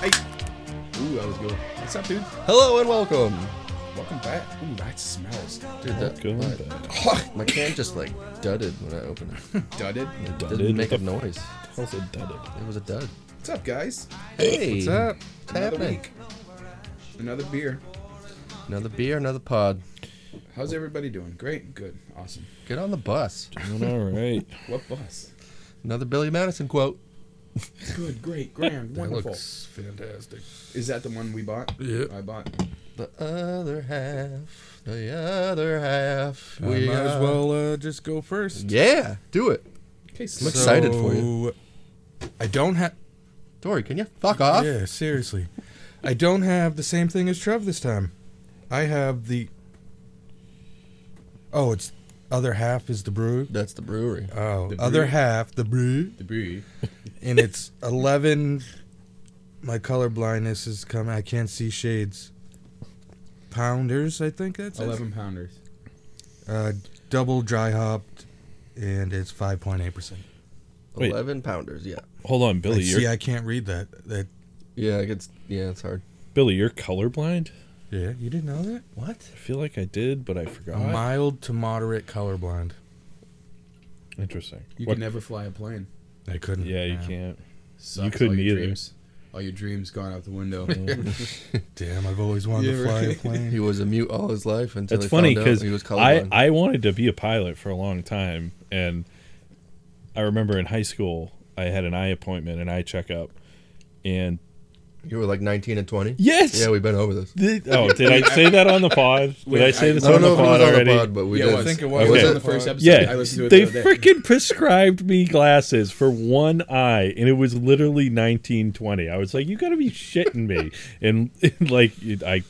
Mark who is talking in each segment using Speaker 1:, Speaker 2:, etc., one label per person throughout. Speaker 1: Hey. Ooh, that was good. What's up, dude?
Speaker 2: Hello and welcome.
Speaker 1: Welcome back. Ooh, that smells oh,
Speaker 2: Dude, that,
Speaker 3: Welcome
Speaker 2: my, my can just like dudded when I opened it.
Speaker 1: dudded.
Speaker 2: It
Speaker 3: Dudded?
Speaker 2: didn't make a
Speaker 3: What the
Speaker 2: noise.
Speaker 3: How's it dudded?
Speaker 2: It was a dud.
Speaker 1: What's up, guys?
Speaker 2: Hey,
Speaker 3: What's up?
Speaker 2: What's
Speaker 1: Another
Speaker 2: happening?
Speaker 1: week. Another beer.
Speaker 2: Another beer, another pod.
Speaker 1: How's everybody doing? Great. Good. Awesome.
Speaker 2: Get on the bus.
Speaker 3: Doing all right.
Speaker 1: What bus?
Speaker 2: Another Billy Madison quote.
Speaker 1: Good. Great. Grand.
Speaker 2: That
Speaker 1: wonderful.
Speaker 2: looks fantastic.
Speaker 1: Is that the one we bought?
Speaker 2: Yeah.
Speaker 1: I bought.
Speaker 2: The other half. The other half.
Speaker 4: I might as
Speaker 2: are-
Speaker 4: well uh, just go first.
Speaker 2: Yeah, do it.
Speaker 1: Okay.
Speaker 2: I'm
Speaker 1: So,
Speaker 2: excited for you.
Speaker 4: So, I don't have.
Speaker 2: Dory, can you fuck off?
Speaker 4: Yeah, seriously. I don't have the same thing as Trev this time. I have the. Oh, it's other half is the brew.
Speaker 2: That's the brewery.
Speaker 4: Oh,
Speaker 1: The
Speaker 4: other
Speaker 1: brew.
Speaker 4: half the brew,
Speaker 1: the beer.
Speaker 4: and it's eleven. My color blindness is coming. I can't see shades. Pounders, I think that's it.
Speaker 1: Eleven pounders.
Speaker 4: Uh, double dry hopped, and it's five point eight percent.
Speaker 3: Wait.
Speaker 2: Eleven pounders. Yeah.
Speaker 3: Hold on, Billy.
Speaker 4: See,
Speaker 3: You're,
Speaker 4: I can't read that. That
Speaker 2: Yeah, it gets. Yeah, it's hard.
Speaker 3: Billy, you're colorblind.
Speaker 4: yeah, you didn't know that.
Speaker 2: What?
Speaker 3: I feel like I did, but I forgot.
Speaker 4: A mild to moderate colorblind.
Speaker 3: Interesting.
Speaker 1: You
Speaker 3: What-
Speaker 1: can never fly a plane.
Speaker 4: I couldn't.
Speaker 3: yeah, you can't.
Speaker 1: Sucks.
Speaker 3: couldn't
Speaker 1: All your
Speaker 3: either.
Speaker 1: Dreams, all your dreams gone out the window.
Speaker 4: Damn, I've always wanted
Speaker 1: Yeah,
Speaker 4: to fly
Speaker 1: right.
Speaker 4: a
Speaker 2: He
Speaker 4: plane.
Speaker 2: was a mute all his life until
Speaker 3: It's
Speaker 2: he
Speaker 3: funny
Speaker 2: found out
Speaker 3: because
Speaker 2: he was
Speaker 3: I
Speaker 2: colorblind.
Speaker 3: I wanted to be a pilot for a long time, and I remember in high school I had an eye appointment, an eye checkup, and
Speaker 2: you were like 19 and 20.
Speaker 3: yes,
Speaker 2: Yeah, we've been over this.
Speaker 3: Did- oh, did I say that on the pod? Did
Speaker 1: Wait,
Speaker 3: I say
Speaker 1: I-
Speaker 3: this
Speaker 2: I don't
Speaker 3: on
Speaker 2: know
Speaker 3: the
Speaker 2: if it
Speaker 3: pod
Speaker 2: was on
Speaker 3: already?
Speaker 2: the pod, but we
Speaker 1: yeah,
Speaker 2: did.
Speaker 1: it was.
Speaker 4: I think it
Speaker 1: It
Speaker 4: was.
Speaker 1: was
Speaker 3: Okay.
Speaker 1: on the first episode. I
Speaker 3: Yeah,
Speaker 1: listened to it
Speaker 3: they
Speaker 1: the other day.
Speaker 3: freaking prescribed me glasses for one eye, and it was literally 1920. I was like, "You gotta be shitting me!" and, and, like, it- I,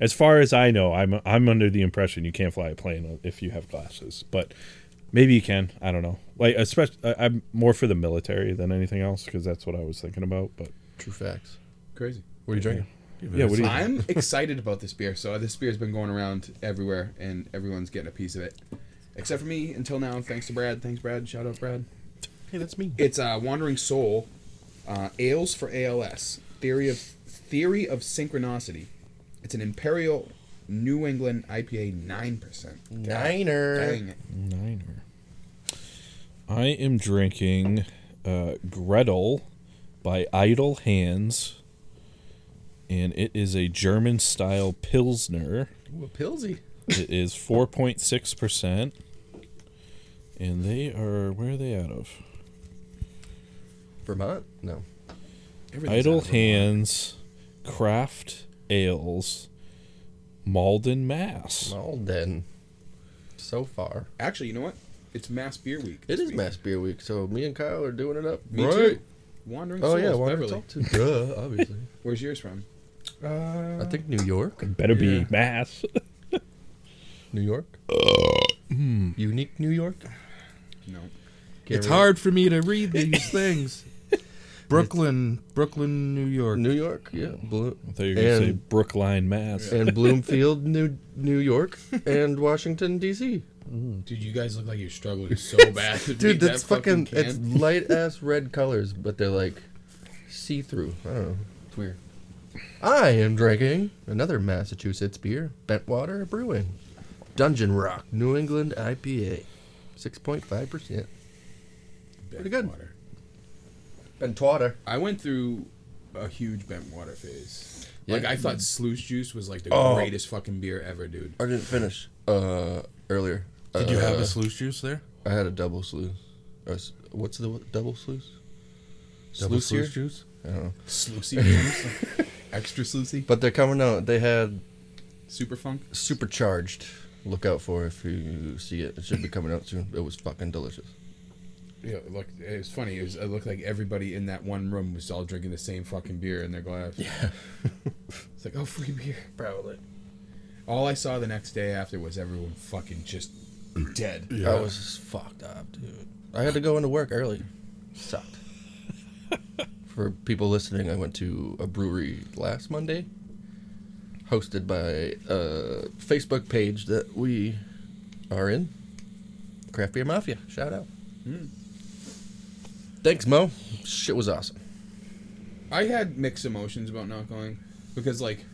Speaker 3: as far as I know, I'm I'm under the impression you can't fly a plane if you have glasses, but maybe you can. I don't know. Like, especially, I, I'm more for the military than anything else because that's what I was thinking about. But
Speaker 2: True facts.
Speaker 1: Crazy.
Speaker 2: What are you drinking?
Speaker 3: yeah, what do you?
Speaker 1: I'm excited about this beer. So uh, this beer's been going around everywhere, and everyone's getting a piece of it, except for me until now. Thanks to Brad. Thanks, Brad. Shout out, Brad.
Speaker 2: Hey, that's me.
Speaker 1: It's uh, Wandering Soul, uh, Ales for ALS, Theory of Theory of Synchronicity. It's an Imperial New England IPA, nine percent.
Speaker 2: Niner.
Speaker 1: Dang it.
Speaker 3: Niner. I am drinking uh, Gretel by Idle Hands, and it is a German style Pilsner.
Speaker 2: Ooh, a Pilsy.
Speaker 3: It is 4.6%, and they are, where are they out of?
Speaker 2: Vermont? No.
Speaker 1: Everything's
Speaker 3: Idle
Speaker 1: out of
Speaker 3: Hands Craft Ales, Malden, Mass.
Speaker 2: Malden. So far.
Speaker 1: order. Actually, you know what? It's Mass Beer Week.
Speaker 2: It
Speaker 1: this
Speaker 2: is
Speaker 1: week.
Speaker 2: Mass Beer Week, so me and Kyle are doing it up.
Speaker 1: Me too. Wandering
Speaker 2: Oh,
Speaker 1: Soul.
Speaker 2: yeah. Why
Speaker 1: Beverly.
Speaker 2: talk to? Duh, obviously.
Speaker 1: Where's yours from?
Speaker 4: Uh,
Speaker 2: I think New York.
Speaker 3: Better be
Speaker 4: Yeah.
Speaker 3: Mass.
Speaker 2: New York? Unique New York?
Speaker 1: No.
Speaker 2: Can't
Speaker 4: Hmm. it's
Speaker 2: really-
Speaker 4: hard for me to read these things. Brooklyn, Brooklyn, New York.
Speaker 2: New York, yeah. Blo-
Speaker 3: I thought you were going to say
Speaker 2: And-
Speaker 3: Brookline, Mass.
Speaker 2: and Bloomfield, New New York, and Washington, D.C.
Speaker 1: Dude, you guys look like you're struggling so bad. to
Speaker 2: Dude,
Speaker 1: read
Speaker 2: that's
Speaker 1: that
Speaker 2: fucking.
Speaker 1: can.
Speaker 2: it's light ass red colors, but they're like see through. I don't know. It's weird. I am drinking another Massachusetts beer, Bentwater Brewing, Dungeon Rock New England IPA, six point five percent. pretty good.
Speaker 1: Water.
Speaker 2: Bentwater.
Speaker 1: I went through a huge bent water phase. Like
Speaker 2: Yeah.
Speaker 1: I thought sluice juice was like the
Speaker 2: Oh.
Speaker 1: greatest fucking beer ever, dude.
Speaker 2: I didn't finish uh earlier.
Speaker 4: Did you
Speaker 2: Uh,
Speaker 4: have a sluice juice there?
Speaker 2: I had a double sluice. Or s- what's the double sluice?
Speaker 4: Double
Speaker 2: Sluicier?
Speaker 4: sluice juice?
Speaker 2: I don't know.
Speaker 1: Sluicy juice. Extra sluicy.
Speaker 2: But they're coming out. They had
Speaker 1: Super funk.
Speaker 2: supercharged. Look out for it if you see it. It should be coming out soon. It was fucking delicious.
Speaker 1: Yeah, look, it was funny. It, was, it looked like everybody in that one room was all drinking the same fucking beer in their glass. Yeah. it's like, oh, free beer.
Speaker 2: Probably.
Speaker 1: All I saw the next day after was everyone fucking just dead.
Speaker 2: I was just fucked up, dude. I had to go into work early. Sucked. For people listening, I went to a brewery last Monday, hosted by a Facebook page that we are in, Craft Beer Mafia.
Speaker 1: Hmm.
Speaker 2: Shout out. Thanks, Mo. Shit was awesome.
Speaker 1: I had mixed emotions about not going because like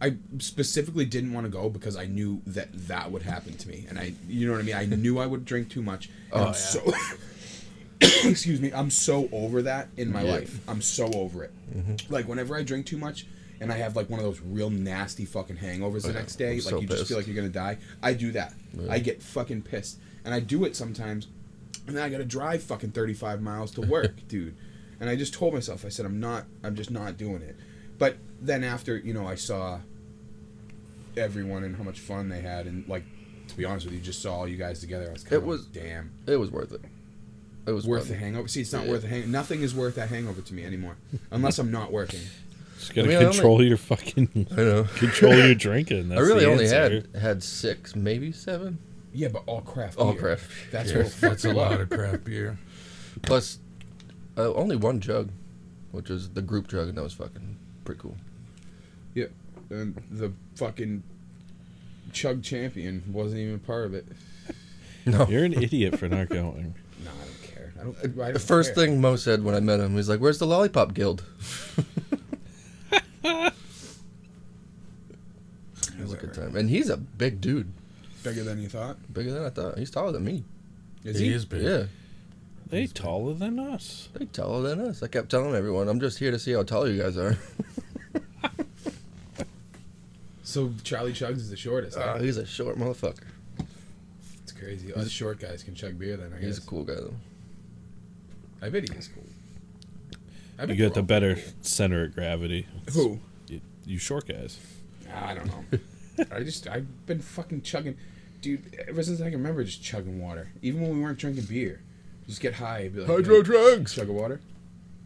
Speaker 1: I specifically didn't want to go because I knew that that would happen to me, and I you know what I mean. I knew I would drink too much. And
Speaker 2: Oh,
Speaker 1: I'm
Speaker 2: yeah.
Speaker 1: so excuse me. I'm so over that in my
Speaker 2: Yeah. Mm-hmm.
Speaker 1: life. I'm so over it. Like whenever I drink too much. And I have like one of those real nasty fucking hangovers the
Speaker 2: yeah.
Speaker 1: next day.
Speaker 2: I'm
Speaker 1: like
Speaker 2: so
Speaker 1: you just feel like
Speaker 2: pissed.
Speaker 1: you're gonna die. I do that. I get fucking pissed, and I do it sometimes. And then I gotta drive fucking 35 miles to work, dude. And I just told myself, I said, I'm not, I'm just not doing it. But then after, you know, I saw everyone and how much fun they had, and like, to be honest with you, just saw all you guys together. I was kind
Speaker 2: It
Speaker 1: of
Speaker 2: was-
Speaker 1: damn
Speaker 2: It was worth it. It was
Speaker 1: worth
Speaker 2: fun.
Speaker 1: the hangover. See, it's not
Speaker 2: Yeah.
Speaker 1: worth the hang. Nothing is worth that hangover to me anymore, unless I'm not working.
Speaker 3: Just
Speaker 2: I
Speaker 3: gotta
Speaker 2: mean, I only-
Speaker 3: control your fucking
Speaker 2: I know.
Speaker 3: control your drinking. That's
Speaker 2: I really
Speaker 3: the
Speaker 2: only
Speaker 3: answer.
Speaker 2: had had six, maybe seven. Oh,
Speaker 1: Yeah, but all craft.
Speaker 2: All
Speaker 1: beer.
Speaker 2: craft.
Speaker 1: That's
Speaker 2: beer.
Speaker 1: what fucks
Speaker 4: It's a
Speaker 1: you
Speaker 4: lot
Speaker 1: up.
Speaker 4: of crap beer.
Speaker 2: Plus, uh, only one jug, which was the group jug, and that was fucking pretty cool.
Speaker 1: Yeah, and the fucking chug champion wasn't even part of it.
Speaker 2: No.
Speaker 3: You're an idiot for not going.
Speaker 1: No, I don't care. I don't. Uh, I
Speaker 2: The
Speaker 1: don't
Speaker 2: first
Speaker 1: care.
Speaker 2: thing Mo said when I met him, he's like, "Where's the lollipop guild?" it was a good time, and he's a big dude,
Speaker 1: bigger than you thought.
Speaker 2: bigger than I thought. He's taller than me.
Speaker 1: Is
Speaker 4: He
Speaker 1: he?
Speaker 4: is big.
Speaker 2: Yeah,
Speaker 3: They taller than us.
Speaker 2: they taller than us. I kept telling everyone, "I'm just here to see how tall you guys are."
Speaker 1: So Charlie Chugs is the shortest. huh?
Speaker 2: Uh, he's a short motherfucker.
Speaker 1: It's crazy. Us short guys can chug beer then. I guess.
Speaker 2: He's a cool guy though.
Speaker 1: I bet he is cool. I
Speaker 3: You
Speaker 1: bet
Speaker 3: got
Speaker 1: we're all
Speaker 3: the better center of gravity.
Speaker 1: Who?
Speaker 3: You, you short guys.
Speaker 1: I don't know. I just I've been fucking chugging, dude. Ever since I can remember, just chugging water. Even when we weren't drinking beer, just get high. and Be like,
Speaker 2: Hydro
Speaker 1: "Hey,
Speaker 2: drugs.
Speaker 1: Chug a water.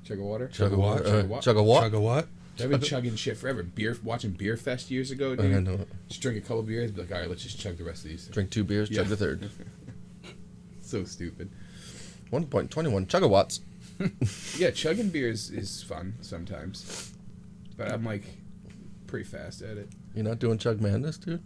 Speaker 1: Chug a water.
Speaker 2: Chug a water.
Speaker 1: Chug a
Speaker 2: uh,
Speaker 1: water.
Speaker 2: Chug a walk.
Speaker 4: Chug a what?
Speaker 1: I've been chugging shit forever. Beer, watching Beer Fest years ago,
Speaker 2: I
Speaker 1: dude.
Speaker 2: know.
Speaker 1: Just drink a couple beers, be like, all right, let's just chug the rest of these.
Speaker 2: Drink two beers.
Speaker 1: Yeah.
Speaker 2: Chug the third.
Speaker 1: So stupid.
Speaker 2: One point twenty-one chugawatts.
Speaker 1: Yeah, chugging beer is, is fun sometimes, but I'm like pretty fast at it.
Speaker 2: You're not doing chug madness, dude.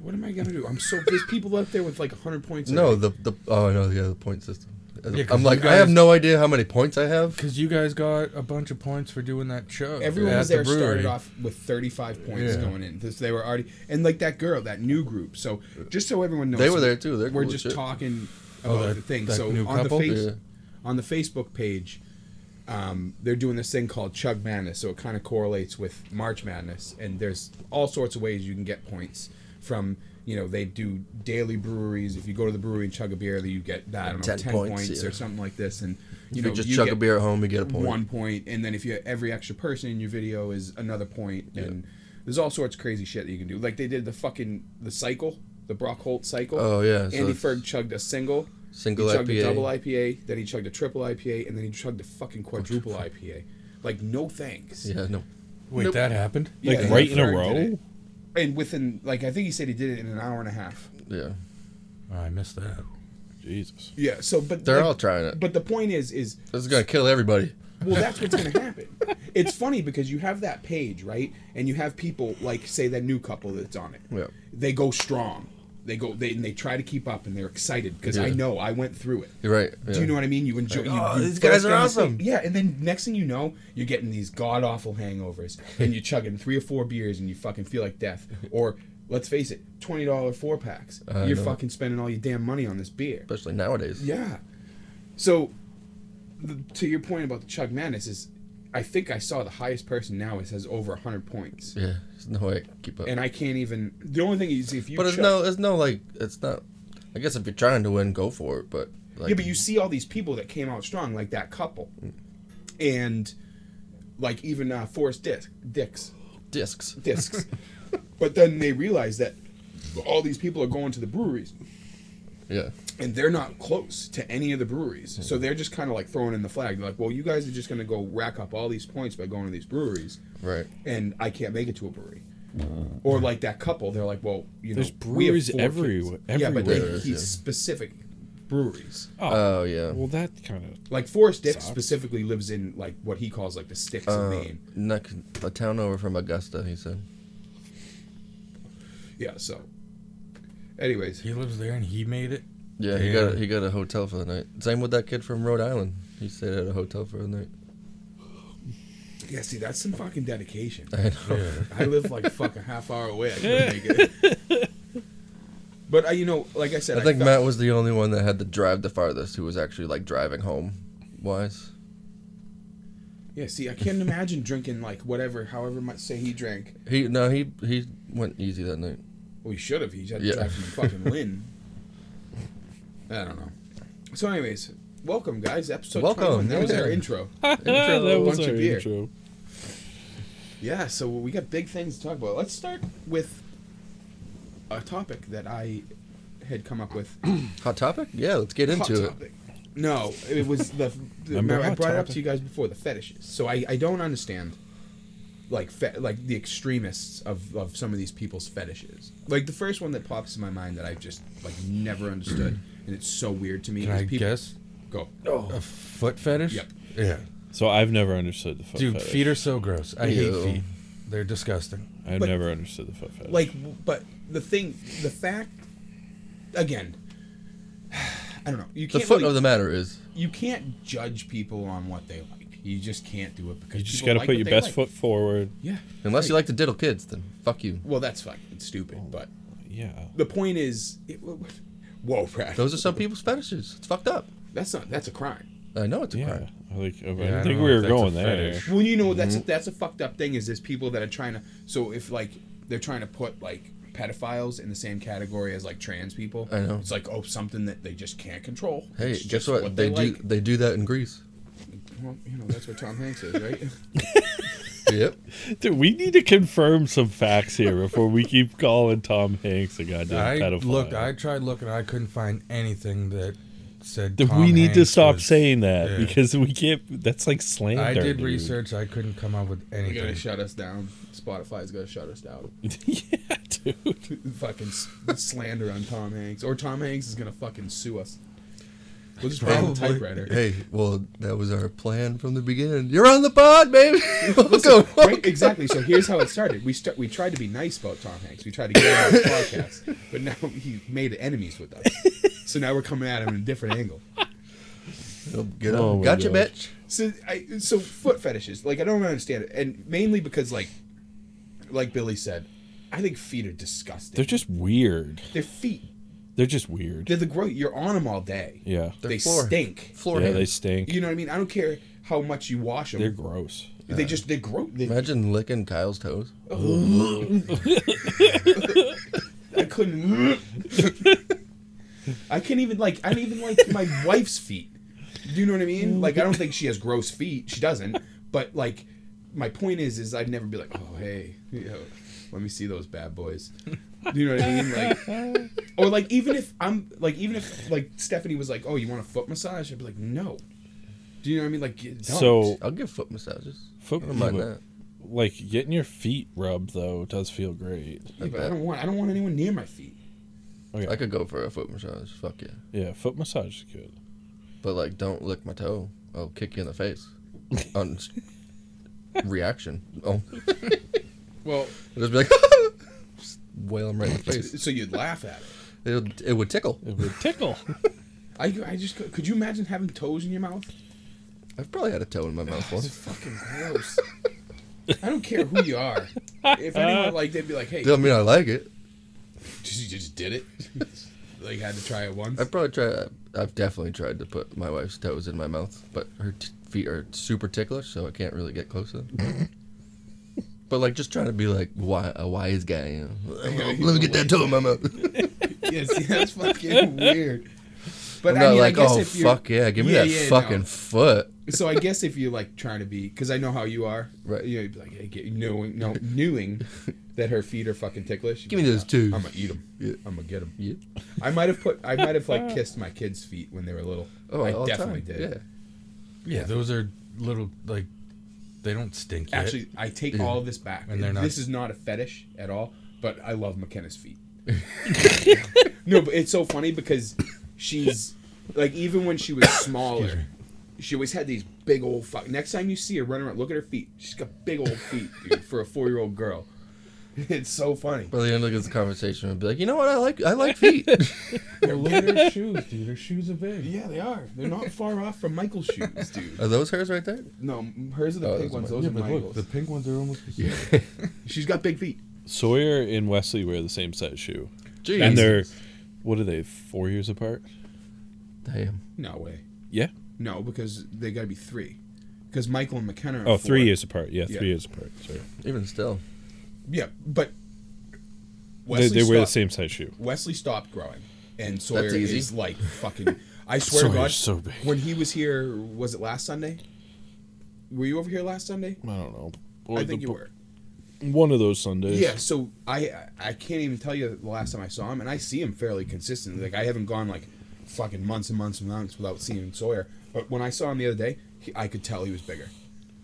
Speaker 1: What am I gonna do? I'm so there's people out there with like 100 points.
Speaker 2: No, the the oh no, yeah, the point system.
Speaker 4: Yeah, 'cause
Speaker 2: I'm like,
Speaker 4: you
Speaker 2: I have
Speaker 4: guys-
Speaker 2: no idea how many points I have.
Speaker 4: Because you guys got a bunch of points for doing that
Speaker 2: Oh,
Speaker 4: chug.
Speaker 1: Everyone
Speaker 4: at
Speaker 1: was there
Speaker 4: the brewery.
Speaker 1: started off with 35 points
Speaker 4: Yeah.
Speaker 1: going in. This, they were already and like that girl, that new group. So just so everyone knows,
Speaker 2: They were there, too. They're
Speaker 1: we're
Speaker 2: cool
Speaker 1: just
Speaker 2: as shit.
Speaker 1: talking
Speaker 4: Oh,
Speaker 1: about
Speaker 4: that-
Speaker 1: the thing.
Speaker 4: that
Speaker 1: So
Speaker 4: new
Speaker 1: on
Speaker 4: couple?
Speaker 1: the face,
Speaker 2: Yeah.
Speaker 1: on the Facebook page, um, they're doing this thing called Chug Madness. So it kind of correlates with March Madness, and there's all sorts of ways you can get points from. You know, they do daily breweries. If you go to the brewery and chug a beer, you get I don't know,
Speaker 2: 10
Speaker 1: ten,
Speaker 2: points,
Speaker 1: points,
Speaker 2: yeah.
Speaker 1: or something like this. And you
Speaker 2: You,
Speaker 1: know,
Speaker 2: just
Speaker 1: you
Speaker 2: chug a
Speaker 1: get-
Speaker 2: beer at home, you get a point.
Speaker 1: one point, and then if you every extra person in your video is another point, and there's all sorts of crazy shit that you can do. Like they did the fucking the cycle, the Brock Holt cycle.
Speaker 2: Oh, yeah, so
Speaker 1: Andy
Speaker 2: it's-
Speaker 1: Ferg chugged a single,
Speaker 2: Single
Speaker 1: he chugged
Speaker 2: IPA.
Speaker 1: a double IPA, then he chugged a triple IPA, and then he chugged a fucking quadruple IPA. Like no thanks.
Speaker 2: Yeah, no.
Speaker 4: Wait,
Speaker 2: Nope.
Speaker 4: that happened?
Speaker 1: Yeah,
Speaker 3: Like
Speaker 1: Andy
Speaker 3: right in a
Speaker 1: Ferg did
Speaker 3: row.
Speaker 1: it. And within like I think he said he did it in an hour and a half.
Speaker 2: Yeah.
Speaker 4: Oh, I missed that.
Speaker 3: Jesus.
Speaker 1: Yeah. So but
Speaker 2: They're
Speaker 1: like-
Speaker 2: all trying it.
Speaker 1: But the point is is
Speaker 2: This is going to kill everybody.
Speaker 1: Well, that's what's going to happen. It's funny because you have that page, right? And you have people like say that new couple that's on it.
Speaker 2: Yeah.
Speaker 1: They go strong. They go they and they try to keep up and they're excited because I
Speaker 2: Yeah.
Speaker 1: know I went through it.
Speaker 2: You're right.
Speaker 1: Do
Speaker 2: yeah.
Speaker 1: you know what I mean? You enjoy. you,
Speaker 2: "Oh,
Speaker 1: you
Speaker 2: these guys
Speaker 1: burst
Speaker 2: are
Speaker 1: down the sink."
Speaker 2: awesome.
Speaker 1: Yeah, and then next thing you know, you're getting these god awful hangovers, and you're chugging three or four beers, and you fucking feel like death. Or let's face it, twenty dollar four packs. you're fucking spending all your damn money on this beer.
Speaker 2: Especially nowadays.
Speaker 1: Yeah. So, th to your point about the Chug Madness is, I think I saw the highest person now is has over hundred points,
Speaker 2: Yeah. There's no way I can keep up.
Speaker 1: and I can't even. The only thing is if you.
Speaker 2: but it's
Speaker 1: chug-
Speaker 2: no, it's no, like, it's not. I guess if you're trying to win, go for it. But, like, Mm.
Speaker 1: Yeah, but you see all these people that came out strong, like that couple, and like even uh, Forrest Dick, Dicks,
Speaker 2: discs.
Speaker 1: Discs. but then they realize that all these people are going to the breweries.
Speaker 2: Yeah.
Speaker 1: and they're not close to any of the breweries. So they're just kind of like throwing in the flag. They're like, well, you guys are just going to go rack up all these points by going to these breweries,
Speaker 2: Right. Uh-huh.
Speaker 1: and I can't make it to a brewery. Or like that couple, they're like, well, you
Speaker 3: There's
Speaker 1: know,
Speaker 3: breweries
Speaker 1: we have four
Speaker 3: everywhere-
Speaker 1: kids. Yeah, but they,
Speaker 2: everywhere.
Speaker 1: he's
Speaker 2: Yeah.
Speaker 1: specific breweries.
Speaker 2: Oh, yeah.
Speaker 3: Well, that kind of.
Speaker 1: Like Forrest Dick
Speaker 3: Sucks.
Speaker 1: specifically lives in like what he calls like the sticks of
Speaker 2: Uh,
Speaker 1: Maine.
Speaker 2: neck, a town over from Augusta, he said.
Speaker 1: Yeah. So, anyways,
Speaker 4: He lives there and he made it.
Speaker 2: Yeah, he got a,
Speaker 4: Damn.
Speaker 2: he got a hotel for the night. Same with that kid from Rhode Island. He stayed at a hotel for the night.
Speaker 1: Yeah, see, that's some fucking dedication.
Speaker 2: I know.
Speaker 1: I live like fuck a half hour away. I couldn't make it. But I, you know, like I said,
Speaker 2: I think
Speaker 1: felt-
Speaker 2: Matt was the only one that had to drive the farthest who was actually like driving home wise.
Speaker 1: Yeah, see, I can't imagine drinking like whatever, however much. Say he drank.
Speaker 2: He no, he he went easy that night.
Speaker 1: Well, he should have. He had to
Speaker 2: Yeah.
Speaker 1: drive from fucking Lynn. I don't know. So, anyways, welcome guys, episode
Speaker 2: Welcome,
Speaker 1: 21. That was our
Speaker 2: yeah.
Speaker 1: intro.
Speaker 3: that
Speaker 1: a
Speaker 3: was
Speaker 1: bunch
Speaker 3: our
Speaker 1: of beer.
Speaker 3: intro.
Speaker 1: Yeah, so we got big things to talk about. Let's start with a topic that I had come up with.
Speaker 2: Hot topic? Yeah, let's get
Speaker 1: Hot
Speaker 2: into it.
Speaker 1: topic. No, it was the. the
Speaker 3: Remember
Speaker 1: remember I
Speaker 3: Hot
Speaker 1: brought it up
Speaker 3: Topic?
Speaker 1: to you guys before the fetishes. So I, I don't understand, like fe- like the extremists of, of some of these people's fetishes. Like the first one that pops in my mind that I've just like never understood, and it's so weird to me.
Speaker 4: Can
Speaker 1: is
Speaker 4: I guess?
Speaker 1: Go.
Speaker 4: A foot fetish?
Speaker 1: Yep.
Speaker 4: Yeah.
Speaker 3: So I've never understood the foot
Speaker 4: Dude,
Speaker 3: fetish.
Speaker 4: feet are so gross. I
Speaker 2: Ew.
Speaker 4: hate feet. They're disgusting.
Speaker 3: I
Speaker 1: but-
Speaker 3: never understood the foot fetish.
Speaker 1: Like, w- but the thing, the fact, again, I don't know. You
Speaker 2: The
Speaker 1: can't.
Speaker 2: foot
Speaker 1: really-
Speaker 2: of the matter is
Speaker 1: you can't judge people on what they like. You just can't do it because
Speaker 3: you just
Speaker 1: people
Speaker 3: got to
Speaker 1: like
Speaker 3: put
Speaker 1: what
Speaker 3: your
Speaker 1: they
Speaker 3: best
Speaker 1: like.
Speaker 3: foot forward.
Speaker 1: Yeah.
Speaker 2: unless you
Speaker 1: right.
Speaker 2: like to diddle kids, then fuck you.
Speaker 1: Well, that's fucking
Speaker 2: Oh.
Speaker 1: stupid, but.
Speaker 3: Yeah.
Speaker 1: the point is, it, w- w- whoa, Brad,
Speaker 2: Those are some people's fetishes. It's fucked up.
Speaker 1: that's not that's a crime.
Speaker 2: I know it's a
Speaker 3: Yeah.
Speaker 2: crime.
Speaker 3: Like, I didn't
Speaker 4: I don't
Speaker 3: think
Speaker 4: know
Speaker 3: we
Speaker 4: if
Speaker 3: were
Speaker 4: that's a
Speaker 3: going there.
Speaker 4: fetish.
Speaker 1: Well, you know
Speaker 2: Mm-hmm.
Speaker 1: that's that's a fucked up thing. Is there's people that are trying to so if like they're trying to put like pedophiles in the same category as like trans people.
Speaker 2: I know.
Speaker 1: it's like oh something that they just can't control.
Speaker 2: Hey,
Speaker 1: It's
Speaker 2: guess
Speaker 1: just
Speaker 2: what? they do
Speaker 1: like.
Speaker 2: they do that in Greece.
Speaker 1: Well, you know that's what Tom Hanks is, right?
Speaker 2: yep.
Speaker 3: Dude, we need to confirm some facts here before we keep calling Tom Hanks a goddamn
Speaker 4: I
Speaker 3: pedophile.
Speaker 4: looked. I tried looking. I couldn't find anything that said.
Speaker 3: Dude,
Speaker 4: Tom
Speaker 3: we need to
Speaker 4: Hanks
Speaker 3: stop
Speaker 4: was-
Speaker 3: saying that
Speaker 4: yeah.
Speaker 3: because we can't. That's like slander.
Speaker 4: I did
Speaker 3: dude.
Speaker 4: research. I couldn't come up with
Speaker 1: They're gonna
Speaker 4: anything.
Speaker 1: shut us down. Spotify's gonna shut us down.
Speaker 3: yeah, dude.
Speaker 1: fucking s- slander on Tom Hanks, or Tom Hanks is gonna fucking sue us. We'll just write on a typewriter.
Speaker 2: Hey, well, that was our plan from the beginning. You're on the pod, baby. Welcome.
Speaker 1: Right, exactly. So here's how it started. We start. We tried to be nice about Tom Hanks. We tried to get him on the podcast, but now he made enemies with us. So now we're coming at him in a different angle.
Speaker 2: Get
Speaker 3: Oh
Speaker 2: up.
Speaker 3: my
Speaker 2: gotcha,
Speaker 3: gosh.
Speaker 2: bitch.
Speaker 1: So I so foot fetishes. Like I don't understand it, and mainly because like, like Billy said, I think feet are disgusting.
Speaker 3: They're just weird.
Speaker 1: They're feet.
Speaker 3: They're just weird.
Speaker 1: They're the gross. You're on them all day.
Speaker 3: Yeah.
Speaker 2: They're
Speaker 1: they
Speaker 2: floor-
Speaker 1: stink.
Speaker 2: Floor
Speaker 3: yeah,
Speaker 2: hands.
Speaker 3: they stink.
Speaker 1: You know what I mean? I don't care how much you wash them.
Speaker 3: They're uh, gross.
Speaker 1: they just they grow. They,
Speaker 2: Imagine licking Kyle's toes.
Speaker 1: I couldn't. I couldn't even like. I don't even like my wife's feet. Do you know what I mean? Like, I don't think she has gross feet. She doesn't. But like, my point is, is I'd never be like, oh hey, yo, let me see those bad boys. Do you know what I mean? Like, or like even if I'm like even if like Stephanie was like, oh, you want a foot massage? I'd be like, no. Do you know what I mean? Like, don't.
Speaker 3: So,
Speaker 2: I'll give foot massages.
Speaker 3: foot,
Speaker 2: I don't mind that.
Speaker 3: like getting your feet rubbed though does feel great.
Speaker 1: Yeah, but I don't want. I don't want anyone near my feet.
Speaker 3: Okay.
Speaker 2: I could go for a foot massage. Fuck yeah.
Speaker 3: yeah, foot massage is good.
Speaker 2: But like, don't lick my toe. I'll kick you in the face. On s- reaction. Oh,
Speaker 1: Well,
Speaker 2: I'll just be like, just wail him right in the face.
Speaker 1: so you'd laugh at it.
Speaker 2: It would, it would tickle.
Speaker 3: It would tickle.
Speaker 1: I, I just could could you imagine having toes in your mouth?
Speaker 2: I've probably had a toe in my mouth
Speaker 1: It's
Speaker 2: once.
Speaker 1: fucking gross. I don't care who you are. If anyone like, they'd be like, "Hey,
Speaker 2: Doesn't mean I like it.
Speaker 1: you just did it." like, had to try it once.
Speaker 2: I've probably tried. I've definitely tried to put my wife's toes in my mouth, but her t- feet are super ticklish, so I can't really get close to them. but like, just trying to be like wi- a wise guy. You know? Let me get that toe in my mouth.
Speaker 1: yeah, see, that's fucking weird. But
Speaker 2: I'm
Speaker 1: I
Speaker 2: not
Speaker 1: mean,
Speaker 2: like,
Speaker 1: I guess
Speaker 2: oh
Speaker 1: if you're,
Speaker 2: fuck yeah, give me
Speaker 1: Yeah,
Speaker 2: that
Speaker 1: yeah, no.
Speaker 2: fucking foot.
Speaker 1: So I guess if you're like trying to be, because I know how you are,
Speaker 2: Right.
Speaker 1: You know, you'd be like, hey, get, knowing, no, knowing that her feet are fucking ticklish. you'd
Speaker 2: Give me
Speaker 1: be
Speaker 2: those
Speaker 1: like,
Speaker 2: two.
Speaker 1: I'm gonna eat them.
Speaker 2: Yeah.
Speaker 1: I'm gonna get them.
Speaker 2: Yeah.
Speaker 1: I might have put, I might have like kissed my kids' feet when they were little.
Speaker 2: Oh,
Speaker 1: I
Speaker 2: all the
Speaker 1: definitely
Speaker 2: time.
Speaker 1: did.
Speaker 2: Yeah.
Speaker 4: Yeah, those are little like. They don't stink. Yet.
Speaker 1: Actually, I take all of this back.
Speaker 4: And they're not-
Speaker 1: This is not a fetish at all, but I love McKenna's feet. no, but it's so funny because she's like even when she was smaller, she always had these big old fuck. Next time you see her running around, look at her feet. She's got big old feet, dude, for a four year old girl. It's so funny.
Speaker 2: By the end of this conversation, I'd be like, you know what? I like I like feet.
Speaker 4: Well, look at her shoes, dude. Her shoes are big.
Speaker 1: Yeah, they are. They're not far off from Michael's shoes, dude.
Speaker 2: Are those hers right there?
Speaker 1: No, hers are the
Speaker 2: Oh,
Speaker 1: pink
Speaker 2: those
Speaker 1: ones.
Speaker 2: are mine.
Speaker 1: Those
Speaker 4: yeah,
Speaker 1: are
Speaker 4: but
Speaker 1: Michael's.
Speaker 4: look, the pink ones are almost the same.
Speaker 1: She's got big feet.
Speaker 3: Sawyer and Wesley wear the same size shoe,
Speaker 2: Jeez.
Speaker 3: and they're what are they? Four years apart?
Speaker 2: Damn.
Speaker 1: No way.
Speaker 3: Yeah.
Speaker 1: No, because they got to be three. Because Michael and McKenna. Are
Speaker 3: Oh,
Speaker 1: four.
Speaker 3: three years apart. Yeah,
Speaker 1: Yeah.
Speaker 3: three years apart. Sorry.
Speaker 2: Even still.
Speaker 1: Yeah, but
Speaker 3: They,
Speaker 1: Wesley
Speaker 3: they wear the
Speaker 1: stopped-
Speaker 3: same size shoe.
Speaker 1: Wesley stopped growing, and Sawyer
Speaker 2: easy.
Speaker 1: is like fucking. I swear to
Speaker 3: Sawyer's
Speaker 1: God,
Speaker 3: so big.
Speaker 1: when he was here, was it last Sunday? Were you over here last Sunday?
Speaker 3: I don't know.
Speaker 1: I think you were.
Speaker 3: One of those Sundays.
Speaker 1: Yeah, so I I can't even tell you the last time I saw him, and I see him fairly consistently. Like I haven't gone like fucking months and months and months without seeing Sawyer. But when I saw him the other day, he, I could tell he was bigger.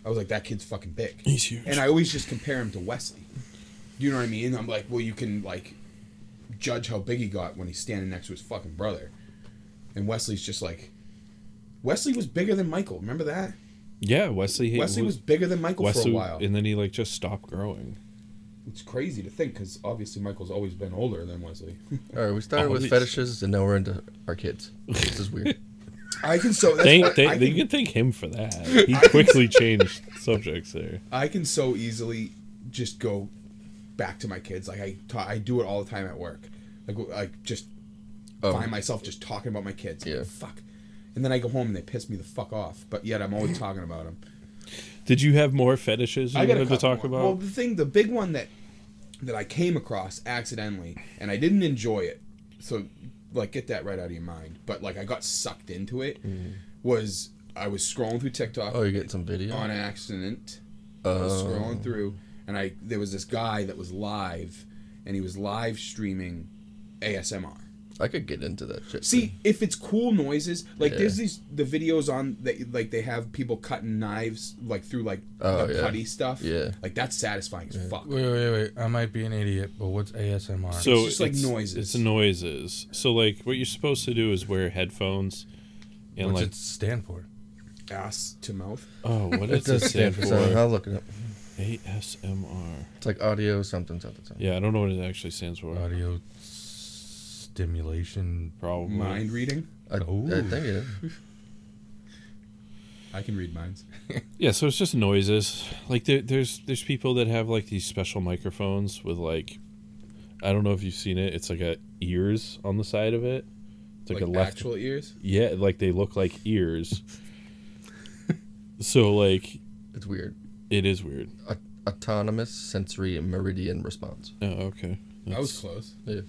Speaker 1: I was like, that kid's fucking big.
Speaker 3: He's huge.
Speaker 1: And I always just compare him to Wesley. You know what I mean? I'm like, well, you can like judge how big he got when he's standing next to his fucking brother. And Wesley's just like, Wesley was bigger than Michael. Remember that?
Speaker 3: Yeah, Wesley. He,
Speaker 1: Wesley was bigger than Michael for
Speaker 3: Wesley,
Speaker 1: a while.
Speaker 3: and then he like just stopped growing.
Speaker 1: It's crazy to think because obviously Michael's always been older than Wesley.
Speaker 2: All right, we started
Speaker 3: Oh,
Speaker 2: with
Speaker 3: these-
Speaker 2: fetishes, and now we're into our kids. This is weird.
Speaker 1: I can so that's
Speaker 3: Thank,
Speaker 1: what-
Speaker 3: thank,
Speaker 1: I,
Speaker 3: You
Speaker 1: can,
Speaker 3: can thank him for that. He quickly changed subjects there.
Speaker 1: I can so easily just go back to my kids. Like I ta- I do it all the time at work. Like w- like just
Speaker 2: Oh.
Speaker 1: find myself just talking about my kids.
Speaker 2: Yeah.
Speaker 1: Fuck. And then I go home and they piss me the fuck off. But yet I'm always talking about them.
Speaker 3: Did you have more fetishes you
Speaker 1: I got
Speaker 3: wanted to talk about?
Speaker 1: Well, the thing, the big one that that I came across accidentally, and I didn't enjoy it. So, like, get that right out of your mind. But like, I got sucked into it.
Speaker 3: Mm-hmm.
Speaker 1: Was I was scrolling through TikTok
Speaker 2: Oh, you get some video.
Speaker 1: on accident. I was
Speaker 3: Oh.
Speaker 1: scrolling through, and I there was this guy that was live, and he was live streaming ASMR.
Speaker 2: I could get into that shit.
Speaker 1: See, if it's cool noises, like
Speaker 2: Yeah.
Speaker 1: there's these the videos on that like they have people cutting knives like through like
Speaker 2: Oh,
Speaker 1: the
Speaker 2: yeah.
Speaker 1: putty stuff.
Speaker 2: Yeah.
Speaker 1: like that's satisfying as fuck.
Speaker 4: Wait, wait, wait. I might be an idiot, but what's ASMR?
Speaker 3: so
Speaker 1: it's just like noises.
Speaker 3: It's noises. So like, what you're supposed to do is wear headphones, and
Speaker 4: What's
Speaker 3: like,
Speaker 4: it stand for?
Speaker 1: Ass to mouth.
Speaker 3: oh, what
Speaker 2: It
Speaker 3: does it
Speaker 2: does
Speaker 3: stand for?
Speaker 2: something. I'll look it up.
Speaker 3: ASMR.
Speaker 2: It's like audio something something. something.
Speaker 3: Yeah, I don't know what it actually stands for.
Speaker 4: Audio
Speaker 2: Mm.
Speaker 4: stimulation.
Speaker 3: Probably.
Speaker 1: Mind reading.
Speaker 2: I, I
Speaker 4: Ooh.
Speaker 2: think it is.
Speaker 1: I can read minds.
Speaker 3: Yeah, so it's just noises. Like there, there's there's people that have like these special microphones with like, I don't know if you've seen it. It's like a ears on the side of it. It's like,
Speaker 1: Like,
Speaker 3: a left.
Speaker 1: actual ears.
Speaker 3: Yeah, like they look like ears. so like
Speaker 2: It's weird.
Speaker 3: it is weird.
Speaker 2: A- autonomous sensory meridian response.
Speaker 3: Oh, okay.
Speaker 1: I was close.
Speaker 2: Yeah.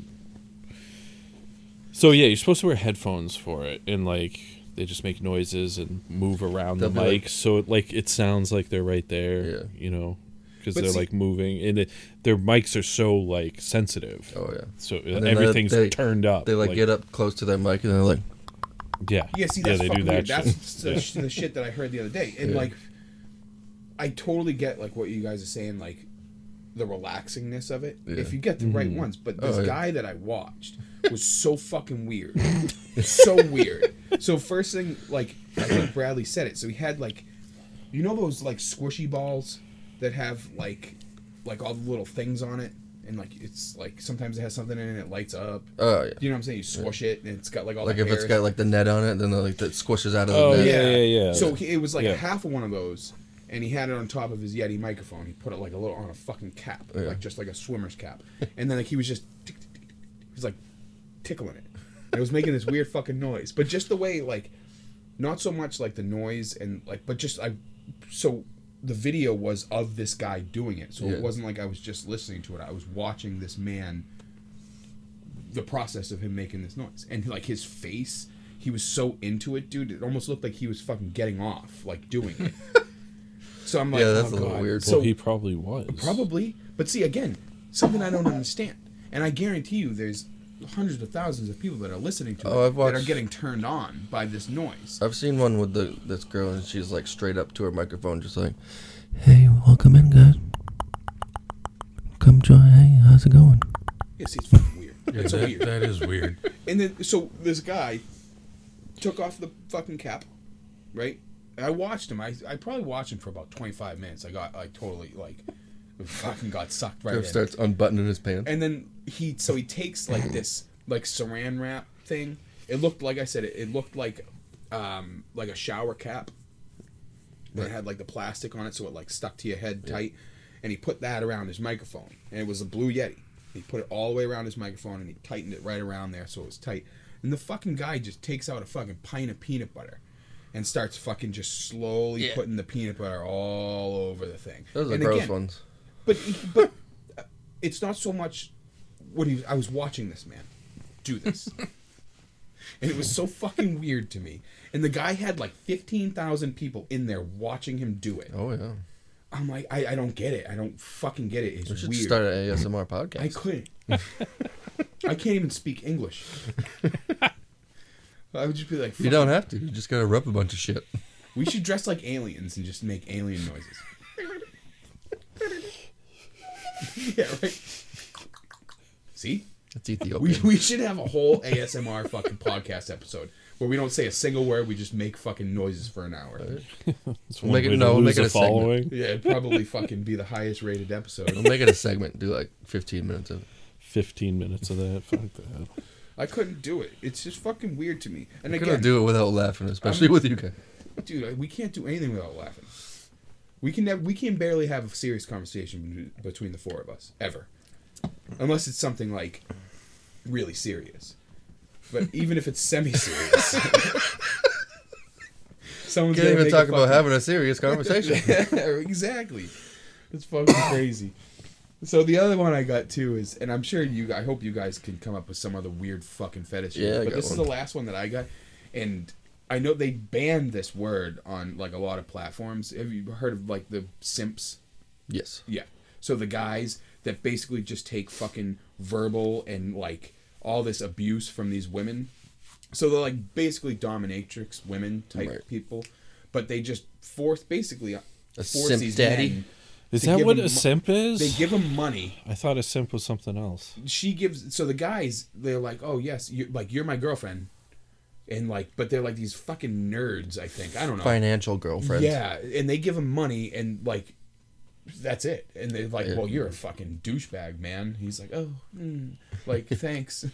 Speaker 3: So yeah, you're supposed to wear headphones for it, and like they just make noises and move around the
Speaker 2: They'll be
Speaker 3: mic,
Speaker 2: like-
Speaker 3: so it, like it sounds like they're right there.
Speaker 2: Yeah.
Speaker 3: You know, because
Speaker 1: But
Speaker 3: they're
Speaker 1: see-
Speaker 3: like moving, and it, their mics are so like sensitive.
Speaker 2: Oh yeah.
Speaker 3: So
Speaker 2: then they-
Speaker 3: everything's
Speaker 2: they-
Speaker 3: turned up.
Speaker 2: They like, get up close to their mic and they're like,
Speaker 3: Yeah.
Speaker 1: Yeah, see, that's
Speaker 3: they
Speaker 1: fucking weird.
Speaker 3: shit.
Speaker 1: That's the, sh- the shit that I heard the other day. And,
Speaker 2: Yeah.
Speaker 1: like, I totally get, like, what you guys are saying, like, the relaxingness of it. If
Speaker 2: Yeah.
Speaker 1: you get the right ones. But this
Speaker 2: Oh, yeah.
Speaker 1: guy that I watched was so fucking weird. so weird. So, first thing, like, I think Bradley said it. So he had, like, you know those, like, squishy balls that have, like, like all the little things on it? And, like, it's, like, sometimes it has something in it and it lights up.
Speaker 2: oh yeah.
Speaker 1: You know what I'm saying? You squish it and it's got, like, all
Speaker 2: Like
Speaker 1: the
Speaker 2: if it's
Speaker 1: hairs.
Speaker 2: got like the net on it, then the, like that squishes out of the
Speaker 3: Oh,
Speaker 2: net.
Speaker 3: yeah. yeah.
Speaker 1: So he, it was like
Speaker 3: Yeah.
Speaker 1: half of one of those, and he had it on top of his Yeti microphone. He put it like a little on a fucking cap,
Speaker 2: Yeah.
Speaker 1: like just like a swimmer's cap, and then like he was just, tick, tick, tick, tick, he was like tickling it. And it was making this weird fucking noise, but just the way like, not so much like the noise and like, but just I, so the video was of this guy doing it, so
Speaker 2: Yeah.
Speaker 1: it wasn't like I was just listening to it. I was watching this man the process of him making this noise and like his face he was so into it dude it almost looked like he was fucking getting off like doing it so i'm like
Speaker 2: Yeah, that's
Speaker 1: oh,
Speaker 2: a little
Speaker 1: God.
Speaker 2: weird.
Speaker 1: so
Speaker 3: well, he probably was.
Speaker 1: probably but see again something i don't understand and i guarantee you there's hundreds of thousands of people that are listening to
Speaker 2: Oh,
Speaker 1: it
Speaker 2: I've
Speaker 1: that are
Speaker 2: watched- Uh,
Speaker 1: getting turned on by this noise
Speaker 2: I've seen one with the this girl and she's like straight up to her microphone, just like, "Hey, welcome in, guys. Come join. Hey, how's it going?"
Speaker 1: yeah, see, it's fucking weird
Speaker 4: Yeah,
Speaker 1: it's so
Speaker 4: that,
Speaker 1: weird
Speaker 4: that is weird.
Speaker 1: and then so this guy took off the fucking cap, right? And I watched him. I I probably watched him for about twenty five minutes. I got like totally like fucking got sucked right
Speaker 2: Griff
Speaker 1: in.
Speaker 2: starts unbuttoning his pants.
Speaker 1: And then he so he takes like this like saran wrap thing. It looked like I said it, it looked like um like a shower cap. That
Speaker 2: Right.
Speaker 1: had like the plastic on it so it like stuck to your head tight. And he put that around his microphone. And it was a blue Yeti. He put it all the way around his microphone and he tightened it right around there so it was tight. And the fucking guy just takes out a fucking pint of peanut butter and starts fucking just slowly
Speaker 2: Yeah.
Speaker 1: putting the peanut butter all over the thing.
Speaker 2: Those are
Speaker 1: and
Speaker 2: gross
Speaker 1: again,
Speaker 2: ones.
Speaker 1: but but uh, it's not so much what he was, I was watching this man do this. and it was so fucking weird to me. And the guy had like 15,000 people in there watching him do it.
Speaker 2: Oh yeah.
Speaker 1: I'm like I, I don't get it. I don't fucking get it. It's
Speaker 2: We should
Speaker 1: weird.
Speaker 2: start an ASMR podcast.
Speaker 1: I couldn't. I can't even speak English. I would just be like,
Speaker 2: you don't have to. You just gotta rub a bunch of shit.
Speaker 1: we should dress like aliens and just make alien noises. yeah, right. See?
Speaker 2: It's Ethiopia.
Speaker 1: We, we should have a whole ASMR fucking podcast episode where we don't say a single word, we just make fucking noises for an hour.
Speaker 3: It's
Speaker 2: Make it- no, make it a segment.
Speaker 1: Yeah, it'd probably fucking be the highest rated episode.
Speaker 2: We'll make it a segment. Do like 15 minutes of. it.
Speaker 3: Fifteen minutes of that. Fuck that.
Speaker 1: I couldn't do it. It's just fucking weird to me. And
Speaker 2: I
Speaker 1: again,
Speaker 2: couldn't do it without laughing, especially with you guys.
Speaker 1: dude, I- we can't do anything without laughing. We can never, we can barely have a serious conversation be- between the four of us ever, unless it's something like really serious. But even if it's semi-serious, someone's
Speaker 2: Can't
Speaker 1: gonna
Speaker 2: even
Speaker 1: make a
Speaker 2: talk about
Speaker 1: fucking-
Speaker 2: having a serious conversation.
Speaker 1: exactly. It's fucking crazy. So the other one I got too is, and I'm sure you, I hope you guys can come up with some other weird fucking fetish.
Speaker 2: Yeah, I
Speaker 1: but
Speaker 2: got
Speaker 1: this is
Speaker 2: one.
Speaker 1: the last one that I got, and I know they banned this word on like a lot of platforms. Have you heard of like the simps?
Speaker 2: yes.
Speaker 1: Yeah. So the guys that basically just take fucking verbal and like all this abuse from these women. So they're like basically dominatrix women type
Speaker 2: Right.
Speaker 1: people, but they just force basically uh, force
Speaker 2: simp daddy?
Speaker 1: men
Speaker 3: Is
Speaker 1: to
Speaker 3: that
Speaker 1: give
Speaker 3: what
Speaker 1: them
Speaker 3: a
Speaker 1: mo-
Speaker 3: simp is?
Speaker 1: They give them money.
Speaker 3: I thought a simp was something else.
Speaker 1: She gives. So the guys they're like, oh yes, you like you're my girlfriend, and like but they're like these fucking nerds. I think I don't know.
Speaker 2: Financial girlfriend.
Speaker 1: Yeah, and they give him money, and like, that's it. And they're like,
Speaker 2: Yeah.
Speaker 1: "Well, you're a fucking douchebag, man." He's like, "Oh, mm, like thanks."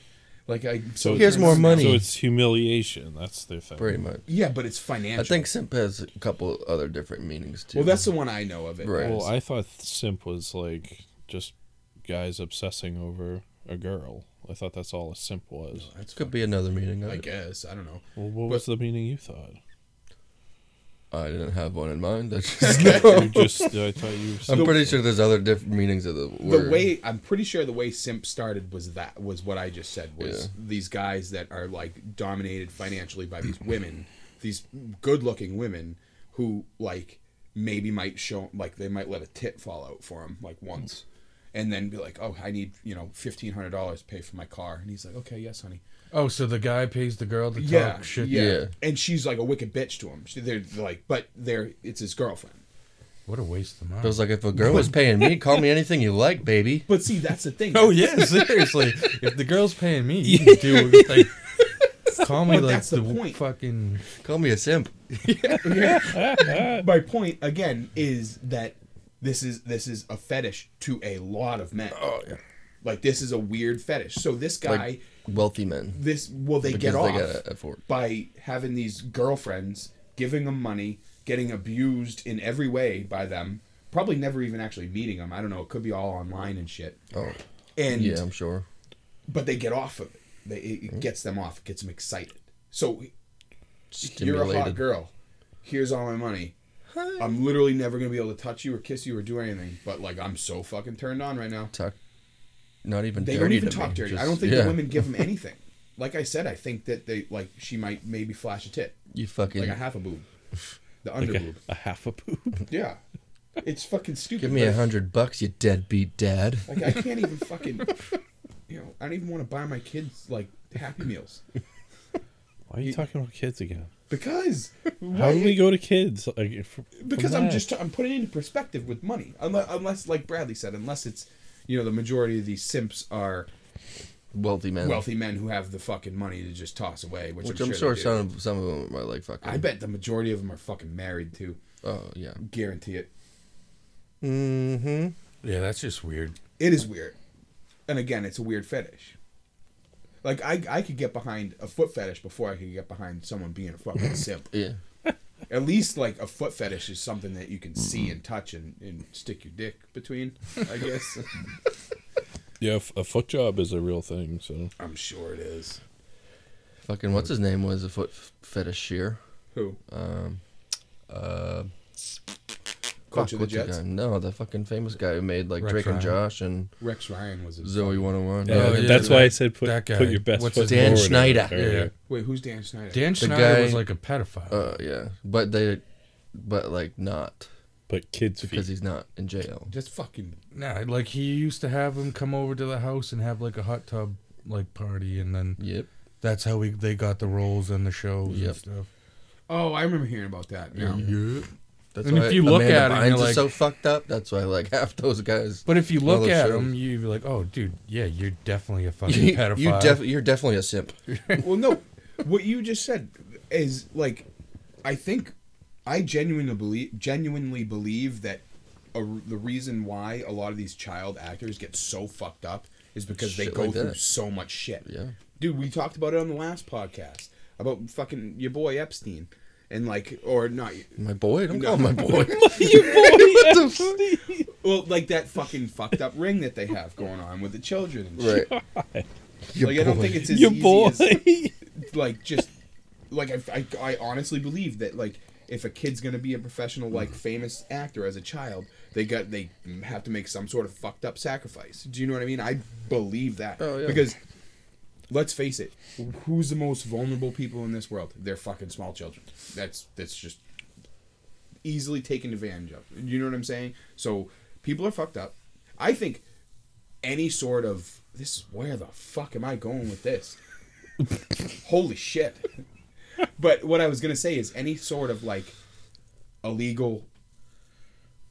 Speaker 1: Like I so
Speaker 2: Here's more money.
Speaker 3: So it's humiliation. That's their thing.
Speaker 2: Pretty much.
Speaker 1: Yeah, but it's financial.
Speaker 2: I think simp has a couple other different meanings too.
Speaker 1: Well, that's the one I know of it.
Speaker 2: Right.
Speaker 1: as.
Speaker 3: Well, I thought simp was like just guys obsessing over a girl. I thought that's all a simp was.
Speaker 1: That's
Speaker 2: could be another meaning.
Speaker 1: I
Speaker 2: I,
Speaker 1: guess I don't know.
Speaker 3: Well, what was the meaning you thought?
Speaker 2: I didn't have one in mind. That's just,
Speaker 3: You just, I thought you. Were
Speaker 2: I'm pretty sure there's other different meanings of the word.
Speaker 1: The way I'm pretty sure the way simp started was that was what I just said was
Speaker 2: Yeah.
Speaker 1: these guys that are like dominated financially by these women, these good-looking women who like maybe might show like they might let a tit fall out for him like once, and then be like, oh, I need you know fifteen hundred dollars to pay for my car, and he's like, okay, yes, honey,
Speaker 4: Oh, so the guy pays the girl to
Speaker 1: yeah,
Speaker 4: talk shit.
Speaker 1: yeah,
Speaker 2: Yeah.
Speaker 1: and she's like a wicked bitch to him. She, they're like, but they're it's his girlfriend.
Speaker 4: What a waste of
Speaker 2: I
Speaker 4: money.
Speaker 2: was like, if a girl was paying me, call me anything you like, baby.
Speaker 1: But see, that's the thing.
Speaker 4: Oh yeah, seriously. if the girl's paying me, you can do what- like, call me
Speaker 1: But
Speaker 4: like
Speaker 1: that's the
Speaker 4: the, w-
Speaker 1: point.
Speaker 4: fucking.
Speaker 2: Call me a simp.
Speaker 1: my point again is that this is this is a fetish to a lot of men. Like this is a weird fetish. So this guy,
Speaker 2: Oh, Like wealthy men.
Speaker 1: this well they
Speaker 2: Because
Speaker 1: get off
Speaker 2: they gotta afford.
Speaker 1: by having these girlfriends, giving them money, getting abused in every way by them. Probably never even actually meeting them. I don't know. It could be all online and shit.
Speaker 2: Oh,
Speaker 1: And
Speaker 2: yeah, Mm-hmm. I'm sure.
Speaker 1: but they get off of it. They, it it gets them off. It gets them excited. So you're a hot
Speaker 2: Stimulated.
Speaker 1: girl. Here's all my money. I'm literally never gonna be able to touch you or kiss you or do anything. But like, I'm so fucking turned on right now.
Speaker 2: Talk. Not even.
Speaker 1: They
Speaker 2: dirty
Speaker 1: don't even
Speaker 2: to
Speaker 1: talk
Speaker 2: me,
Speaker 1: dirty.
Speaker 2: just-
Speaker 1: I don't think
Speaker 2: yeah.
Speaker 1: the women give them anything. Like I said, I think that they like she might maybe flash a tit,
Speaker 2: You fucking
Speaker 1: like a half a boob, the under
Speaker 3: like a,
Speaker 1: boob.
Speaker 3: a half a poop.
Speaker 1: Yeah, it's fucking stupid.
Speaker 2: give me
Speaker 1: but
Speaker 2: a
Speaker 1: if-
Speaker 2: hundred bucks, you deadbeat dad.
Speaker 1: Like I can't even fucking. You know, I don't even want to buy my kids like Happy Meals
Speaker 3: Why are you talking about kids again?
Speaker 1: because
Speaker 3: How
Speaker 1: why-
Speaker 3: do we go to kids? Like, f- from
Speaker 1: because I'm
Speaker 3: that?
Speaker 1: just I'm putting it into perspective with money. Unless, unless like Bradley said, unless it's you know the majority of these simps are
Speaker 2: Wealthy men.
Speaker 1: wealthy men who have the fucking money to just toss away, which,
Speaker 2: Which
Speaker 1: I'm, sure, they do.
Speaker 2: some of, some of them are like fucking.
Speaker 1: I bet the majority of them are fucking married too.
Speaker 2: Oh yeah.
Speaker 1: Guarantee it.
Speaker 2: Mm-hmm.
Speaker 4: Yeah, that's just weird.
Speaker 1: It is weird. And again, it's a weird fetish. Like I, I could get behind a foot fetish before I could get behind someone being a fucking simp.
Speaker 2: Yeah.
Speaker 1: At least like a foot fetish is something that you can see and touch and, and stick your dick between, I guess.
Speaker 3: Yeah, f- a foot job is a real thing. So
Speaker 1: I'm sure it is.
Speaker 2: Fucking what's his name was a foot f- fetishier.
Speaker 1: Who?
Speaker 2: Um, uh,
Speaker 1: Coach
Speaker 2: fuck,
Speaker 1: of the
Speaker 2: what's the
Speaker 1: Jets?
Speaker 2: guy? No, the fucking famous guy who made like
Speaker 4: Rex
Speaker 2: Drake and
Speaker 4: Ryan.
Speaker 2: Josh and
Speaker 1: Rex Ryan was his.
Speaker 2: Zoe 101.
Speaker 3: yeah,
Speaker 4: Oh, yeah,
Speaker 3: that's why
Speaker 4: that-
Speaker 3: I said put,
Speaker 4: that guy.
Speaker 3: put your best
Speaker 4: What's
Speaker 3: foot
Speaker 4: his
Speaker 2: Dan
Speaker 3: forward
Speaker 2: Schneider.
Speaker 3: earlier.
Speaker 1: Wait, who's Dan Schneider?
Speaker 4: Dan Schneider
Speaker 2: guy-
Speaker 4: was like a pedophile.
Speaker 2: Uh, yeah, but they, but like not
Speaker 3: But kids
Speaker 2: because
Speaker 3: feet.
Speaker 2: he's not in jail.
Speaker 1: That's fucking.
Speaker 4: nah, like he used to have him come over to the house and have like a hot tub like party, and then
Speaker 2: Yep.
Speaker 4: that's how we they got the roles and the shows
Speaker 2: Yep.
Speaker 4: and stuff.
Speaker 1: Oh, I remember hearing about that. Now.
Speaker 2: Mm-hmm.
Speaker 4: Yeah.
Speaker 2: That's
Speaker 4: And
Speaker 2: why
Speaker 4: if you look
Speaker 2: Amanda
Speaker 4: at it and
Speaker 2: Bynes
Speaker 4: you're
Speaker 2: is
Speaker 4: like-
Speaker 2: so fucked up. That's why like half those guys.
Speaker 4: But if you
Speaker 2: All
Speaker 4: look
Speaker 2: those
Speaker 4: at
Speaker 2: shows.
Speaker 4: him, you'd be like, "Oh, dude, yeah, you're definitely a fucking
Speaker 2: You,
Speaker 4: pedophile."
Speaker 2: you def- you're definitely a simp.
Speaker 1: well, no, what you just said is like, I think I genuinely believe genuinely believe that a, the reason why a lot of these child actors get so fucked up is because they
Speaker 2: Shit
Speaker 1: go
Speaker 2: like
Speaker 1: through
Speaker 2: that.
Speaker 1: so much shit.
Speaker 2: Yeah.
Speaker 1: dude, we talked about it on the last podcast about fucking your boy Epstein and like, or not
Speaker 2: My boy, don't
Speaker 1: No.
Speaker 2: call him my boy.
Speaker 1: Well, like that fucking fucked up ring that they have going on with the children. And shit.
Speaker 2: right.
Speaker 1: Like I don't think it's as
Speaker 3: Your
Speaker 1: easy
Speaker 3: boy.
Speaker 1: as like just like I, I I honestly believe that like if a kid's gonna be a professional
Speaker 3: Mm.
Speaker 1: like famous actor as a child, they got they have to make some sort of fucked up sacrifice. Do you know what I mean? I believe that
Speaker 2: Oh, yeah.
Speaker 1: because let's face it, who's the most vulnerable people in this world? They're fucking small children. That's that's just easily taken advantage of. You know what I'm saying? So people are fucked up. I think any sort of this where the fuck am I going with this? Holy shit. but what I was going to say is any sort of like illegal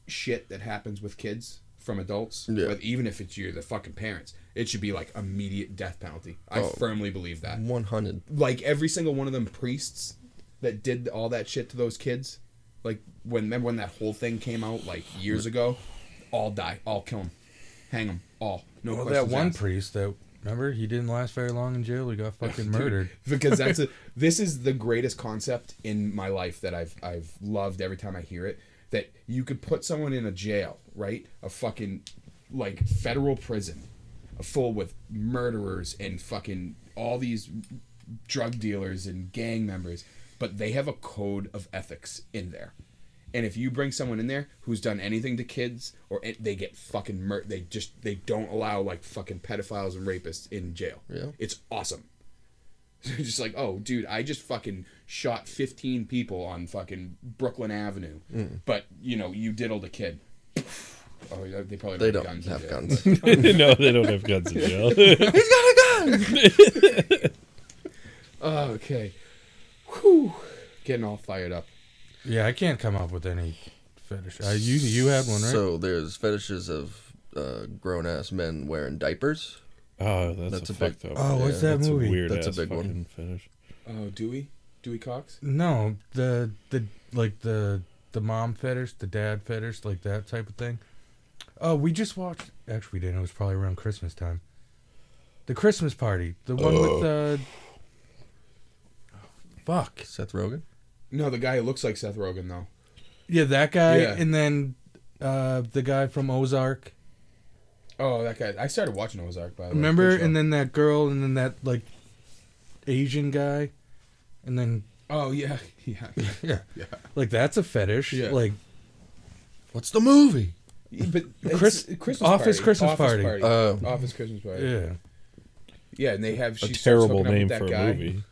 Speaker 1: shit that happens with kids from adults,
Speaker 2: Yeah.
Speaker 1: but even if it's you're the fucking parents, it should be like immediate death penalty. I
Speaker 2: Oh.
Speaker 1: firmly believe that.
Speaker 2: One hundred.
Speaker 1: Like every single one of them priests that did all that shit to those kids, like when remember when that whole thing came out like years ago, all die, all kill them, hang them, all. No
Speaker 4: Well, that
Speaker 1: questions
Speaker 4: one
Speaker 1: asked.
Speaker 4: priest that remember he didn't last very long in jail. He got fucking murdered.
Speaker 1: because that's a, this is the greatest concept in my life that I've I've loved every time I hear it that you could put someone in a jail, right? A fucking like federal prison full with murderers and fucking all these drug dealers and gang members, but they have a code of ethics in there. And if you bring someone in there who's done anything to kids, or it, they get fucking mur- they just they don't allow like fucking pedophiles and rapists in jail.
Speaker 2: Yeah.
Speaker 1: it's awesome. just like, oh, dude, I just fucking shot 15 people on fucking Brooklyn Avenue,
Speaker 2: Mm.
Speaker 1: but you know, you diddled a kid. Oh, yeah, they probably
Speaker 2: They
Speaker 1: have
Speaker 2: don't
Speaker 1: guns in
Speaker 2: have
Speaker 1: jail.
Speaker 2: guns.
Speaker 3: no, they don't have guns in jail.
Speaker 1: Oh, okay. Whew. Getting all fired up.
Speaker 4: yeah, I can't come up with any fetish. Uh, you you had one, right?
Speaker 2: So there's fetishes of uh, grown ass men wearing diapers.
Speaker 3: oh, that's,
Speaker 2: That's
Speaker 3: a,
Speaker 2: a big-
Speaker 3: fucked up.
Speaker 4: oh, what's
Speaker 2: yeah,
Speaker 4: that
Speaker 3: that's
Speaker 4: movie?
Speaker 3: a weird
Speaker 2: That's a
Speaker 3: ass
Speaker 2: big one.
Speaker 3: fucking fetish.
Speaker 1: Oh, Dewey? Dewey Cox?
Speaker 4: No, the the like the the mom fetish, the dad fetish, like that type of thing. Oh, we just watched. Actually, we didn't. It was probably around Christmas time. The Christmas party, the one with uh, the. Fuck.
Speaker 2: Seth Rogen.
Speaker 1: No, the guy who looks like Seth Rogen, though.
Speaker 4: Yeah, that guy,
Speaker 1: Yeah.
Speaker 4: and then uh, the guy from Ozark.
Speaker 1: Oh, that guy. I started watching Ozark, by the way.
Speaker 4: Remember,
Speaker 1: Good show.
Speaker 4: and then that girl, and then that like Asian guy, and then
Speaker 1: Oh, yeah. Yeah.
Speaker 4: yeah,
Speaker 1: Yeah.
Speaker 4: like that's a fetish.
Speaker 1: Yeah.
Speaker 4: Like
Speaker 2: What's the movie?
Speaker 1: But it's-
Speaker 4: Chris-
Speaker 1: Christmas
Speaker 4: Office Christmas Party.
Speaker 2: Uh,
Speaker 1: office Christmas Party. Yeah.
Speaker 4: yeah,
Speaker 1: and they have.
Speaker 3: A
Speaker 1: She starts hooking
Speaker 3: terrible
Speaker 1: up with
Speaker 3: name
Speaker 1: that
Speaker 3: for
Speaker 1: guy,
Speaker 3: a movie.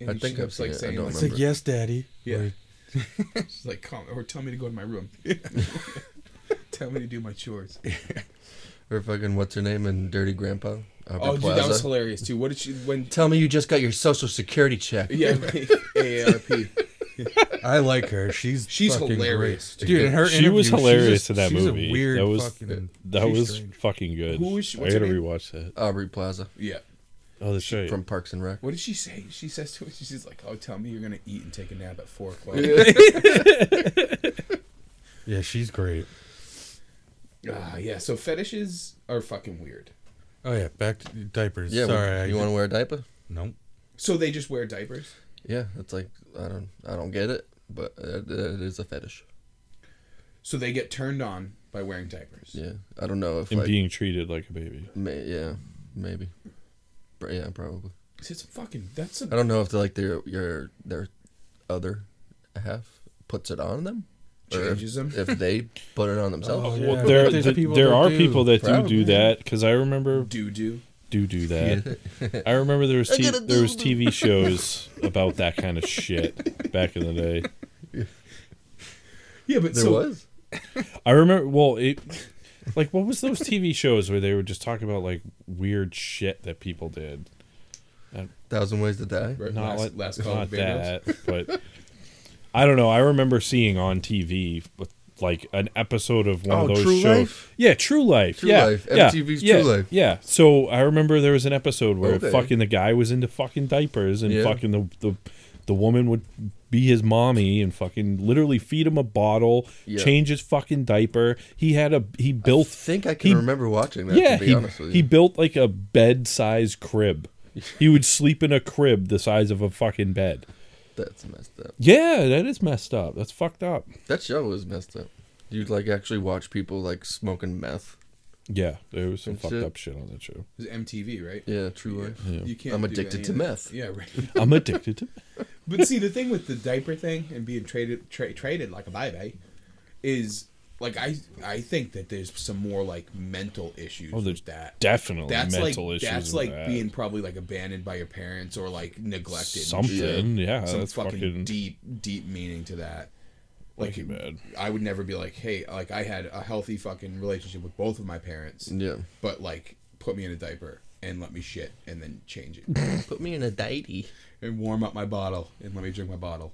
Speaker 1: and
Speaker 2: I
Speaker 1: she
Speaker 2: think I've
Speaker 1: keeps,
Speaker 2: seen
Speaker 1: like
Speaker 2: it, I
Speaker 1: saying,
Speaker 2: don't
Speaker 1: like,
Speaker 4: it's like
Speaker 2: Remember.
Speaker 4: yes, daddy.
Speaker 1: Yeah.
Speaker 4: Like,
Speaker 1: she's like, come or tell me to go to my room. tell me to do my chores.
Speaker 2: Or fucking what's her name in Dirty Grandpa? Aubrey
Speaker 1: Oh, dude,
Speaker 2: Plaza.
Speaker 1: that was hilarious too. What did she when?
Speaker 2: Tell me you just got your social security check.
Speaker 1: Yeah, AARP.
Speaker 4: I like her. She's
Speaker 1: She's
Speaker 4: fucking
Speaker 1: hilarious,
Speaker 4: great.
Speaker 1: dude.
Speaker 4: dude. And her
Speaker 3: She was
Speaker 4: interview, she's
Speaker 3: hilarious
Speaker 4: just-
Speaker 3: in that
Speaker 4: she's
Speaker 3: movie.
Speaker 4: A weird
Speaker 3: That was-
Speaker 4: fucking,
Speaker 3: That
Speaker 4: she's
Speaker 3: was
Speaker 4: strange.
Speaker 3: fucking good.
Speaker 1: Who is she-
Speaker 3: I
Speaker 1: what's her
Speaker 3: gotta
Speaker 1: name?
Speaker 3: rewatch that.
Speaker 2: Aubrey Plaza
Speaker 1: Yeah.
Speaker 3: Oh, that's right.
Speaker 2: from Parks and Rec.
Speaker 1: What did she say? She says to us, she's like, "Oh, tell me you're gonna eat and take a nap at four o'clock."
Speaker 4: yeah, she's great.
Speaker 1: Ah, yeah. So fetishes are fucking weird.
Speaker 4: Oh yeah, back to diapers.
Speaker 2: Yeah,
Speaker 4: Sorry, I
Speaker 2: you want to wear a diaper?
Speaker 4: Nope.
Speaker 1: So they just wear diapers.
Speaker 2: Yeah, it's like I don't I don't get it, but it, it is a fetish.
Speaker 1: So they get turned on by wearing diapers.
Speaker 2: Yeah, I don't know if
Speaker 3: and
Speaker 2: like
Speaker 3: being treated like a baby.
Speaker 2: may, yeah maybe, Pr- yeah probably.
Speaker 1: It's fucking. That's
Speaker 2: I
Speaker 1: a.
Speaker 2: don't know if they're, like their your their other half puts it on them, or if-
Speaker 1: Changes 'em.
Speaker 2: if they put it on themselves.
Speaker 4: Oh,
Speaker 3: Well,
Speaker 4: yeah.
Speaker 3: there
Speaker 4: There's
Speaker 3: th-
Speaker 4: people
Speaker 3: there
Speaker 4: that
Speaker 3: are
Speaker 4: do.
Speaker 3: people that do
Speaker 2: Probably.
Speaker 3: do that because I remember
Speaker 1: Do do.
Speaker 3: do do that. I remember there was t- there was TV shows about that kind of shit back in the day.
Speaker 1: Yeah, but
Speaker 2: There
Speaker 1: so
Speaker 2: was.
Speaker 3: I remember. Well, it like what was those TV shows where they were just talking about like weird shit that people did?
Speaker 2: Thousand Ways to Die.
Speaker 1: Right,
Speaker 3: Not
Speaker 1: last,
Speaker 3: like
Speaker 1: last call
Speaker 3: not
Speaker 1: of Bandos.
Speaker 3: that, but I don't know. I remember seeing on TV with, like an episode of one
Speaker 2: Oh,
Speaker 3: of those
Speaker 2: True
Speaker 3: shows.
Speaker 2: Life?
Speaker 3: Yeah, True Life.
Speaker 2: True
Speaker 3: yeah,
Speaker 2: Life.
Speaker 3: Yeah,
Speaker 2: MTV's
Speaker 3: yeah,
Speaker 2: True Life.
Speaker 3: Yeah. So I remember there was an episode where
Speaker 2: Okay.
Speaker 3: fucking the guy was into fucking diapers and
Speaker 2: Yeah.
Speaker 3: fucking the, the the woman would be his mommy and fucking literally feed him a bottle,
Speaker 2: Yeah.
Speaker 3: change his fucking diaper. He had a he built
Speaker 2: I think I can
Speaker 3: he-
Speaker 2: remember watching that.
Speaker 3: yeah,
Speaker 2: to be
Speaker 3: he,
Speaker 2: honest with
Speaker 3: he
Speaker 2: you.
Speaker 3: built like a bed-sized crib. He would sleep in a crib the size of a fucking bed.
Speaker 2: That's messed up.
Speaker 3: Yeah, that is messed up. That's fucked up.
Speaker 2: That show was messed up. You'd like actually watch people like smoking meth.
Speaker 3: Yeah, there was some
Speaker 2: That's
Speaker 3: fucked
Speaker 2: it.
Speaker 3: up shit on that show.
Speaker 1: It was MTV, right?
Speaker 2: Yeah, True Life.
Speaker 1: You can't.
Speaker 2: I'm
Speaker 1: do
Speaker 2: addicted
Speaker 1: any
Speaker 2: to
Speaker 1: of that.
Speaker 2: meth.
Speaker 1: Yeah, right.
Speaker 3: I'm addicted to.
Speaker 1: But see, the thing with the diaper thing and being traded tra- traded like a baby is like I I think that there's some more like mental issues
Speaker 3: Oh, there's
Speaker 1: with that.
Speaker 3: Definitely
Speaker 1: that's
Speaker 3: mental
Speaker 1: like
Speaker 3: issues.
Speaker 1: that's
Speaker 3: with
Speaker 1: like
Speaker 3: that.
Speaker 1: being probably like abandoned by your parents or like neglected. and shit.
Speaker 3: something. Yeah,
Speaker 1: some
Speaker 3: that's
Speaker 1: fucking,
Speaker 3: fucking,
Speaker 1: deep deep meaning to that. Like
Speaker 3: fucking bad.
Speaker 1: I would never be like, hey, like I had a healthy fucking relationship with both of my parents,
Speaker 2: Yeah.
Speaker 1: but like put me in a diaper and let me shit and then change it
Speaker 2: Put me in a diety.
Speaker 1: and warm up my bottle and let me drink my bottle.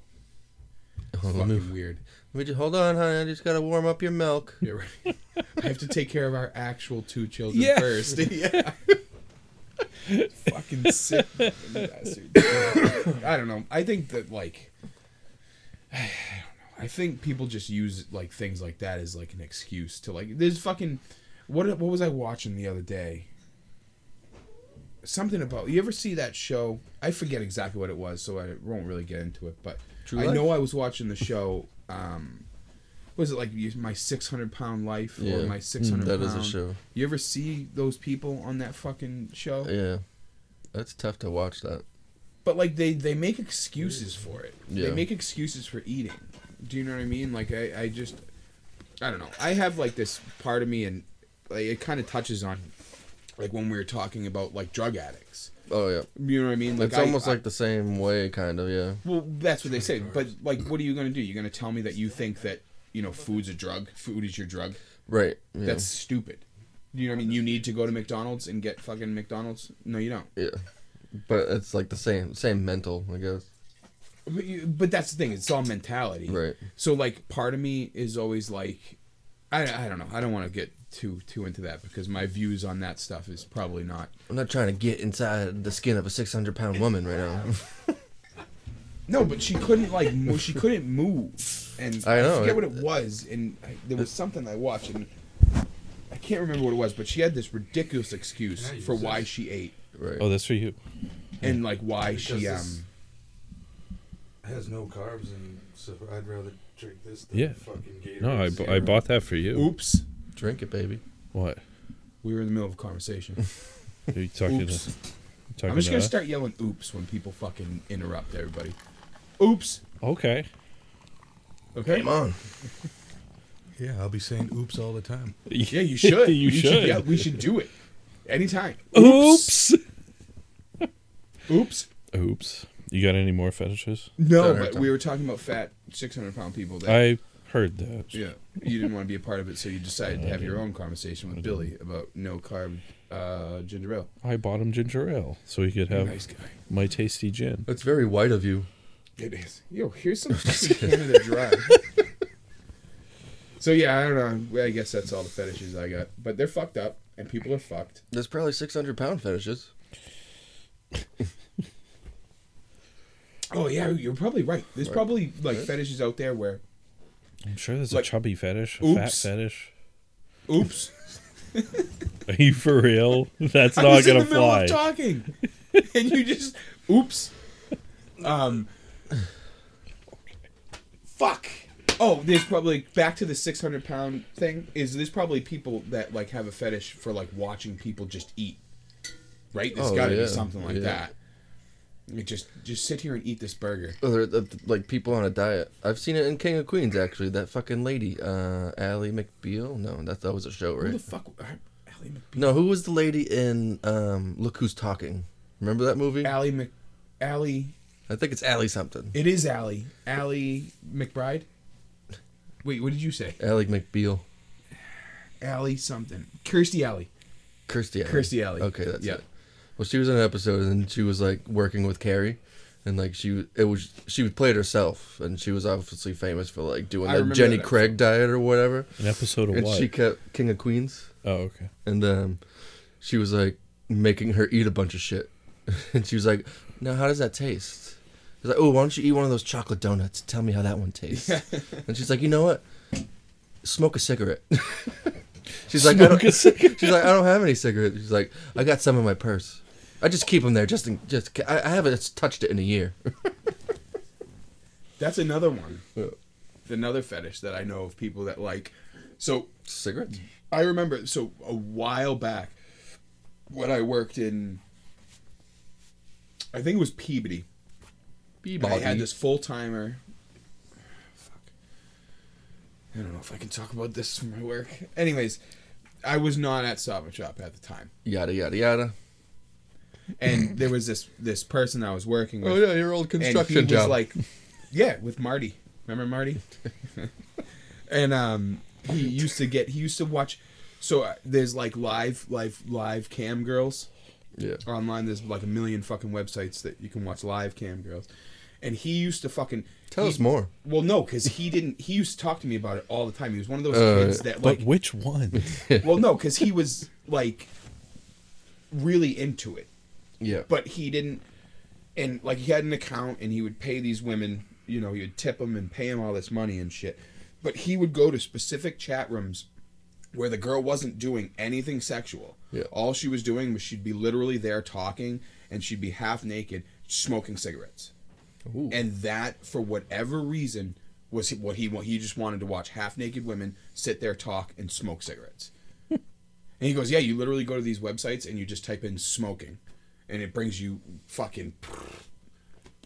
Speaker 2: Oh, let, me,
Speaker 1: Fucking weird.
Speaker 2: let me just hold on, honey. I just gotta warm up your milk.
Speaker 1: Yeah, right. I have to take care of our actual two children
Speaker 3: Yeah.
Speaker 1: first. yeah. Fucking sick fucking bastard. I don't know. I think that like I don't know. I think people just use like things like that as like an excuse to like there's fucking what what was I watching the other day? Something about you ever see that show? I forget exactly what it was, so I won't really get into it. But
Speaker 2: True
Speaker 1: I
Speaker 2: Life?
Speaker 1: know I was watching the show. Um, was it like you- my six hundred pound life
Speaker 2: Yeah. Mm,
Speaker 1: or my six hundred?
Speaker 2: That is a show.
Speaker 1: You ever see those people on that fucking show?
Speaker 2: Yeah. That's tough to watch that.
Speaker 1: But like they they make excuses for it.
Speaker 2: Yeah.
Speaker 1: They make excuses for eating. Do you know what I mean? Like I I just I don't know. I have like this part of me and like it kind of touches on like when we were talking about like drug addicts.
Speaker 2: Oh yeah.
Speaker 1: You know what I mean?
Speaker 2: it's
Speaker 1: I-
Speaker 2: almost
Speaker 1: I-
Speaker 2: like the same way, kind of. Yeah.
Speaker 1: Well, that's what they say. But like, what are you going to do? You're going to tell me that you think that you know food's a drug. Food is your drug.
Speaker 2: Right. Yeah.
Speaker 1: That's stupid. You know what I mean? You need to go to McDonald's and get fucking McDonald's. No, you don't.
Speaker 2: yeah. But it's like the same same mental, I guess.
Speaker 1: But, you, but that's the thing. It's all mentality.
Speaker 2: Right.
Speaker 1: So like, part of me is always like, I, I don't know. I don't want to get too too into that because my views on that stuff is probably not.
Speaker 2: I'm not trying to get inside the skin of a 600 pound woman right now.
Speaker 1: No, but she couldn't like move, she couldn't move, and
Speaker 2: I
Speaker 1: I,
Speaker 2: know,
Speaker 1: forget
Speaker 2: it-
Speaker 1: what it was. And I, there was something I watched, and I can't remember what it was, but she had this ridiculous excuse for why she ate
Speaker 2: right.
Speaker 3: Oh, that's for you.
Speaker 1: and like why
Speaker 4: Because
Speaker 1: she
Speaker 4: this-
Speaker 1: um.
Speaker 4: Has no carbs and so I'd rather drink this
Speaker 3: than Yeah.
Speaker 4: fucking Gatorade.
Speaker 3: No, I, bu- I bought that for you.
Speaker 1: Oops,
Speaker 2: Drink it, baby.
Speaker 3: What?
Speaker 1: we were in the middle of a conversation.
Speaker 3: Are you talking?
Speaker 1: Oops.
Speaker 3: To, talking
Speaker 1: I'm just
Speaker 3: to
Speaker 1: gonna
Speaker 3: us?
Speaker 1: start yelling "oops" when people fucking interrupt everybody. Oops.
Speaker 3: Okay.
Speaker 1: Okay.
Speaker 2: Come on.
Speaker 4: Yeah, I'll be saying oops all the time.
Speaker 1: Yeah, you should.
Speaker 3: You should.
Speaker 1: yeah, we should do it. Anytime.
Speaker 3: Oops.
Speaker 1: Oops.
Speaker 3: Oops. You got any more fetishes?
Speaker 1: No,
Speaker 2: Sorry,
Speaker 1: but
Speaker 2: Tom.
Speaker 1: we were talking about fat, 600 pound people. That
Speaker 3: I heard that.
Speaker 1: Yeah, you didn't want to be a part of it, so you decided to have your own conversation with Billy about no carb uh, ginger ale.
Speaker 3: I bought him ginger ale so he could have
Speaker 1: Nice guy.
Speaker 3: my tasty gin.
Speaker 2: That's very white of you.
Speaker 1: It is. Yo, here's some fucking Canada Dry. so yeah, I don't know. I guess that's all the fetishes I got, but they're fucked up, and people are fucked.
Speaker 2: There's probably 600 pound fetishes.
Speaker 1: Oh yeah, you're probably right. There's
Speaker 2: Right.
Speaker 1: probably like
Speaker 2: Right.
Speaker 1: fetishes out there where
Speaker 3: I'm sure there's a
Speaker 1: Like,
Speaker 3: chubby fetish, a fat
Speaker 1: oops.
Speaker 3: fetish.
Speaker 1: Oops.
Speaker 3: Are you for real? That's
Speaker 1: I
Speaker 3: not
Speaker 1: was
Speaker 3: gonna
Speaker 1: in the middle
Speaker 3: fly.
Speaker 1: of talking, and you just oops. Um. fuck. Oh, there's probably back to the 600 pound thing. Is there's probably people that like have a fetish for like watching people just eat, right? There's
Speaker 2: Oh,
Speaker 1: got to
Speaker 2: yeah,
Speaker 1: be something like
Speaker 2: yeah.
Speaker 1: that. You just just sit here and eat this burger.
Speaker 2: Oh, they're, uh, like people on a diet. I've seen it in King of Queens actually. That fucking lady, uh, Ally McBeal. No, that that was a show,
Speaker 1: Who
Speaker 2: right?
Speaker 1: the fuck? Allie Mc,
Speaker 2: no, who was the lady in um, Look Who's Talking? Remember that movie?
Speaker 1: Allie Mc, Allie.
Speaker 2: I think it's Ally something.
Speaker 1: It is Allie. Allie McBride. Wait, what did you say?
Speaker 2: Ally McBeal.
Speaker 1: Allie something. Kirstie Alley.
Speaker 2: Kirstie Alley.
Speaker 1: Kirstie Alley.
Speaker 2: Okay, that's
Speaker 1: Yeah.
Speaker 2: it. Well, she was in an episode and she was like working with Carrie, and like she it was she played herself, and she was obviously famous for like doing
Speaker 1: I
Speaker 2: that
Speaker 1: remember
Speaker 2: Jenny
Speaker 1: that
Speaker 2: Craig diet or whatever.
Speaker 3: An episode of
Speaker 2: And
Speaker 3: what?
Speaker 2: she kept King of Queens,
Speaker 3: oh, okay.
Speaker 2: and um, she was like making her eat a bunch of shit, and she was like, "Now, how does that taste?" She's like, "Oh, why don't you eat one of those chocolate donuts? Tell me how that one tastes." and she's like, "You know what? Smoke a cigarette." she's like, I
Speaker 3: Smoke
Speaker 2: don't,
Speaker 3: a cigarette.
Speaker 2: She's like, "I don't have any cigarettes." She's like, "I got some in my purse. I just keep them there, just in just. ca- I, I haven't touched it in a year."
Speaker 1: That's another one. Another fetish that I know of people that like. So
Speaker 2: cigarettes?
Speaker 1: I remember. So a while back, when I worked in, I think it was Peabody.
Speaker 2: Be
Speaker 1: I had this full timer. Fuck. I don't know if I can talk about this from my work. Anyways, I was not at Stop and Shop at the time,
Speaker 2: yada yada yada.
Speaker 1: and there was this this person I was working with.
Speaker 2: Oh yeah, your old construction
Speaker 1: and he Was
Speaker 2: job.
Speaker 1: like, yeah, with Marty. Remember Marty? and um, he used to get. He used to watch. So uh, there's like live, live, live cam girls
Speaker 2: yeah.
Speaker 1: online. There's like a million fucking websites that you can watch live cam girls. And he used to fucking
Speaker 2: Tell
Speaker 1: he-
Speaker 2: us more.
Speaker 1: Well, no, because he didn't. He used to talk to me about it all the time. He was one of those
Speaker 2: Uh,
Speaker 1: kids that
Speaker 3: But
Speaker 1: like
Speaker 3: which one?
Speaker 1: well, no, because he was like really into it,
Speaker 2: Yeah.
Speaker 1: but he didn't. And like he had an account, and he would pay these women. You know, he would tip them and pay them all this money and shit. But he would go to specific chat rooms where the girl wasn't doing anything sexual.
Speaker 2: Yeah.
Speaker 1: All she was doing was she'd be literally there talking, and she'd be half naked, smoking cigarettes
Speaker 2: Ooh.
Speaker 1: and that for whatever reason was what he wa- he just wanted to watch half naked women sit there talk and smoke cigarettes and he goes yeah you literally go to these websites and you just type in smoking and it brings you fucking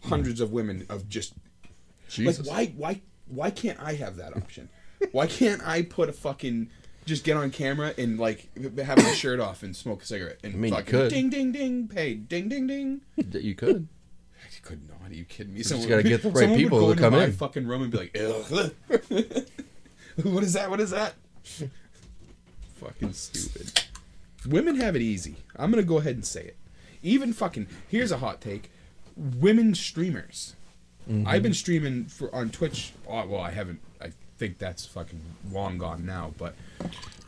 Speaker 1: hundreds of women of just
Speaker 2: Jesus.
Speaker 1: like why why why can't i have that option why can't i put a fucking just get on camera and like have my shirt off and smoke a cigarette and
Speaker 2: mean, you
Speaker 1: fucking
Speaker 2: could.
Speaker 1: ding ding ding pay ding ding ding
Speaker 2: that you could.
Speaker 1: I could not. Are you kidding me?
Speaker 2: just
Speaker 1: Someone
Speaker 2: gotta
Speaker 1: would-
Speaker 2: get the right
Speaker 1: someone would
Speaker 2: people
Speaker 1: go
Speaker 2: to
Speaker 1: into
Speaker 2: come
Speaker 1: my
Speaker 2: in.
Speaker 1: fucking room and be like, "Ugh, what is that? What is that? fucking stupid. Women have it easy. I'm gonna go ahead and say it. Even fucking here's a hot take: women streamers.
Speaker 2: Mm-hmm.
Speaker 1: I've been streaming for on Twitch. Oh, well, I haven't. I think that's fucking long gone now. But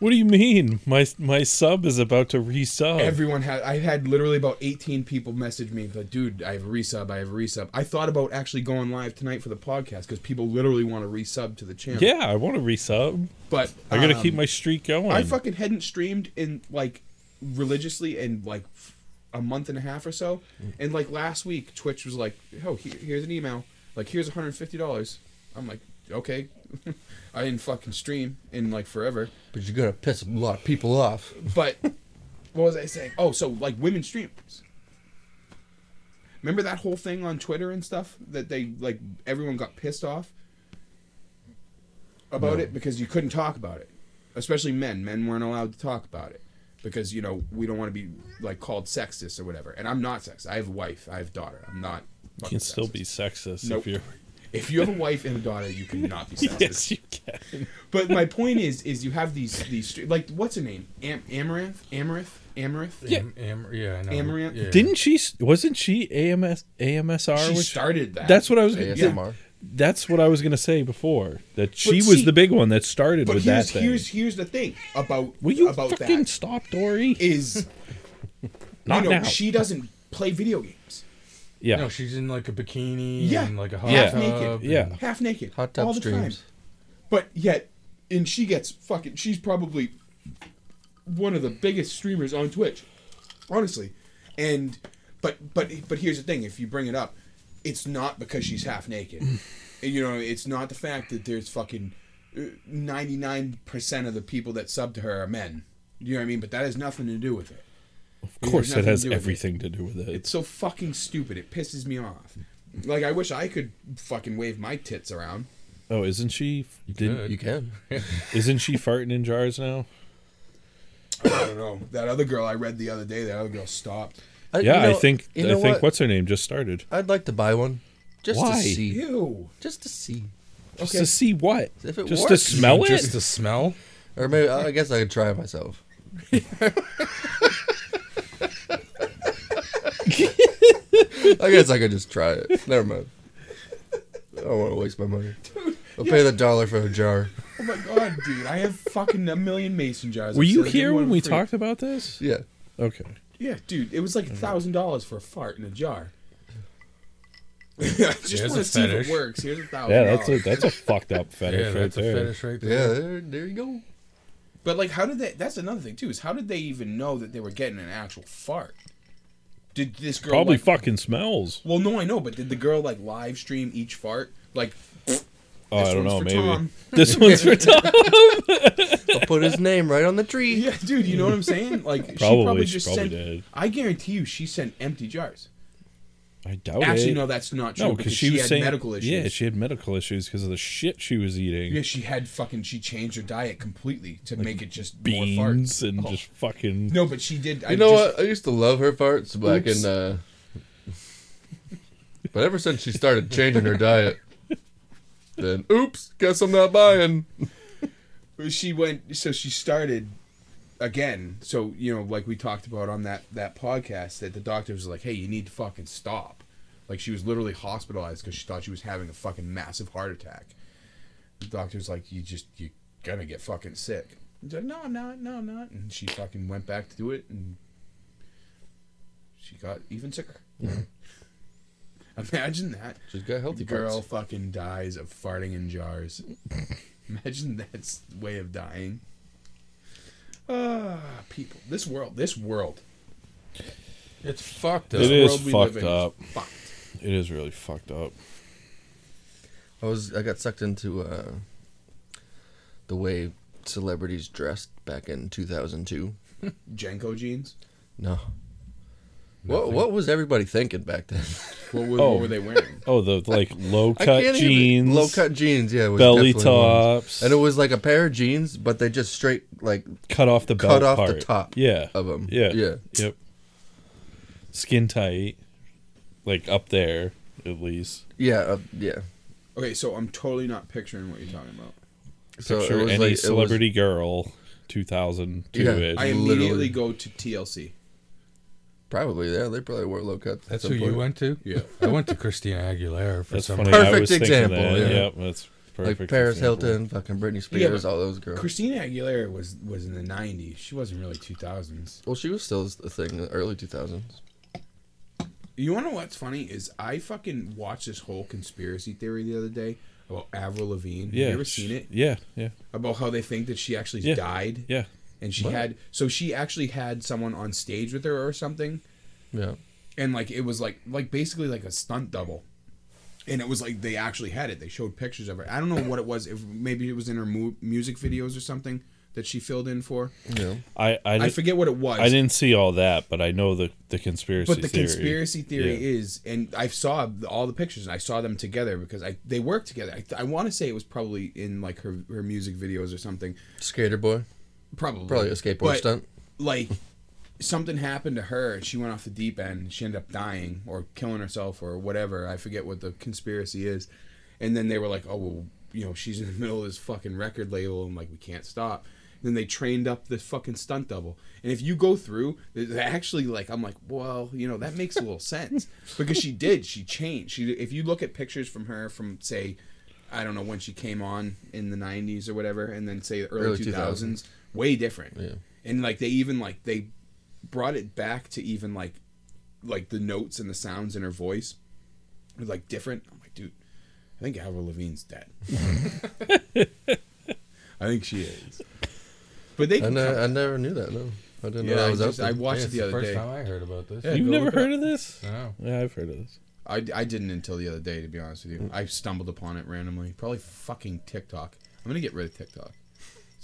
Speaker 3: What do you mean? My my sub is about to resub.
Speaker 1: Everyone had. I had literally about 18 people message me, like, dude, I have a resub. I have a resub. I thought about actually going live tonight for the podcast because people literally want to resub to the channel.
Speaker 3: yeah, I want to resub.
Speaker 1: But
Speaker 3: I gotta
Speaker 1: um,
Speaker 3: keep my streak going.
Speaker 1: I fucking hadn't streamed in like religiously in like f- a month and a half or so.
Speaker 3: Mm.
Speaker 1: And like last week, Twitch was like, "Oh, here, here's an email. Like, here's 150 dollars." I'm like, "Okay." I didn't fucking stream in like forever.
Speaker 2: But you're gonna piss a lot of people off.
Speaker 1: But what was I saying? Oh, so like women streamers. Remember that whole thing on Twitter and stuff that they like everyone got pissed off about it because you couldn't talk about it. Especially men. Men weren't allowed to talk about it because you know we don't want to be like called sexist or whatever. And I'm not sexist. I have a wife. I have a daughter. I'm not.
Speaker 3: you
Speaker 1: fucking
Speaker 3: can still
Speaker 1: sexist.
Speaker 3: be sexist
Speaker 1: Nope.
Speaker 3: if you're.
Speaker 1: If you have a wife and a daughter, you cannot be sexist.
Speaker 3: Yes, you can.
Speaker 1: But my point is, is you have these these stre- like what's her name? Am- Amaranth, Amaranth, Amaranth.
Speaker 3: Yeah.
Speaker 4: Am, am, yeah, I know.
Speaker 1: Amaranth?
Speaker 4: Yeah.
Speaker 3: Didn't she? s- Wasn't she AMS AMSR?
Speaker 1: She
Speaker 3: was-
Speaker 1: started that.
Speaker 3: that's what I was. gonna-
Speaker 2: ASMR.
Speaker 3: That's what I was gonna say before. That she
Speaker 1: But
Speaker 3: was
Speaker 1: see-
Speaker 3: the big one that started
Speaker 1: But
Speaker 3: with
Speaker 1: here's
Speaker 3: that thing.
Speaker 1: here's here's the thing about
Speaker 3: Will you
Speaker 1: about
Speaker 3: fucking
Speaker 1: that
Speaker 3: stop, Dory?
Speaker 1: is
Speaker 3: Not
Speaker 1: you know
Speaker 3: now.
Speaker 1: she doesn't play video games.
Speaker 3: yeah.
Speaker 4: No, she's in like a bikini
Speaker 1: Yeah.
Speaker 4: and like a hot
Speaker 1: Half
Speaker 4: tub.
Speaker 1: naked.
Speaker 4: and-
Speaker 3: Yeah.
Speaker 1: Half naked.
Speaker 2: Hot tub
Speaker 1: all the time.
Speaker 2: streams.
Speaker 1: But yet, and she gets fucking. She's probably one of the biggest streamers on Twitch, honestly. And but but but here's the thing: if you bring it up, it's not because she's half naked. you know, it's not the fact that there's fucking ninety nine percent of the people that sub to her are men. You know what I mean? But that has nothing to do with it.
Speaker 3: Of course,
Speaker 1: nothing
Speaker 3: that
Speaker 1: to
Speaker 3: has
Speaker 1: do with it.
Speaker 3: everything to do with it.
Speaker 1: It's so fucking stupid. It pisses me off. Like I wish I could fucking wave my tits around.
Speaker 3: oh, isn't she? Didn't,
Speaker 4: could.
Speaker 2: You can.
Speaker 3: isn't she farting in jars now?
Speaker 1: I don't know. That other girl I read the other day, that other girl stopped.
Speaker 2: I, you
Speaker 3: Yeah,
Speaker 2: know-
Speaker 3: I think
Speaker 2: you know
Speaker 3: I think
Speaker 2: what?
Speaker 3: what's her name just started.
Speaker 2: I'd like to buy one, just
Speaker 3: Why?
Speaker 2: to see,
Speaker 1: Ew.
Speaker 2: just to see,
Speaker 3: Just
Speaker 1: Okay.
Speaker 3: to see what?
Speaker 2: If it
Speaker 3: just to
Speaker 2: works.
Speaker 3: smell
Speaker 4: Just
Speaker 3: it?
Speaker 4: the smell.
Speaker 2: or maybe I guess I could try it myself. I guess I could just try it. Never mind. I don't want to waste my money. I'll pay the dollar for a jar.
Speaker 1: Oh my god, dude! I have fucking a million mason jars.
Speaker 3: Were you
Speaker 1: upstairs. I
Speaker 3: here
Speaker 1: didn't
Speaker 3: when
Speaker 1: want
Speaker 3: we
Speaker 1: to freak-
Speaker 3: talked Mm-hmm. about this?
Speaker 2: Yeah.
Speaker 3: Okay.
Speaker 1: Yeah, dude, it was like a thousand dollars for a fart in a jar. I just
Speaker 4: There's
Speaker 1: want
Speaker 4: a
Speaker 1: to see if
Speaker 4: fetish.
Speaker 1: it works. Here's a thousand.
Speaker 3: Yeah, that's a
Speaker 1: dollars.
Speaker 3: that's a fucked up fetish
Speaker 4: Yeah,
Speaker 3: right
Speaker 4: that's a
Speaker 3: there.
Speaker 4: fetish right there.
Speaker 2: Yeah, there, there you go.
Speaker 1: But like, how did they? That's another thing too. Is how did they even know that they were getting an actual fart? Did this girl
Speaker 3: Probably
Speaker 1: like,
Speaker 3: fucking smells.
Speaker 1: Well, no, I know, but did the girl like live stream each fart? Like,
Speaker 3: Oh,
Speaker 1: This
Speaker 3: I don't
Speaker 1: one's
Speaker 3: know.
Speaker 1: for
Speaker 3: Maybe
Speaker 1: Tom.
Speaker 3: this one's for Tom.
Speaker 2: I'll put his name right on the tree.
Speaker 1: yeah, dude, you know what I'm saying? Like, she
Speaker 3: Probably,
Speaker 1: probably
Speaker 3: she
Speaker 1: just
Speaker 3: probably
Speaker 1: sent.
Speaker 3: did.
Speaker 1: I guarantee you, she sent empty jars.
Speaker 3: I doubt it.
Speaker 1: Actually, no, that's not true
Speaker 3: No,
Speaker 1: because
Speaker 3: because she, was
Speaker 1: had
Speaker 3: saying
Speaker 1: medical issues.
Speaker 3: Yeah, she had medical issues because of the shit she was eating.
Speaker 1: Yeah, she had fucking. She changed her diet completely to make it just more
Speaker 3: Beans
Speaker 1: farts.
Speaker 2: Oh.
Speaker 3: and just fucking.
Speaker 1: No, but she did. I
Speaker 2: You know
Speaker 1: just,
Speaker 2: what? I used to love her farts back
Speaker 1: Oops.
Speaker 2: in. Uh, but ever since she started changing her diet, then oops, guess I'm not buying.
Speaker 1: she went so she started again so you know like we talked about on that that podcast that the doctor was like hey you need to fucking stop like she was literally hospitalized because she thought she was having a fucking massive heart attack the doctor's like you just you gonna get fucking sick she's like no i'm not no i'm not and she fucking went back to do it and she got even sicker imagine that
Speaker 2: She's got
Speaker 1: the
Speaker 2: healthy
Speaker 1: girl
Speaker 2: farts.
Speaker 1: fucking dies of farting in jars. Imagine that's the way of dying. Ah, people. This world. This world.
Speaker 4: It's fucked up.
Speaker 3: It
Speaker 1: This
Speaker 3: is
Speaker 1: world we
Speaker 3: fucked
Speaker 1: live in
Speaker 3: up.
Speaker 1: fucked.
Speaker 3: It is really fucked up.
Speaker 2: I was I got sucked into uh, the way celebrities dressed back in 2002.
Speaker 1: Jenko jeans.
Speaker 2: No. What what was everybody thinking back then?
Speaker 1: What were,
Speaker 3: Oh.
Speaker 1: what were they wearing?
Speaker 3: Oh, the like low
Speaker 2: I
Speaker 3: cut
Speaker 2: can't even-
Speaker 3: jeans,
Speaker 2: low cut jeans, yeah, was
Speaker 3: belly
Speaker 2: definitely one.
Speaker 3: tops.
Speaker 2: and it was like a pair of jeans, but they just straight like
Speaker 3: cut off the
Speaker 2: cut
Speaker 3: belt
Speaker 2: off the
Speaker 3: part.
Speaker 2: top
Speaker 3: Yeah,
Speaker 2: of 'em.
Speaker 3: Yeah,
Speaker 2: Yeah.
Speaker 3: yep. Skin tight, like up there at least.
Speaker 2: yeah uh, yeah.
Speaker 1: Okay, so I'm totally not picturing what you're talking about.
Speaker 2: So
Speaker 3: Picture
Speaker 2: it was
Speaker 3: any
Speaker 2: like it was-
Speaker 3: celebrity girl, two thousand two
Speaker 2: Yeah.
Speaker 3: ish.
Speaker 1: I
Speaker 2: Literally.
Speaker 1: immediately go to TLC.
Speaker 2: Probably, yeah. They probably wore low cuts. at
Speaker 4: That's
Speaker 2: some
Speaker 4: who you
Speaker 2: point.
Speaker 4: went to?
Speaker 1: Yeah.
Speaker 4: I went to Christina Aguilera for
Speaker 3: That's
Speaker 4: some
Speaker 3: funny.
Speaker 4: reason.
Speaker 3: I
Speaker 2: Perfect
Speaker 3: was thinking
Speaker 2: example,
Speaker 3: That.
Speaker 2: yeah.
Speaker 3: Yep, that's perfect.
Speaker 2: Like Paris
Speaker 3: example.
Speaker 2: Hilton, fucking Britney Spears,
Speaker 1: Yeah, but
Speaker 2: all those girls.
Speaker 1: Christina Aguilera was was in the '90s. She wasn't really 2000s.
Speaker 2: well, she was still a thing in the early 2000s.
Speaker 1: You want to know what's funny is I fucking watched this whole conspiracy theory the other day about Avril Lavigne.
Speaker 3: Yeah.
Speaker 1: Have you ever seen it?
Speaker 3: Yeah, yeah,
Speaker 1: about how they think that she actually
Speaker 3: Yeah.
Speaker 1: died
Speaker 3: yeah.
Speaker 1: and she had so she actually had someone on stage with her or something
Speaker 2: Yeah.
Speaker 1: and like it was like like basically like a stunt double and it was like they actually had it they showed pictures of her i don't know what it was if maybe it was in her mu- music videos or something that she filled in for
Speaker 2: Yeah.
Speaker 3: I I,
Speaker 1: i
Speaker 3: did,
Speaker 1: forget what it was
Speaker 3: I didn't see all that, but I know the the conspiracy.
Speaker 1: but the
Speaker 3: theory.
Speaker 1: conspiracy theory
Speaker 3: Yeah.
Speaker 1: is and i saw the- all the pictures and i saw them together because i they worked together i, I want to say it was probably in like her her music videos or something
Speaker 2: Skater boy.
Speaker 1: probably
Speaker 2: Probably a skateboard
Speaker 1: But-
Speaker 2: stunt.
Speaker 1: like something happened to her she went off the deep end she ended up dying or killing herself or whatever i forget what the conspiracy is and then they were like oh well you know she's in the middle of this fucking record label and like we can't stop and then they trained up this fucking stunt double and if you go through they actually like i'm like well you know that makes a little sense because she did she changed she if you look at pictures from her from say i don't know when she came on in the 90s or whatever and then say the early,
Speaker 2: Early
Speaker 1: 2000s
Speaker 2: 2000s.
Speaker 1: things way different.
Speaker 2: Yeah.
Speaker 1: And like they even like they brought it back to even like like the notes and the sounds in her voice was like different. I'm like, dude, I think Avril Levine's dead. I think she is. But they
Speaker 2: I,
Speaker 1: can.
Speaker 2: ne-
Speaker 1: come-
Speaker 2: I never knew that. No, I didn't know
Speaker 1: Yeah,
Speaker 2: that
Speaker 1: I
Speaker 2: was out
Speaker 1: just-
Speaker 2: there.
Speaker 1: I watched it
Speaker 2: yeah.
Speaker 1: the other
Speaker 4: First
Speaker 1: day.
Speaker 4: time I heard about this.
Speaker 1: Yeah.
Speaker 3: You've
Speaker 1: go
Speaker 3: never
Speaker 1: look it
Speaker 3: heard of this?
Speaker 4: No.
Speaker 3: Yeah, I've heard of this.
Speaker 1: I, I didn't until the other day, to be honest with you. I stumbled upon it randomly. Probably fucking TikTok. I'm gonna get rid of TikTok.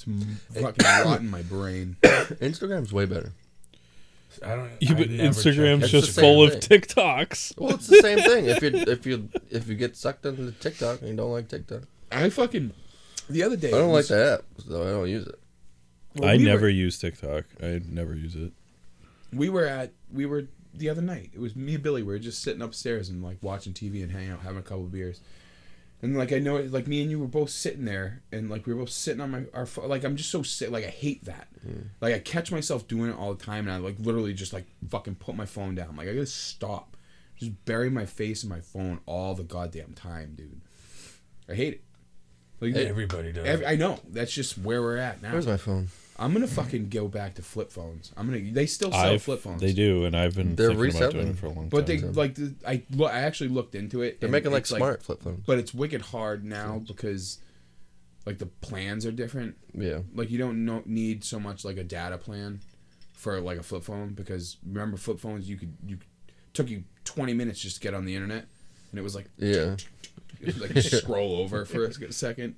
Speaker 1: It's m- fucking rotting my brain.
Speaker 2: Instagram's way better.
Speaker 4: I don't.
Speaker 3: Yeah,
Speaker 4: I
Speaker 3: but
Speaker 4: never
Speaker 3: Instagram's
Speaker 2: It's
Speaker 4: checked.
Speaker 2: the
Speaker 3: just
Speaker 2: same
Speaker 3: full of
Speaker 2: thing.
Speaker 3: TikToks.
Speaker 2: Well, it's the same thing. If you if you if you get sucked into TikTok and you don't like TikTok,
Speaker 1: I fucking the other day.
Speaker 2: I don't like the app, so I don't use it.
Speaker 3: I never use TikTok. I never use it.
Speaker 1: we were at we were the other night. It was me and Billy. We were just sitting upstairs and like watching TV and hanging out, having a couple of beers. And like I know, it like me and you were both sitting there, and like we were both sitting on my our pho- like I'm just so sick. Like I hate that. Like I catch myself doing it all the time, and I like literally just like fucking put my phone down. Like I gotta stop. Just bury my face in my phone all the goddamn time, dude. I hate it. Like
Speaker 4: Everybody does.
Speaker 1: every- I know that's just where we're at now.
Speaker 2: Where's my phone?
Speaker 1: I'm gonna fucking go back to flip phones. I'm gonna. They still sell
Speaker 3: I've-
Speaker 1: flip phones.
Speaker 3: They do, and I've been
Speaker 2: They're
Speaker 3: thinking about doing
Speaker 2: reselling.
Speaker 3: it for a long
Speaker 1: But they
Speaker 3: time.
Speaker 1: like the, I lo- I actually looked into it.
Speaker 2: They're
Speaker 1: and
Speaker 2: making like
Speaker 1: it's,
Speaker 2: smart flip phones.
Speaker 1: but it's wicked hard now because like the plans are different.
Speaker 2: Yeah,
Speaker 1: Like you don't know, need so much like a data plan for like a flip phone because remember flip phones you could you took you 20 minutes just to get on the internet and it was like
Speaker 2: yeah.
Speaker 1: it was, like scroll over for a s- second.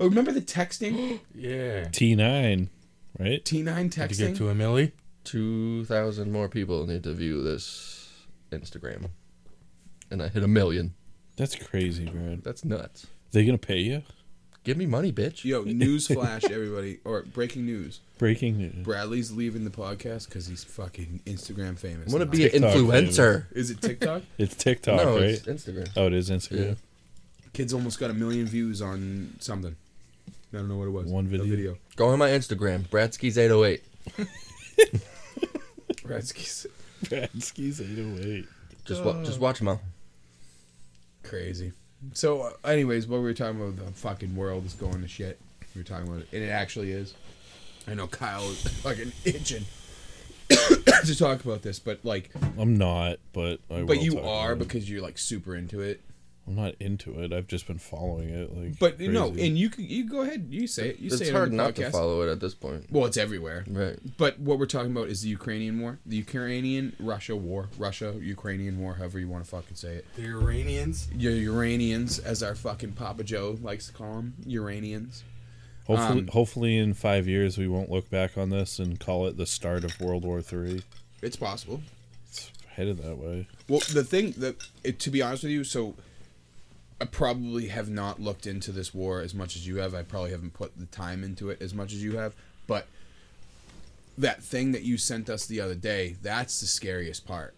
Speaker 1: Oh, remember the texting?
Speaker 4: yeah.
Speaker 3: T nine, right?
Speaker 1: T9
Speaker 4: Did you get
Speaker 1: texting.
Speaker 4: to a millie?
Speaker 2: Two thousand more people need to view this Instagram, and I hit a million.
Speaker 3: That's crazy, man.
Speaker 2: That's nuts.
Speaker 3: They gonna pay you?
Speaker 2: Give me money, bitch.
Speaker 1: Yo, news flash, everybody! Or breaking news:
Speaker 3: Breaking news.
Speaker 1: Bradley's leaving the podcast because he's fucking Instagram famous.
Speaker 2: I
Speaker 1: now.
Speaker 2: want to be an
Speaker 3: TikTok
Speaker 2: influencer.
Speaker 1: Is it TikTok?
Speaker 3: It's TikTok,
Speaker 2: no,
Speaker 3: right?
Speaker 2: it's Instagram.
Speaker 3: oh, it is Instagram.
Speaker 1: Kids almost got a million views on something. I don't know what it was.
Speaker 3: One
Speaker 1: A
Speaker 3: video.
Speaker 1: video.
Speaker 2: Go on my Instagram, Bratskys808.
Speaker 1: Redskins.
Speaker 3: Bradsky's eight oh eight.
Speaker 2: Just wa- just watch them all.
Speaker 1: Crazy. So, uh, anyways, what we were talking about, the fucking world is going to shit. We were talking about it, and it actually is. I know Kyle is fucking itching to talk about this, but like,
Speaker 3: I'm not, but I will
Speaker 1: but you
Speaker 3: talk
Speaker 1: are
Speaker 3: about it.
Speaker 1: because you're like super into it.
Speaker 3: I'm not into it. I've just been following it. Like,
Speaker 1: But no,
Speaker 3: crazy.
Speaker 1: and you can you go ahead, you say it, you say
Speaker 2: It's
Speaker 1: it on
Speaker 2: hard
Speaker 1: the
Speaker 2: not
Speaker 1: podcast.
Speaker 2: to follow it at this point.
Speaker 1: Well, it's everywhere.
Speaker 2: Right.
Speaker 1: But what we're talking about is the Ukrainian war, the Ukrainian Russia war, Russia Ukrainian war, however you want to fucking say it.
Speaker 4: The Iranians.
Speaker 1: your Uranians, as our fucking Papa Joe likes to call them, Uranians.
Speaker 3: hopefully,
Speaker 1: um,
Speaker 3: hopefully, in five years, we won't look back on this and call it the start of World War Three.
Speaker 1: It's possible.
Speaker 3: It's headed that way.
Speaker 1: Well, the thing that, it, to be honest with you, so I probably have not looked into this war as much as you have. I probably haven't put the time into it as much as you have. But that thing that you sent us the other day, that's the scariest part.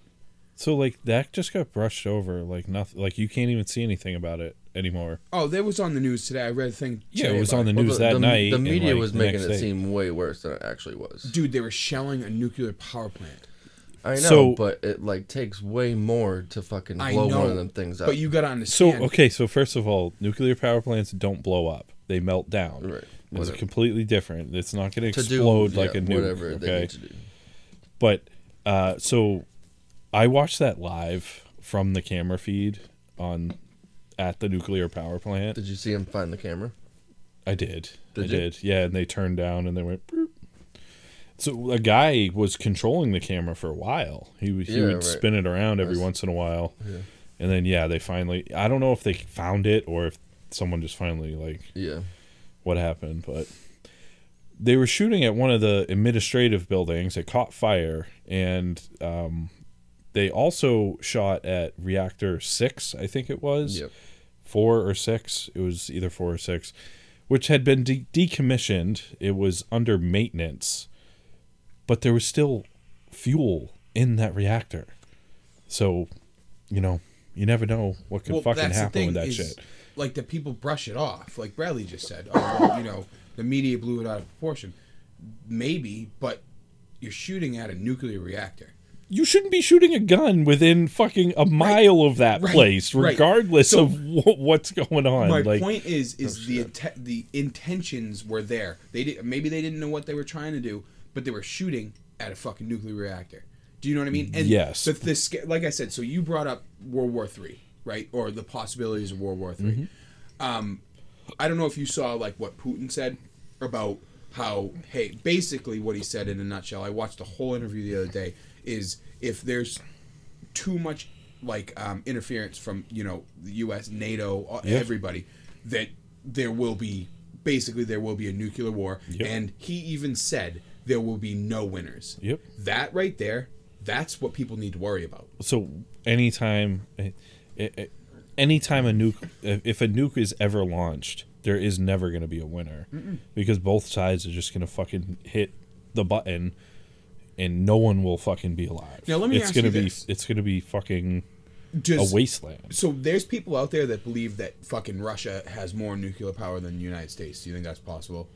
Speaker 3: So, like, that just got brushed over. Like, nothing. Like, you can't even see anything about it anymore.
Speaker 1: Oh, that was on the news today. I read a thing.
Speaker 3: Yeah,
Speaker 1: today
Speaker 3: it was
Speaker 1: about
Speaker 3: on the
Speaker 2: Well,
Speaker 3: news
Speaker 2: the,
Speaker 3: that
Speaker 2: the-
Speaker 3: night.
Speaker 2: The
Speaker 3: and,
Speaker 2: media
Speaker 3: like,
Speaker 2: was
Speaker 3: the
Speaker 2: making
Speaker 3: next
Speaker 2: it
Speaker 3: day.
Speaker 2: seem way worse than it actually was.
Speaker 1: Dude, they were shelling a nuclear power plant.
Speaker 2: I know,
Speaker 3: So-
Speaker 2: but it like takes way more to fucking
Speaker 1: I
Speaker 2: blow
Speaker 1: know,
Speaker 2: one of them things up.
Speaker 1: But you got to
Speaker 3: So
Speaker 1: understand.
Speaker 3: okay, so first of all, nuclear power plants don't blow up; they melt down.
Speaker 2: Right.
Speaker 3: It's
Speaker 2: Whatever.
Speaker 3: completely different. It's not going to
Speaker 2: to do-
Speaker 3: explode like
Speaker 2: yeah,
Speaker 3: a nuke.
Speaker 2: whatever
Speaker 3: okay.
Speaker 2: they need to do.
Speaker 3: But uh, so I watched that live from the camera feed on at the nuclear power plant.
Speaker 2: Did you see him find the camera?
Speaker 3: I did. I
Speaker 2: Did you?
Speaker 3: did. Yeah, and they turned down and they went. "Boop." So a guy was controlling the camera for a while. He would- he
Speaker 2: Yeah,
Speaker 3: would
Speaker 2: right.
Speaker 3: spin it around every once in a while, and then yeah, they finally. I don't know if they found it or if someone just finally like
Speaker 2: Yeah.
Speaker 3: what happened, but they were shooting at one of the administrative buildings. It caught fire, and um, they also shot at reactor six, I think it was
Speaker 2: Yep.
Speaker 3: four or six. It was either four or six, which had been de- decommissioned. It was under maintenance, but there was still fuel in that reactor. So, you know, you never know what could fucking
Speaker 1: that's the
Speaker 3: happen with that
Speaker 1: thing is,
Speaker 3: shit.
Speaker 1: Like that, people brush it off. Like Bradley just said, oh, well, you know, the media blew it out of proportion. Maybe, but you're shooting at a nuclear reactor.
Speaker 3: you shouldn't be shooting a gun within fucking a mile of that
Speaker 1: Right.
Speaker 3: place,
Speaker 1: Right.
Speaker 3: regardless
Speaker 1: So-
Speaker 3: of wh- what's going on.
Speaker 1: My
Speaker 3: like, oh,
Speaker 1: point is, is the inte- the intentions were there. They did, maybe they didn't know what they were trying to do, but they were shooting at a fucking nuclear reactor. Do you know what I mean? And
Speaker 3: Yes.
Speaker 1: The, the, sca- like I said, so you brought up World War Three, right? Or the possibilities of
Speaker 3: Mm-hmm.
Speaker 1: World War 3 Um, I don't know if you saw like what Putin said about how hey, basically what he said in a nutshell. I watched the whole interview the other day. Is if there's too much like um, interference from you know the U.S., NATO, uh
Speaker 3: Yeah.
Speaker 1: everybody, that there will be basically there will be a nuclear war,
Speaker 3: Yep.
Speaker 1: and he even said there will be no winners.
Speaker 3: Yep.
Speaker 1: That right there, that's what people need to worry about.
Speaker 3: so anytime eh, eh, anytime a nuke if if a nuke is ever launched there is never going to be a winner because both sides are just going to fucking hit the button and no one will fucking be alive
Speaker 1: Now, let me
Speaker 3: it's
Speaker 1: ask
Speaker 3: gonna
Speaker 1: you
Speaker 3: be
Speaker 1: this.
Speaker 3: it's going to be fucking
Speaker 1: Does-
Speaker 3: a wasteland
Speaker 1: So there's people out there that believe that fucking Russia has more nuclear power than the United States. Do you think that's possible?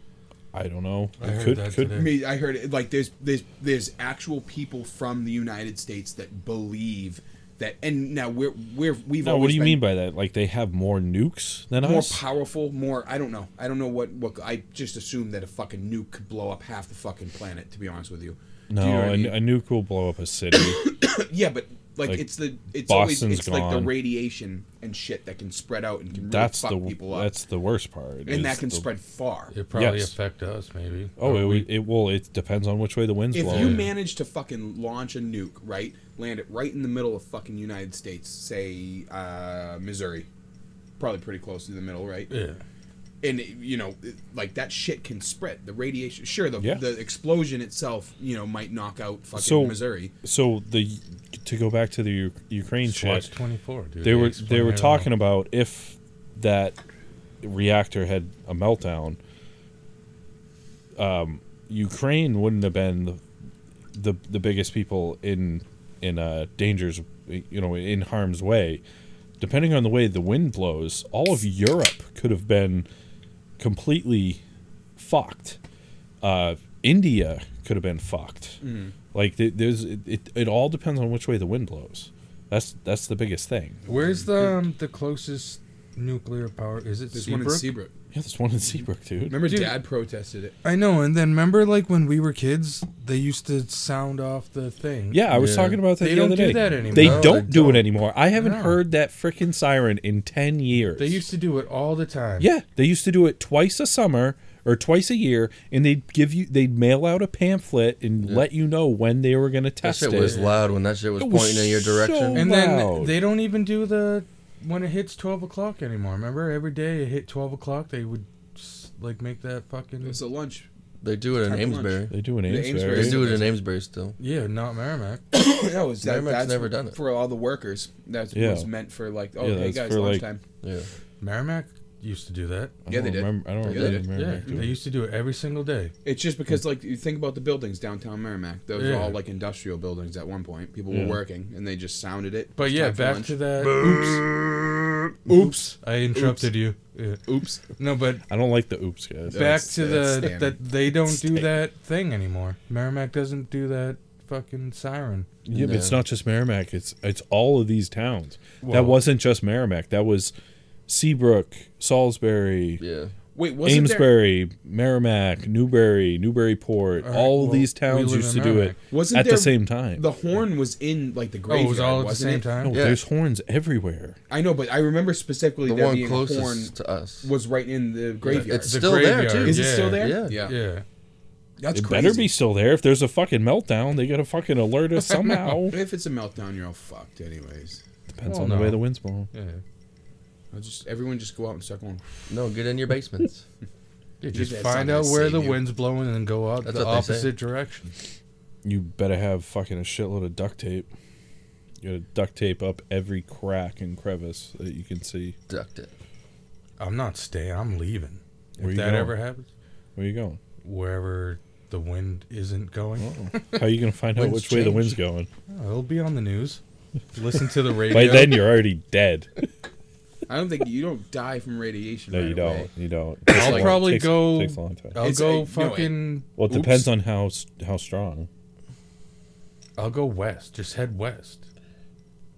Speaker 3: i don't know
Speaker 4: I
Speaker 3: It
Speaker 4: heard
Speaker 3: could
Speaker 4: that
Speaker 3: could
Speaker 1: I
Speaker 4: today.
Speaker 1: mean, I heard it, like there's there's there's actual people from the United States that believe that. And now we're we're we've
Speaker 3: no,
Speaker 1: always
Speaker 3: what do you
Speaker 1: been
Speaker 3: mean by that like they have more nukes than
Speaker 1: more
Speaker 3: us
Speaker 1: powerful, more I don't know. I don't know what what I just assumed that a fucking nuke could blow up half the fucking planet. To be honest with you. Do
Speaker 3: no
Speaker 1: you know what
Speaker 3: a,
Speaker 1: I mean?
Speaker 3: a nuke will blow up a city
Speaker 1: yeah, but. Like,
Speaker 3: Like,
Speaker 1: it's the it's
Speaker 3: Boston's
Speaker 1: always it's like the
Speaker 3: gone.
Speaker 1: radiation and shit that can spread out and can really
Speaker 3: that's
Speaker 1: fuck
Speaker 3: the
Speaker 1: people up
Speaker 3: that's the worst part is
Speaker 1: and that can
Speaker 3: the-
Speaker 1: spread far.
Speaker 4: It probably
Speaker 3: Yes.
Speaker 4: affect us, maybe.
Speaker 3: oh
Speaker 4: Or
Speaker 3: it,
Speaker 4: we-
Speaker 3: would- it will it depends on which way the wind's
Speaker 1: If
Speaker 3: blowing
Speaker 1: you manage to fucking launch a nuke, right, land it right in the middle of fucking United States, say uh, Missouri, probably pretty close to the middle, right?
Speaker 4: Yeah.
Speaker 1: And you know, it- like that shit can spread. The radiation, sure, the
Speaker 3: Yeah.
Speaker 1: the explosion itself, you know, might knock out fucking
Speaker 3: So-
Speaker 1: Missouri.
Speaker 3: so the to go back to the U- Ukraine
Speaker 4: Just watch
Speaker 3: shit,
Speaker 4: 24, dude.
Speaker 3: they were
Speaker 4: explain
Speaker 3: they were
Speaker 4: it all.
Speaker 3: talking about if that reactor had a meltdown, um, Ukraine wouldn't have been the, the the biggest people in in uh, dangers, you know, in harm's way. Depending on the way the wind blows, all of Europe could have been completely fucked. Uh, India could have been fucked. Like th- there's, it, it, it all depends on which way the wind blows. That's that's the biggest thing.
Speaker 4: Where's the um, the closest nuclear power? Is it
Speaker 1: There's
Speaker 4: Seabrook?
Speaker 1: one in Seabrook.
Speaker 3: Yeah, there's one in Seabrook, dude.
Speaker 1: Remember,
Speaker 4: Dude.
Speaker 1: Dad protested it.
Speaker 4: I know, and then remember, like when we were kids, they used to sound off the thing.
Speaker 3: Yeah, I was
Speaker 2: Yeah.
Speaker 3: talking about that
Speaker 4: They
Speaker 3: the
Speaker 4: don't
Speaker 3: other
Speaker 4: do
Speaker 3: day.
Speaker 4: that anymore.
Speaker 3: They
Speaker 4: No,
Speaker 3: don't
Speaker 4: they
Speaker 3: do
Speaker 4: don't.
Speaker 3: it anymore. I haven't
Speaker 4: No.
Speaker 3: heard that freaking siren in ten years.
Speaker 4: They used to do it all the time.
Speaker 3: yeah, they used to do it twice a summer or twice a year, and they'd give you, they'd mail out a pamphlet and let you know when they were going to
Speaker 2: That
Speaker 3: test
Speaker 2: shit
Speaker 3: it.
Speaker 2: was loud when that shit was
Speaker 3: It was
Speaker 2: pointing in your direction.
Speaker 3: so-
Speaker 4: and
Speaker 3: Loud.
Speaker 4: then they don't even do the when it hits twelve o'clock anymore. Remember, every day it hit twelve o'clock, they would s- like make that fucking
Speaker 1: It's a lunch.
Speaker 2: They do it in
Speaker 1: Time for lunch.
Speaker 2: Amesbury.
Speaker 3: They do in
Speaker 1: The Amesbury.
Speaker 2: They
Speaker 3: Amesbury.
Speaker 2: do it in Amesbury still.
Speaker 4: yeah, not Merrimack.
Speaker 1: no, it's that,
Speaker 2: Merrimack's
Speaker 1: that's
Speaker 2: never done it.
Speaker 1: for all the workers. That's
Speaker 3: Yeah.
Speaker 1: was meant for like, oh,
Speaker 3: Yeah,
Speaker 1: hey
Speaker 3: that's
Speaker 1: guys,
Speaker 3: for, like-
Speaker 1: lunchtime.
Speaker 2: Yeah.
Speaker 4: Merrimack used to do that.
Speaker 1: Yeah,
Speaker 3: I don't
Speaker 1: they did.
Speaker 3: Remember, I don't
Speaker 1: Yeah, they
Speaker 3: remember.
Speaker 1: did.
Speaker 4: Yeah,
Speaker 3: doing
Speaker 4: they used to do it every single day.
Speaker 1: It's just because, like, you think about the buildings downtown Merrimack. Those were
Speaker 4: Yeah.
Speaker 1: all like industrial buildings at one point. People
Speaker 3: Yeah.
Speaker 1: were working, and they just sounded it.
Speaker 4: But
Speaker 1: It's
Speaker 4: yeah,
Speaker 1: time for
Speaker 4: back
Speaker 1: lunch.
Speaker 4: to that. Oops,
Speaker 1: Oops.
Speaker 4: I interrupted you. Yeah.
Speaker 1: Oops.
Speaker 4: No, but
Speaker 3: I don't like the oops, guys.
Speaker 4: back
Speaker 1: That's-
Speaker 4: to
Speaker 1: that's
Speaker 4: the
Speaker 1: standard.
Speaker 4: that they don't do
Speaker 3: Standard.
Speaker 4: that thing anymore. Merrimack doesn't do that fucking siren.
Speaker 3: Yeah, but it's
Speaker 2: No.
Speaker 3: not just Merrimack. It's it's all of these towns.
Speaker 4: Well-
Speaker 3: that wasn't just Merrimack. That was Seabrook, Salisbury,
Speaker 2: Yeah.
Speaker 1: Wait, wasn't there?
Speaker 3: Amesbury, Merrimack, Newbury, Newburyport.
Speaker 4: All right,
Speaker 3: all
Speaker 4: well,
Speaker 3: these
Speaker 4: we
Speaker 3: towns
Speaker 4: live
Speaker 3: used to
Speaker 4: in
Speaker 3: do it
Speaker 4: Merrimack.
Speaker 1: Wasn't
Speaker 3: at
Speaker 1: there-
Speaker 3: the same time.
Speaker 1: The horn was in like the
Speaker 4: Oh,
Speaker 1: graveyard.
Speaker 4: it was all at the
Speaker 1: wasn't
Speaker 4: same
Speaker 1: it?
Speaker 4: time.
Speaker 3: no,
Speaker 2: Yeah.
Speaker 3: there's horns everywhere.
Speaker 1: I know, but I remember specifically
Speaker 2: The
Speaker 1: there
Speaker 2: one
Speaker 1: being a horn
Speaker 2: closest to us.
Speaker 1: was right in the graveyard.
Speaker 2: It's
Speaker 4: The
Speaker 2: still there
Speaker 4: graveyard,
Speaker 2: too.
Speaker 1: Is it
Speaker 4: yeah.
Speaker 1: still there?
Speaker 2: Yeah.
Speaker 1: yeah.
Speaker 4: Yeah.
Speaker 1: That's
Speaker 3: it
Speaker 1: crazy.
Speaker 3: better be still there. If there's a fucking meltdown, they gotta fucking alert us somehow.
Speaker 1: If it's a meltdown, you're all fucked, anyways.
Speaker 3: Depends
Speaker 4: Well,
Speaker 3: on
Speaker 4: Oh, no.
Speaker 3: the way the wind's blowing.
Speaker 4: Yeah.
Speaker 1: I'll just everyone just go out and start going.
Speaker 2: No, get in your basements.
Speaker 4: You just
Speaker 1: that's
Speaker 4: find
Speaker 1: not
Speaker 4: out
Speaker 1: gonna
Speaker 4: where
Speaker 1: save
Speaker 4: the
Speaker 1: you.
Speaker 4: wind's blowing and then go out
Speaker 2: That's
Speaker 4: the
Speaker 2: what they say.
Speaker 4: opposite direction.
Speaker 3: You better have fucking a shitload of duct tape. You gotta duct tape up every crack and crevice that you can see.
Speaker 2: Ducked it.
Speaker 4: I'm not staying. I'm leaving.
Speaker 3: Where you
Speaker 4: if that
Speaker 3: going?
Speaker 4: ever happens,
Speaker 3: Where you going?
Speaker 4: wherever the wind isn't going,
Speaker 3: How you gonna find out
Speaker 2: Winds
Speaker 3: which way the
Speaker 2: change.
Speaker 3: wind's going?
Speaker 4: oh, it'll be on the news. Listen to the radio.
Speaker 3: By then you're already dead.
Speaker 1: I don't think you don't die from radiation.
Speaker 3: No,
Speaker 1: right
Speaker 3: you
Speaker 1: away.
Speaker 3: don't. You don't.
Speaker 4: I'll
Speaker 3: Takes a
Speaker 4: probably
Speaker 3: takes-
Speaker 4: go-
Speaker 3: Takes a long time.
Speaker 4: I'll
Speaker 1: It's a-
Speaker 4: go
Speaker 1: no, it-
Speaker 4: fucking.
Speaker 3: Well, it
Speaker 1: Oops.
Speaker 3: depends on how s- how strong.
Speaker 4: I'll go west. Just head west.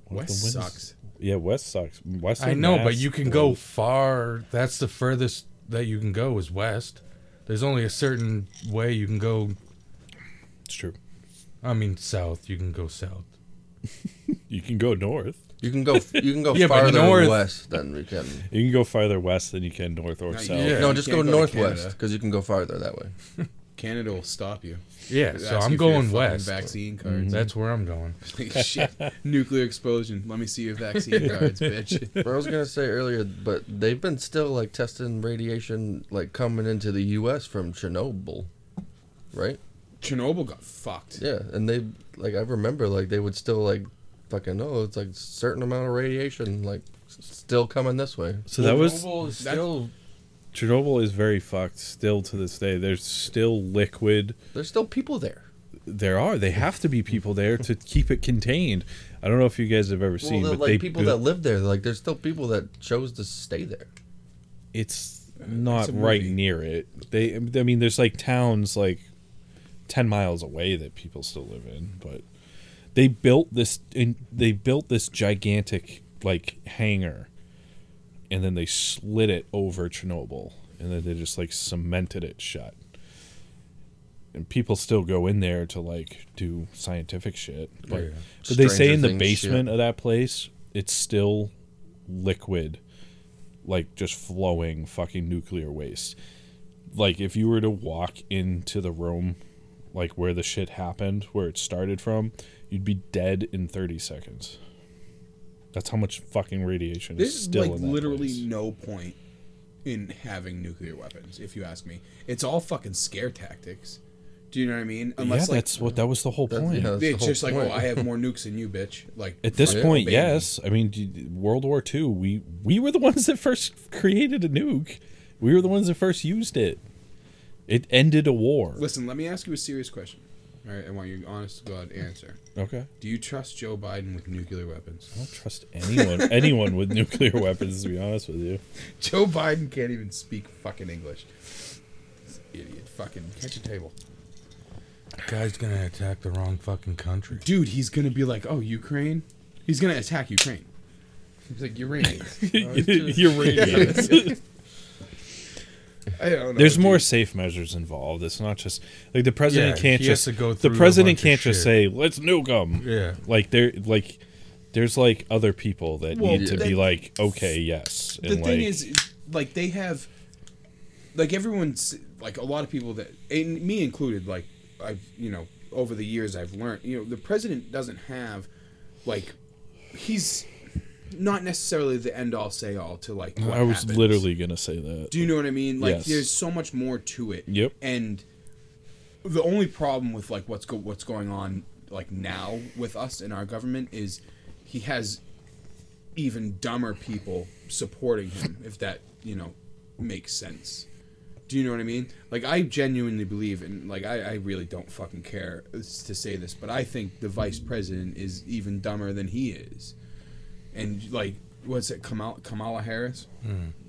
Speaker 3: What if the
Speaker 1: West
Speaker 3: wind's-
Speaker 1: sucks.
Speaker 3: Yeah, west sucks. West.
Speaker 4: I
Speaker 3: of
Speaker 4: know, but
Speaker 3: Mass
Speaker 4: you can go
Speaker 3: blows.
Speaker 4: far. That's the furthest that you can go is west. There's only a certain way you can go.
Speaker 3: It's true.
Speaker 4: I mean, south. You can go south.
Speaker 3: You can go north.
Speaker 2: You can go. You can go
Speaker 4: Yeah, but
Speaker 2: farther
Speaker 4: north-
Speaker 2: west than we can.
Speaker 3: You can go farther west than you can north or
Speaker 1: No, you
Speaker 3: south.
Speaker 4: Yeah,
Speaker 2: no,
Speaker 1: you
Speaker 2: just
Speaker 1: can't
Speaker 2: go,
Speaker 1: go to
Speaker 2: northwest
Speaker 1: Canada.
Speaker 2: because you can go farther that way.
Speaker 1: Canada will stop you.
Speaker 4: Yeah,
Speaker 1: They'll
Speaker 4: so
Speaker 1: ask
Speaker 4: I'm
Speaker 1: you for your
Speaker 4: going
Speaker 1: fucking
Speaker 4: west.
Speaker 1: Vaccine cards.
Speaker 3: Mm-hmm.
Speaker 4: That's where I'm going.
Speaker 1: Shit. Nuclear explosion. Let me see your vaccine cards, bitch.
Speaker 2: Bro, I was gonna say earlier, but they've been still like testing radiation like coming into the U.S. from Chernobyl, right?
Speaker 1: Chernobyl got fucked.
Speaker 2: Yeah, and they like I remember like they would still like fucking oh it's like certain amount of radiation like s- still coming this way.
Speaker 3: So that was
Speaker 4: is
Speaker 1: that-
Speaker 4: still
Speaker 3: Chernobyl is very fucked still to this day. There's still liquid.
Speaker 2: There's still people there.
Speaker 3: There are. They have to be people there to keep it contained. I don't know if you guys have ever seen,
Speaker 2: well, the,
Speaker 3: but
Speaker 2: like
Speaker 3: they
Speaker 2: people
Speaker 3: built-
Speaker 2: that live there, like there's still people that chose to stay there.
Speaker 3: it's not
Speaker 1: a
Speaker 3: right
Speaker 1: movie.
Speaker 3: near it. They, I mean, there's like towns like ten miles away that people still live in, but they built this. In, they built this gigantic like hangar, and then they slid it over Chernobyl, and then they just like cemented it shut. And people still go in there to like do scientific shit, but
Speaker 4: Yeah.
Speaker 3: but they say
Speaker 2: Stranger
Speaker 3: in the
Speaker 2: Things
Speaker 3: basement
Speaker 2: shit.
Speaker 3: of that place, it's still liquid, like just flowing fucking nuclear waste. Like if you were to walk into the room, like where the shit happened, where it started from, you'd be dead in thirty seconds. That's how much fucking radiation
Speaker 1: There's
Speaker 3: is still
Speaker 1: like
Speaker 3: in that
Speaker 1: literally
Speaker 3: place.
Speaker 1: no point in having nuclear weapons, if you ask me. It's all fucking scare tactics. Do you know what I mean?
Speaker 3: Yeah,
Speaker 1: Unless like
Speaker 3: that's what that was the whole
Speaker 2: That's-
Speaker 3: point.
Speaker 2: yeah, that's the
Speaker 1: it's
Speaker 2: whole
Speaker 1: just like,
Speaker 2: point.
Speaker 1: oh, I have more nukes than you, bitch. Like
Speaker 3: At this
Speaker 4: Oh,
Speaker 1: fuck,
Speaker 3: point,
Speaker 1: baby.
Speaker 3: yes. I mean, d- World War II, we we were the ones that first created a nuke. We were the ones that first used it. It ended a war.
Speaker 1: Listen, let me ask you a serious question. All right, I want your honest to God answer.
Speaker 3: Okay.
Speaker 1: Do you trust Joe Biden with nuclear weapons?
Speaker 3: I don't trust anyone anyone with nuclear weapons. To be honest with you,
Speaker 4: Oh,
Speaker 1: Joe Biden can't even speak fucking English. This Idiot, fucking catch a table,
Speaker 4: guy's gonna attack the wrong fucking country.
Speaker 1: dude. He's gonna be like, "Oh, Ukraine." He's gonna attack Ukraine. He's like Uranians.
Speaker 3: you're right.
Speaker 1: I don't know.
Speaker 3: There's
Speaker 1: dude.
Speaker 3: more safe measures involved. It's not just like the president
Speaker 4: Yeah,
Speaker 3: can't
Speaker 4: he has
Speaker 3: just
Speaker 4: to go
Speaker 3: the
Speaker 4: through a
Speaker 3: president
Speaker 4: bunch of
Speaker 3: can't just
Speaker 4: shit.
Speaker 3: say let's nuke them.
Speaker 4: Yeah.
Speaker 3: Like there, like there's like other people that
Speaker 1: Well,
Speaker 3: need to
Speaker 1: the-
Speaker 3: be like okay, yes.
Speaker 1: the
Speaker 3: and,
Speaker 1: thing
Speaker 3: like-
Speaker 1: is, is, like they have, like everyone's, like a lot of people that, and me included, like I've, you know, over the years I've learned, you know, the president doesn't have, like, he's not necessarily the end all say all to like. What
Speaker 3: I was
Speaker 1: happens.
Speaker 3: literally gonna say that.
Speaker 1: Do you know what I mean? Like,
Speaker 3: Yes.
Speaker 1: there's so much more to it.
Speaker 3: Yep.
Speaker 1: And the only problem with like what's go- what's going on like now with us in our government is he has even dumber people supporting him. If that you know makes sense. Do you know what I mean? Like, I genuinely believe, and like, I, I really don't fucking care s- to say this, but I think the vice president is even dumber than he is. And like, what's it, Kamala, Kamala Harris?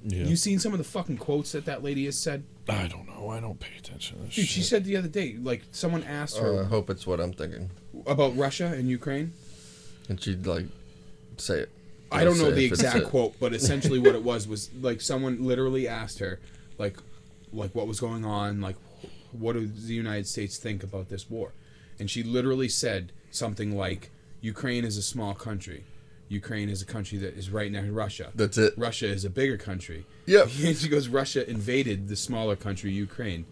Speaker 3: Yeah.
Speaker 1: You seen some of the fucking quotes that that lady has said?
Speaker 3: I don't know. I don't pay attention to this.
Speaker 1: Dude, she
Speaker 3: shit.
Speaker 1: said the other day, like someone asked
Speaker 2: Uh, I
Speaker 1: her
Speaker 2: hope it's what I'm thinking,
Speaker 1: about Russia and Ukraine.
Speaker 2: and she'd like say it.
Speaker 1: I don't know
Speaker 2: Say
Speaker 1: the
Speaker 2: if it's
Speaker 1: exact
Speaker 2: it.
Speaker 1: quote, but essentially what it was was like someone literally asked her, like, like what was going on, like, what does the United States think about this war? And she literally said something like, "Ukraine is a small country. Ukraine is a country that is right next to Russia.
Speaker 2: That's it.
Speaker 1: Russia is a bigger country."
Speaker 2: Yep.
Speaker 1: And she goes, "Russia invaded the smaller country, Ukraine."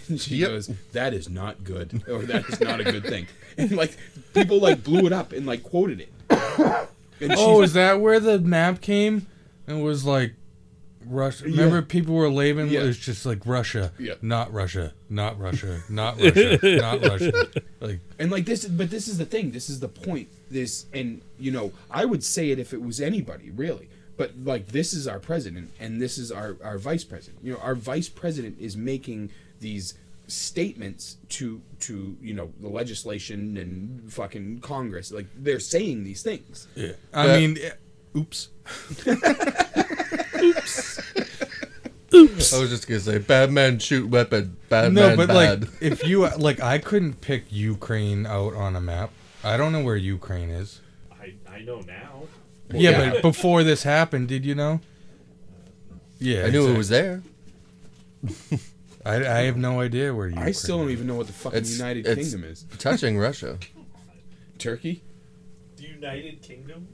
Speaker 1: And she
Speaker 2: Yep.
Speaker 1: goes, "That is not good, or that is not a good thing." And like people like blew it up and like quoted it. And
Speaker 4: Oh,
Speaker 1: she-
Speaker 4: is that where the map came? It was like Russia. Remember, people were labeling
Speaker 1: Yeah.
Speaker 4: it was just like Russia,
Speaker 1: Yeah.
Speaker 4: not Russia, not Russia, not Russia, not Russia. Like,
Speaker 1: And like this, but this is the thing. This is the point. This, and you know, I would say it if it was anybody, really. But like, this is our president, and this is our our vice president. You know, our vice president is making these statements to to you know the legislation and fucking Congress. Like they're saying these things.
Speaker 4: I
Speaker 2: Uh,
Speaker 4: mean, it-
Speaker 2: Oops. Oops. I was just gonna say, bad man shoot weapon, bad man
Speaker 4: no, but
Speaker 2: bad.
Speaker 4: like, if you like, I couldn't pick Ukraine out on a map. I don't know where Ukraine is.
Speaker 3: I, I know now. Uh,
Speaker 4: yeah,
Speaker 1: yeah.
Speaker 4: but before this happened, did you know? Yeah,
Speaker 2: I knew it
Speaker 4: exact-
Speaker 2: was there.
Speaker 4: I, I have no idea where Ukraine.
Speaker 1: I still don't
Speaker 4: is.
Speaker 1: even know what the fucking
Speaker 2: It's-
Speaker 1: United
Speaker 2: it's-
Speaker 1: Kingdom is.
Speaker 2: Touching Russia.
Speaker 1: Turkey.
Speaker 5: The United Kingdom?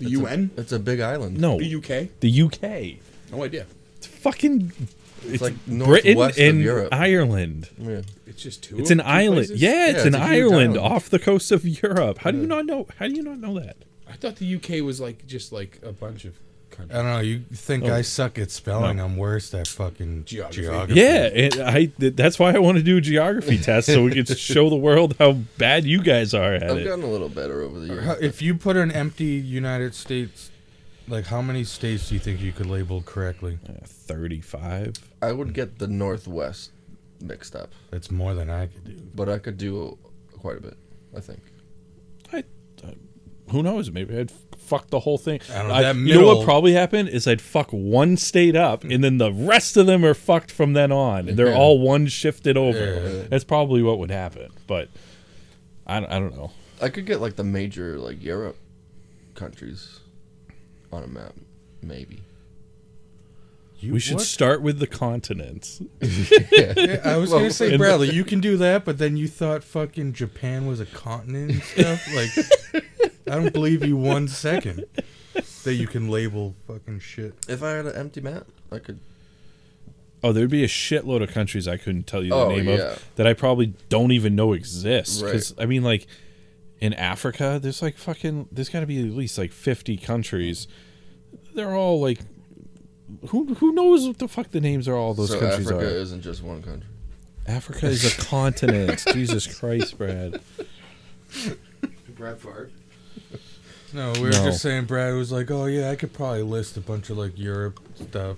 Speaker 1: The UN?
Speaker 2: It's a big island.
Speaker 3: No,
Speaker 1: The UK?
Speaker 3: the UK.
Speaker 1: No idea.
Speaker 3: It's fucking. It's,
Speaker 2: like
Speaker 3: Britain
Speaker 2: northwest of
Speaker 3: and
Speaker 2: Europe.
Speaker 3: Ireland.
Speaker 2: Yeah.
Speaker 1: It's just two.
Speaker 3: It's
Speaker 1: of-
Speaker 3: an
Speaker 1: two
Speaker 3: island.
Speaker 1: places?
Speaker 3: Yeah, it's
Speaker 2: it's
Speaker 3: an
Speaker 2: a huge island.
Speaker 3: island off the coast of Europe. How do you not know? How do you not know that?
Speaker 1: I thought the UK was like just like a bunch of
Speaker 4: I
Speaker 1: countries.
Speaker 4: don't know. You think
Speaker 3: Oh.
Speaker 4: I suck at spelling? I'm worse at fucking
Speaker 1: Geography.
Speaker 4: geography.
Speaker 3: Yeah, and I. th- That's why I want to do a geography test so we can show the world how bad you guys are at
Speaker 2: I've
Speaker 3: it.
Speaker 2: gotten a little better over the years.
Speaker 4: How- If you put an empty United States, like how many states do you think you could label correctly?
Speaker 3: Uh, Thirty-five.
Speaker 2: I would get the northwest mixed up,
Speaker 4: That's more than I could do.
Speaker 2: but I could do quite a bit. I think.
Speaker 3: I, uh, who knows? Maybe I'd f- fuck the whole thing.
Speaker 4: I don't know,
Speaker 3: I-
Speaker 4: that
Speaker 3: You know what
Speaker 4: middle- Hmm.
Speaker 3: probably happened is I'd fuck one state up, and then the rest of them are fucked from then on. They're
Speaker 2: Yeah.
Speaker 3: all one shifted over.
Speaker 4: Yeah.
Speaker 3: That's probably what would happen. But I don't, I don't know.
Speaker 2: I could get like the major like Europe countries on a map, maybe.
Speaker 4: You,
Speaker 3: we should
Speaker 4: what?
Speaker 3: start with the continents.
Speaker 2: Yeah.
Speaker 4: I was
Speaker 2: Well,
Speaker 4: gonna say,
Speaker 3: in-
Speaker 4: Bradley, you can do that, but then you thought fucking Japan was a continent and stuff. Like, I don't believe you one second that you can label fucking shit.
Speaker 2: if I had an empty map, I could.
Speaker 3: Oh, there'd be a shitload of countries I couldn't tell you the
Speaker 2: Oh,
Speaker 3: name
Speaker 2: yeah.
Speaker 3: of that I probably don't even know exist.
Speaker 2: Right.
Speaker 3: Because I mean, like in Africa, there's like fucking there's got to be at least like 50 countries. They're all like, who who knows what the fuck the names are? All those
Speaker 2: so
Speaker 3: countries
Speaker 2: Africa
Speaker 3: are.
Speaker 2: isn't just one country.
Speaker 3: Africa is a continent. Jesus Christ, Brad.
Speaker 1: Brad Favre.
Speaker 4: No, we were
Speaker 3: No.
Speaker 4: just saying Brad was like, "Oh yeah, I could probably list a bunch of like Europe stuff."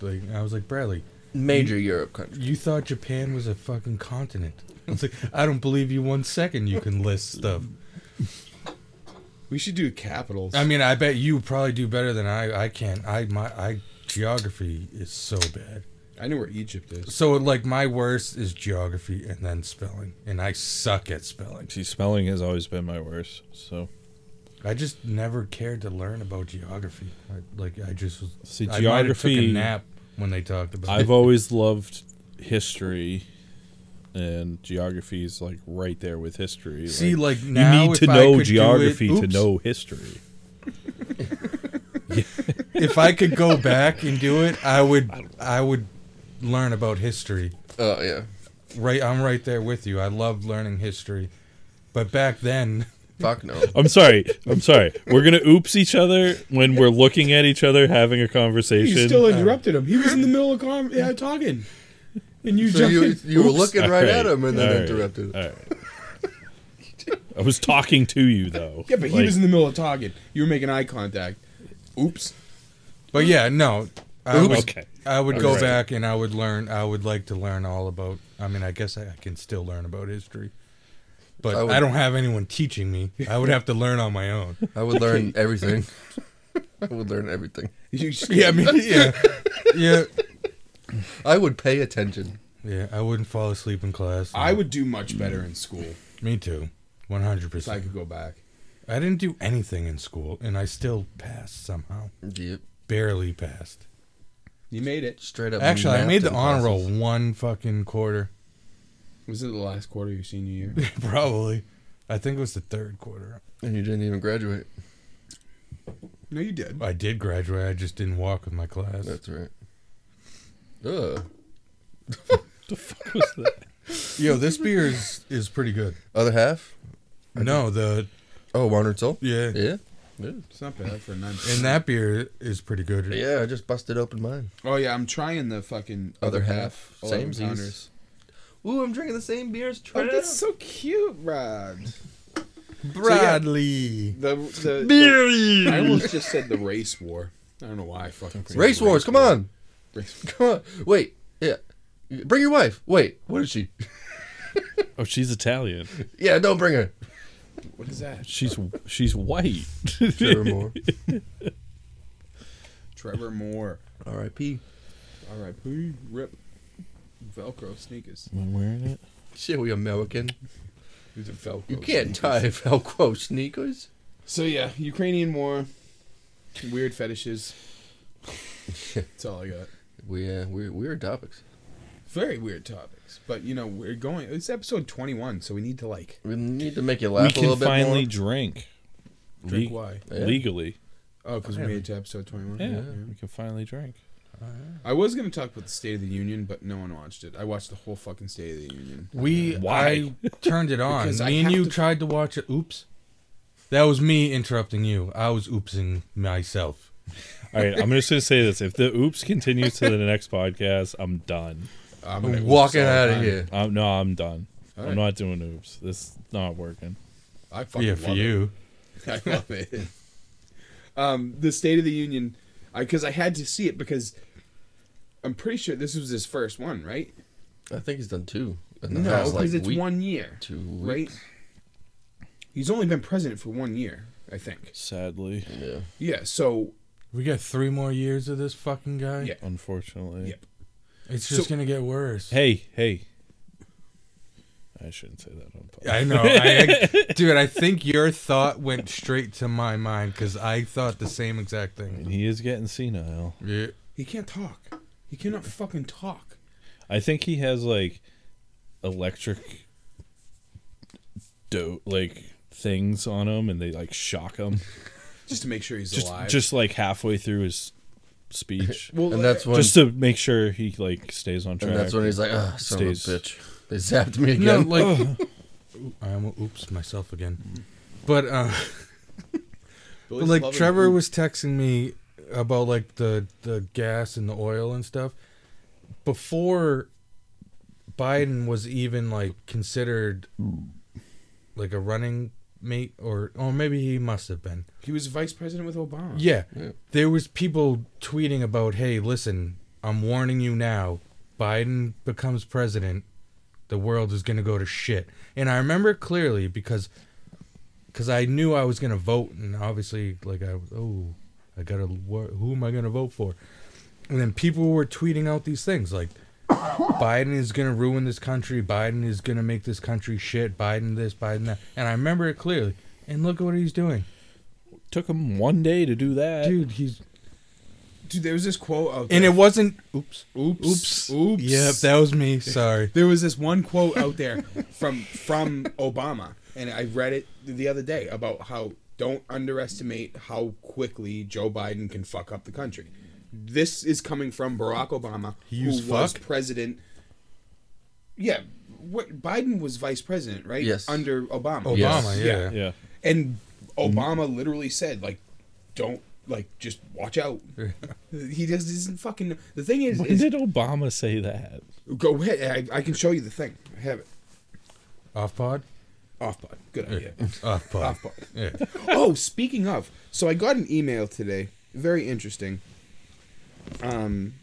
Speaker 4: Like I was like, "Bradley,
Speaker 2: Major Europe country.
Speaker 4: you thought Japan was a fucking continent." I was like, "I don't believe you one second you can list stuff."
Speaker 1: We should do capitals.
Speaker 4: I mean, I bet you probably do better than I. I can't. I my I geography is so bad.
Speaker 1: I know where Egypt is.
Speaker 4: So like my worst is geography and then spelling, and I suck at spelling.
Speaker 3: See, spelling has always been my worst. So,
Speaker 4: I just never cared to learn about geography. I, like I just was.
Speaker 3: See,
Speaker 4: I might have took
Speaker 3: geography-
Speaker 4: a nap when they talked about.
Speaker 3: I've
Speaker 4: it.
Speaker 3: always loved history, and geography is like right there with history.
Speaker 4: See,
Speaker 3: like,
Speaker 4: like
Speaker 3: you
Speaker 4: now,
Speaker 3: need to
Speaker 4: if I
Speaker 3: know
Speaker 4: could do it-
Speaker 3: geography to
Speaker 4: oops.
Speaker 3: know history.
Speaker 4: if I could go back and do it, I would. I would learn about history.
Speaker 2: Oh yeah.
Speaker 4: Right, I'm right there with you. I love learning history, but back then,
Speaker 2: Fuck no.
Speaker 3: I'm sorry. I'm sorry. We're gonna oops each other when we're looking at each other having a
Speaker 1: You
Speaker 3: conversation.
Speaker 2: uh,
Speaker 1: still interrupted him. He was in the middle of con- yeah, talking. And you
Speaker 2: So
Speaker 1: jumped
Speaker 2: you
Speaker 1: in.
Speaker 2: you were
Speaker 3: Oops.
Speaker 2: looking right,
Speaker 3: Alright,
Speaker 2: at him and then
Speaker 3: alright,
Speaker 2: interrupted.
Speaker 3: alright. I was talking to you though.
Speaker 1: Yeah, but he
Speaker 3: Like,
Speaker 1: was in the middle of talking. You were making eye contact. Oops.
Speaker 4: but yeah, no, I
Speaker 2: Oops.
Speaker 4: would.
Speaker 3: okay.
Speaker 4: I would go
Speaker 3: Right.
Speaker 4: back and I would learn. I would like to learn all about. I mean, I guess I, I can still learn about history, but
Speaker 2: I
Speaker 4: I,
Speaker 2: would-
Speaker 4: don't have anyone teaching me. I would have to learn on my own.
Speaker 2: I would learn everything. I would learn everything.
Speaker 1: You just-
Speaker 4: Yeah, I mean, yeah, yeah,
Speaker 2: I would pay attention.
Speaker 4: yeah. I wouldn't fall asleep in class.
Speaker 1: I would do much better in school
Speaker 4: Me too. One hundred
Speaker 1: if I
Speaker 4: percent.
Speaker 1: could go back.
Speaker 4: I didn't do anything in school, and I still passed somehow.
Speaker 2: Yep.
Speaker 4: Barely passed.
Speaker 1: You made it.
Speaker 2: Straight up.
Speaker 4: Actually, I
Speaker 2: mapped
Speaker 4: made the
Speaker 2: in
Speaker 4: honor roll
Speaker 2: classes.
Speaker 4: one fucking quarter,
Speaker 1: Was it the last quarter of your senior year?
Speaker 4: probably. I think it was the third quarter.
Speaker 2: and you didn't even graduate.
Speaker 1: No, you did.
Speaker 4: I did graduate. I just didn't walk with my class.
Speaker 2: That's right. Ugh.
Speaker 3: The fuck was that?
Speaker 4: Yo, this beer is is pretty good.
Speaker 2: Other half?
Speaker 4: No, the
Speaker 2: Oh, Warner and Soul?
Speaker 4: yeah,
Speaker 2: Yeah.
Speaker 1: It's not bad for a nine.
Speaker 4: and that beer is pretty good.
Speaker 2: Yeah, I just busted open mine.
Speaker 1: Oh yeah, I'm trying the fucking
Speaker 2: Other half.
Speaker 1: Same
Speaker 2: Same
Speaker 1: counters.
Speaker 2: Ooh, I'm drinking the same beer as
Speaker 1: Oh, that's so cute, Rod.
Speaker 4: Bradley.
Speaker 1: The the, the- I almost just said the race war. I don't know why I fucking said
Speaker 2: Race wars, come on.
Speaker 1: Race-
Speaker 2: Come on. Wait. Yeah. Bring your wife. Wait, what is she?
Speaker 3: Oh, she's Italian.
Speaker 2: Yeah, don't bring her.
Speaker 1: What is that?
Speaker 3: She's she's white.
Speaker 2: Trevor Moore.
Speaker 1: Trevor Moore.
Speaker 2: R.I.P.
Speaker 1: R.I.P. Rip. Velcro sneakers.
Speaker 3: I'm wearing it.
Speaker 2: Shit, we American.
Speaker 1: These are Velcro.
Speaker 2: You can't
Speaker 1: sneakers.
Speaker 2: tie Velcro sneakers.
Speaker 1: So yeah, Ukrainian war, weird fetishes. That's all I got.
Speaker 2: We, uh, we're weird topics.
Speaker 1: Very weird topics, but you know we're going. It's episode twenty-one, so we need to like
Speaker 2: We need to make you
Speaker 3: We
Speaker 2: laugh a
Speaker 3: can
Speaker 2: little bit
Speaker 3: finally
Speaker 2: more.
Speaker 3: drink.
Speaker 1: drink
Speaker 3: Le-
Speaker 1: why.
Speaker 2: Yeah.
Speaker 3: legally.
Speaker 1: Oh, because we
Speaker 4: Really?
Speaker 1: made it to episode 21.
Speaker 3: Yeah, we can finally drink.
Speaker 1: I was going to talk about the State of the Union, but no one watched it. I watched the whole fucking State of the Union.
Speaker 4: We
Speaker 3: Why?
Speaker 4: I turned it on.
Speaker 1: Because I
Speaker 4: me and
Speaker 1: have
Speaker 4: you
Speaker 1: to-
Speaker 4: tried to watch it. Oops. That was me interrupting you. I was oopsing myself.
Speaker 3: All right, I'm just gonna say this: if the oops continues to the next podcast, I'm done.
Speaker 1: I'm
Speaker 2: I'm
Speaker 1: gonna
Speaker 2: walking
Speaker 1: oops all
Speaker 2: out
Speaker 1: the
Speaker 2: of
Speaker 1: time.
Speaker 2: here.
Speaker 3: I'm, no, I'm done.
Speaker 1: All
Speaker 3: I'm
Speaker 1: right.
Speaker 3: not doing oops. This is not working.
Speaker 1: I fucking
Speaker 4: yeah, for
Speaker 1: love
Speaker 4: you.
Speaker 1: It. I love it. um, the State of the Union, because I, had to see it because I'm pretty sure this was his first one, right?
Speaker 2: I think he's done two. In the
Speaker 1: No,
Speaker 2: past,
Speaker 1: because
Speaker 2: like,
Speaker 1: it's
Speaker 2: week,
Speaker 1: one year,
Speaker 2: two
Speaker 1: right?
Speaker 2: weeks.
Speaker 1: He's only been president for one year, I think.
Speaker 3: Sadly,
Speaker 2: Yeah.
Speaker 1: Yeah. So
Speaker 4: We got three more years of this fucking guy.
Speaker 1: Yeah.
Speaker 3: unfortunately.
Speaker 1: Yep.
Speaker 4: It's just
Speaker 1: So-
Speaker 4: gonna get worse.
Speaker 3: Hey, hey. I shouldn't say that on podcast.
Speaker 4: I know, I, I- dude. I think your thought went straight to my mind because I thought the same exact thing.
Speaker 3: He is getting senile.
Speaker 4: Yeah.
Speaker 1: he can't talk. He cannot fucking talk.
Speaker 3: I think he has like electric do like things on him, and they like shock him.
Speaker 1: Just to make sure he's
Speaker 3: Just,
Speaker 1: alive.
Speaker 3: just like halfway through his speech,
Speaker 1: well,
Speaker 2: And that's when
Speaker 3: just to make sure he like stays on track.
Speaker 2: and that's when he's like, ah, son of a
Speaker 3: Stays.
Speaker 2: bitch. They zapped me
Speaker 4: No,
Speaker 2: again.
Speaker 4: like Ooh, I almost oops myself again. But uh,
Speaker 1: Billy's
Speaker 4: but like
Speaker 1: loving
Speaker 4: Trevor
Speaker 1: it.
Speaker 4: was texting me about like the the gas and the oil and stuff before Biden was even like considered like a running mate or or maybe he must have been.
Speaker 1: He was vice president with Obama.
Speaker 4: Yeah.
Speaker 2: Yeah.
Speaker 4: There was people tweeting about, "Hey, listen, I'm warning you now. Biden becomes president, the world is going to go to shit." And I remember clearly because cuz I knew I was going to vote and obviously like I was, "Oh, I got to who am I going to vote for?" And then people were tweeting out these things like Biden is going to ruin this country. Biden is going to make this country shit. Biden this, Biden that. And I remember it clearly. And look at what he's doing.
Speaker 3: Took him one day to do that.
Speaker 4: Dude, he's
Speaker 1: Dude, there was this quote out there.
Speaker 4: And it wasn't. Oops.
Speaker 1: oops,
Speaker 4: Oops.
Speaker 1: oops.
Speaker 4: Yep, that was me. Sorry.
Speaker 1: there was this one quote out there from from Obama, and I read it the other day about how don't underestimate how quickly Joe Biden can fuck up the country. This is coming from Barack Obama, who
Speaker 4: used
Speaker 1: was
Speaker 4: fuck?
Speaker 1: president. Yeah, what Biden was vice president, right?
Speaker 2: Yes.
Speaker 1: under Obama.
Speaker 4: Obama,
Speaker 2: Yes.
Speaker 4: yeah. Mm-hmm.
Speaker 3: Yeah.
Speaker 1: And Obama literally said, like, don't, like, just watch out. he just isn't fucking. The thing is,
Speaker 3: When
Speaker 1: is
Speaker 3: did Obama say that?
Speaker 1: go ahead. I, I can show you the thing. I have it.
Speaker 4: Off pod?
Speaker 1: Off pod. Good idea.
Speaker 4: Off pod.
Speaker 1: Off pod.
Speaker 4: Yeah.
Speaker 1: Oh, speaking of, so I got an email today. Very interesting. Um,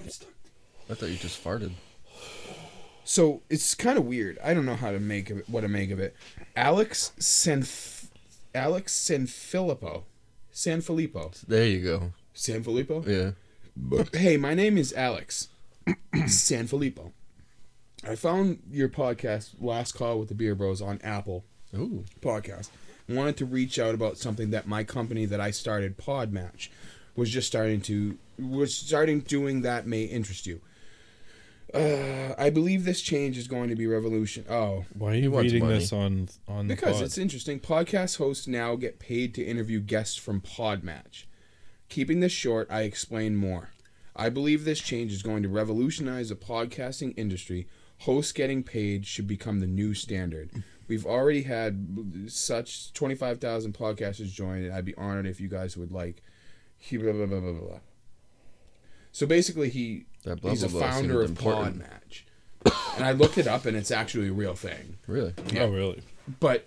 Speaker 2: I thought you just farted.
Speaker 1: so it's kind of weird. I don't know how to make of it, what to make of it. Alex San, Alex Sanfilippo, Sanfilippo,
Speaker 2: There you go.
Speaker 1: Sanfilippo.
Speaker 2: Yeah.
Speaker 1: Hey, my name is Alex Sanfilippo. I found your podcast, Last Call with the Beer Bros, on Apple
Speaker 2: Ooh.
Speaker 1: podcast. Wanted to reach out about something that my company that I started, Podmatch, was just starting to was starting doing that may interest you. Uh, I believe this change is going to be revolution. Oh,
Speaker 3: Why are you
Speaker 2: wants
Speaker 3: reading
Speaker 2: money.
Speaker 3: this on on the
Speaker 1: because
Speaker 3: pod?
Speaker 1: it's interesting. Podcast hosts now get paid to interview guests from Podmatch. Keeping this short, I explain more. I believe this change is going to revolutionize the podcasting industry. Hosts getting paid should become the new standard. We've already had such 25,000 podcasters join, and I'd be honored if you guys would like. He blah blah blah blah blah. So basically, he
Speaker 2: That blah,
Speaker 1: he's
Speaker 2: blah,
Speaker 1: a
Speaker 2: blah
Speaker 1: founder of
Speaker 2: seemed important.
Speaker 1: Podmatch, and I looked it up, and it's actually a real thing
Speaker 2: Really?
Speaker 1: yeah.
Speaker 3: Oh, really?
Speaker 1: but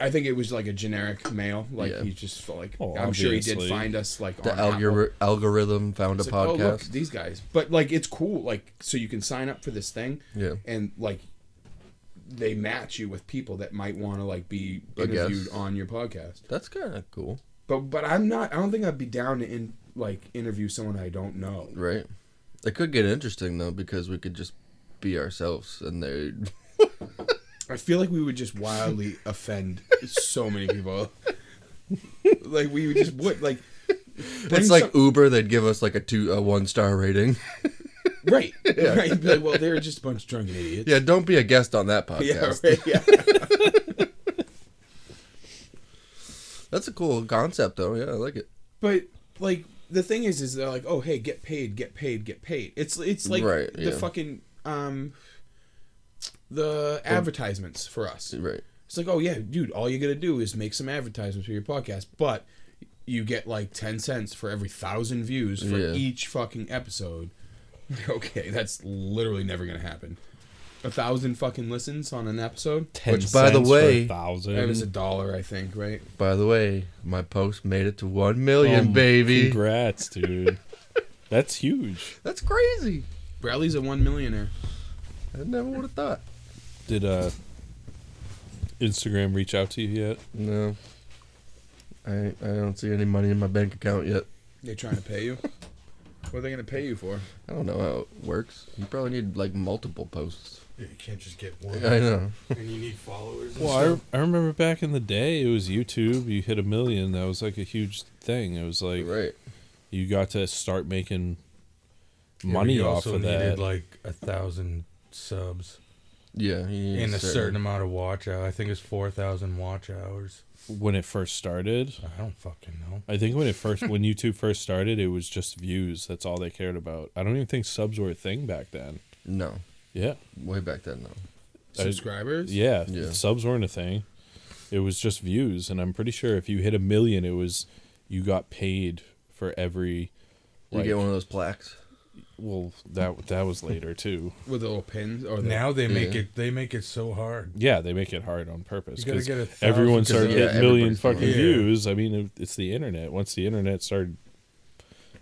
Speaker 1: I think it was like a generic mail. Like
Speaker 2: Yeah.
Speaker 1: he just felt like
Speaker 3: Oh,
Speaker 1: I'm sure he did
Speaker 3: obviously.
Speaker 1: find us like
Speaker 2: The
Speaker 1: on Apple.
Speaker 2: algori- algorithm found a
Speaker 1: It's like, oh, look,
Speaker 2: podcast.
Speaker 1: these guys. But like it's cool. Like so you can sign up for this thing.
Speaker 2: Yeah.
Speaker 1: And like they match you with people that might want to like be
Speaker 2: A guest.
Speaker 1: interviewed on your podcast.
Speaker 2: That's kind of cool,
Speaker 1: But but I'm not. I don't think I'd be down to in like interview someone I don't know.
Speaker 2: right? It could get interesting though because we could just be ourselves and they.
Speaker 1: I feel like we would just wildly offend so many people. like we would just would like. bring
Speaker 2: It's like
Speaker 1: some-
Speaker 2: Uber. They'd give us like a two, a one star rating.
Speaker 1: Right. Right. Be like, well, they're just a bunch of drunken idiots.
Speaker 2: yeah, don't be a guest on that podcast.
Speaker 1: Yeah. Right, yeah.
Speaker 2: That's a cool concept, though. Yeah, I like it.
Speaker 1: But like the thing is, is they're like, oh hey, get paid, get paid, get paid. It's it's like
Speaker 2: Right,
Speaker 1: the
Speaker 2: yeah.
Speaker 1: fucking um the advertisements for us.
Speaker 2: Right.
Speaker 1: It's like, oh yeah, dude, all you gotta do is make some advertisements for your podcast, but you get like ten cents for every thousand views for
Speaker 2: Yeah.
Speaker 1: each fucking episode. Like, okay, that's literally never gonna happen. A thousand fucking listens on an episode.
Speaker 2: Which, by the
Speaker 3: cents for a
Speaker 2: way-
Speaker 3: thousand.
Speaker 1: That was
Speaker 2: Mm.
Speaker 1: a dollar, I think, right?
Speaker 2: By the way, my post made it to one
Speaker 3: Oh,
Speaker 2: million, baby.
Speaker 3: Congrats, dude. That's huge.
Speaker 2: That's crazy.
Speaker 1: Bradley's a one millionaire.
Speaker 2: I never would have thought.
Speaker 3: Did uh, Instagram reach out to you yet?
Speaker 2: No. I I don't see any money in my bank account yet.
Speaker 1: They're trying to pay you. what are they gonna pay you for?
Speaker 2: I don't know how it works. You probably need like multiple posts.
Speaker 5: You can't just get one.
Speaker 2: I know.
Speaker 5: And you need followers. And
Speaker 3: Well,
Speaker 5: stuff.
Speaker 3: I, I remember back in the day, it was YouTube. You hit a million. That was like a huge thing. It was like
Speaker 2: Right.
Speaker 3: you got to start making
Speaker 4: Yeah, but
Speaker 3: money
Speaker 4: you
Speaker 3: off
Speaker 4: also
Speaker 3: of
Speaker 4: needed
Speaker 3: that.
Speaker 4: like a thousand subs
Speaker 2: Yeah. You need
Speaker 4: and a certain amount of watch hour. I think it's four thousand watch hours.
Speaker 3: when it first started,
Speaker 4: I don't fucking know.
Speaker 3: I think when it first when YouTube first started, it was just views. That's all they cared about. I don't even think subs were a thing back then.
Speaker 2: No.
Speaker 3: Yeah,
Speaker 2: Way back then, no.
Speaker 3: I-
Speaker 1: Subscribers?
Speaker 3: yeah,
Speaker 2: Yeah.
Speaker 3: subs weren't a thing. It was just views, and I'm pretty sure if you hit a million, it was you got paid for every.
Speaker 2: You
Speaker 3: Like-
Speaker 2: get one of those plaques.
Speaker 3: Well, that that was later too.
Speaker 1: With the little pins or the
Speaker 4: Now they make
Speaker 2: Yeah.
Speaker 4: it they make it so hard.
Speaker 3: Yeah, they make it hard on purpose
Speaker 4: You gotta
Speaker 3: because
Speaker 4: get a thousand-
Speaker 3: everyone
Speaker 4: 'cause
Speaker 3: started
Speaker 2: yeah,
Speaker 3: hitting million
Speaker 2: everybody's doing
Speaker 3: fucking
Speaker 4: it. Yeah.
Speaker 3: views. I mean, it- it's the internet. Once the internet started,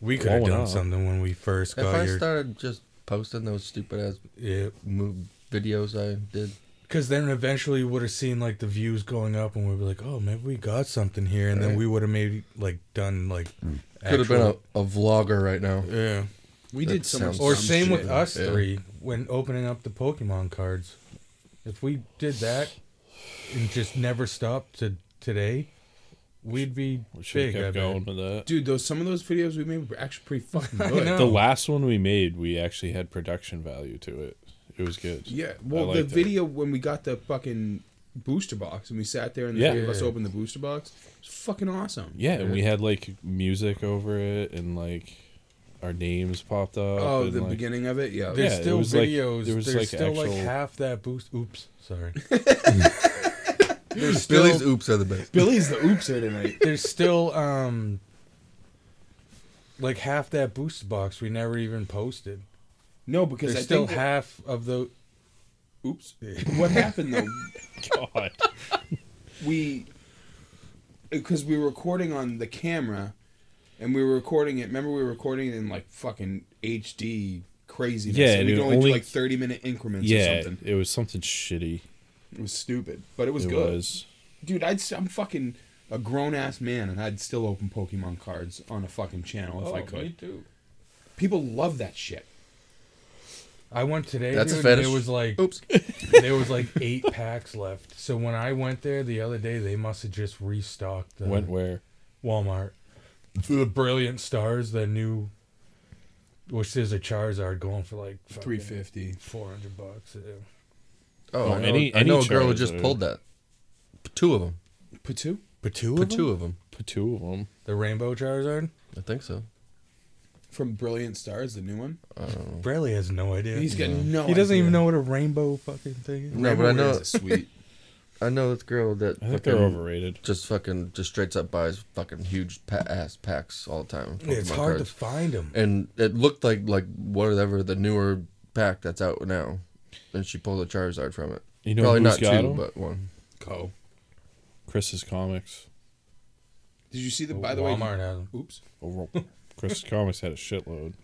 Speaker 4: We could have
Speaker 3: Blowing
Speaker 4: done
Speaker 3: up.
Speaker 4: something when we first
Speaker 2: if
Speaker 4: got
Speaker 2: I
Speaker 4: your
Speaker 2: started just posting those stupid ass
Speaker 4: yeah.
Speaker 2: move videos I did,
Speaker 4: Because then eventually would have seen like the views going up, and we'd be like, "Oh, maybe we got something here." And then
Speaker 2: Right.
Speaker 4: we would have maybe like done like
Speaker 2: could have been a, a vlogger right now.
Speaker 4: been a yeah.
Speaker 1: We
Speaker 2: That
Speaker 1: did so much.
Speaker 2: sounds
Speaker 4: Or
Speaker 1: dumb
Speaker 4: same
Speaker 1: shit.
Speaker 4: with us
Speaker 2: Yeah.
Speaker 4: three when opening up the Pokemon cards. If we did that and just never stopped to today, we'd be
Speaker 3: we should
Speaker 4: big.
Speaker 3: have
Speaker 4: I
Speaker 3: kept
Speaker 4: bet.
Speaker 3: going with that.
Speaker 1: Dude, those some of those videos we made were actually pretty fucking
Speaker 4: I
Speaker 1: good.
Speaker 4: know.
Speaker 3: The last one we made, we actually had production value to it. It was good.
Speaker 1: Yeah. Well,
Speaker 3: I
Speaker 1: the
Speaker 3: liked it.
Speaker 1: video when we got the fucking booster box and we sat there and the
Speaker 3: Yeah.
Speaker 1: three of us
Speaker 4: Yeah.
Speaker 1: opened the booster box, it's fucking awesome.
Speaker 3: Yeah, and we had like music over it, and like our names popped up.
Speaker 1: Oh,
Speaker 3: and,
Speaker 1: the
Speaker 3: like-
Speaker 1: beginning of it, yeah.
Speaker 3: Yeah.
Speaker 4: There's
Speaker 3: it
Speaker 4: still
Speaker 3: was like-
Speaker 4: videos.
Speaker 3: there was,
Speaker 4: There's
Speaker 3: like,
Speaker 4: still like
Speaker 3: actual-
Speaker 4: half that boost. Oops, sorry.
Speaker 2: Billy's
Speaker 4: still-
Speaker 2: oops are the best.
Speaker 1: Billy's the oopser tonight.
Speaker 4: There's still um like half that boost box we never even posted.
Speaker 1: No, because
Speaker 4: There's
Speaker 1: I
Speaker 4: still
Speaker 1: think that-
Speaker 4: half of the
Speaker 1: oops. What happened though?
Speaker 3: God.
Speaker 1: We because we were recording on the camera and we were recording it. Remember, we were recording it in like fucking HD craziness.
Speaker 3: Yeah,
Speaker 1: and we
Speaker 3: and
Speaker 1: could
Speaker 3: it
Speaker 1: only,
Speaker 3: only-
Speaker 1: do like thirty minute increments or
Speaker 3: yeah,
Speaker 1: something.
Speaker 3: it was something shitty.
Speaker 1: It was stupid, but it was
Speaker 3: it
Speaker 1: good.
Speaker 3: was.
Speaker 1: dude, I'd st- I'm fucking a grown ass man, and I'd still open Pokemon cards on a fucking channel if
Speaker 4: Oh,
Speaker 1: I could.
Speaker 4: too.
Speaker 1: People love that shit.
Speaker 4: I went today.
Speaker 2: That's a
Speaker 4: dude,
Speaker 2: fetish.
Speaker 4: There was like
Speaker 2: Oops.
Speaker 4: there was like eight packs left. So when I went there the other day, they must have just restocked the
Speaker 3: Went where?
Speaker 4: Walmart. The Brilliant Stars, the new, which there's a Charizard going for like
Speaker 1: Three fifty.
Speaker 4: four hundred bucks. Uh, yeah.
Speaker 2: Oh,
Speaker 3: Oh,
Speaker 2: I know,
Speaker 3: any-
Speaker 2: I know
Speaker 3: any
Speaker 2: a girl who
Speaker 3: Charizard.
Speaker 2: just pulled that. Two of them.
Speaker 1: Patu?
Speaker 4: But two
Speaker 2: Put
Speaker 4: of them?
Speaker 2: two of them.
Speaker 3: Put two of them.
Speaker 4: the Rainbow Charizard.
Speaker 2: I think so.
Speaker 1: From Brilliant Stars, the new one.
Speaker 2: I don't know.
Speaker 4: Bradley has no idea.
Speaker 1: He's got no.
Speaker 4: he doesn't
Speaker 1: idea.
Speaker 4: even know what a rainbow fucking thing is.
Speaker 2: No, but I
Speaker 1: Rainbow
Speaker 2: know-
Speaker 1: Warriors is sweet.
Speaker 2: I know this girl that
Speaker 3: I think
Speaker 2: fucking
Speaker 3: they're overrated.
Speaker 2: just fucking just straight up buys fucking huge pa- ass packs all the time. of
Speaker 4: Yeah, it's
Speaker 2: Pokemon
Speaker 4: hard
Speaker 2: cards.
Speaker 4: to find them.
Speaker 2: and it looked like like whatever the newer pack that's out now. And she pulled a Charizard from it.
Speaker 3: You know
Speaker 2: Probably not
Speaker 3: who's got
Speaker 2: two,
Speaker 3: 'em?
Speaker 2: but one.
Speaker 1: Co.
Speaker 3: Chris's comics.
Speaker 1: Did you see the? By the
Speaker 4: Walmart
Speaker 1: way,
Speaker 4: has 'em.
Speaker 1: oops.
Speaker 3: Over- Chris's comics had a shitload.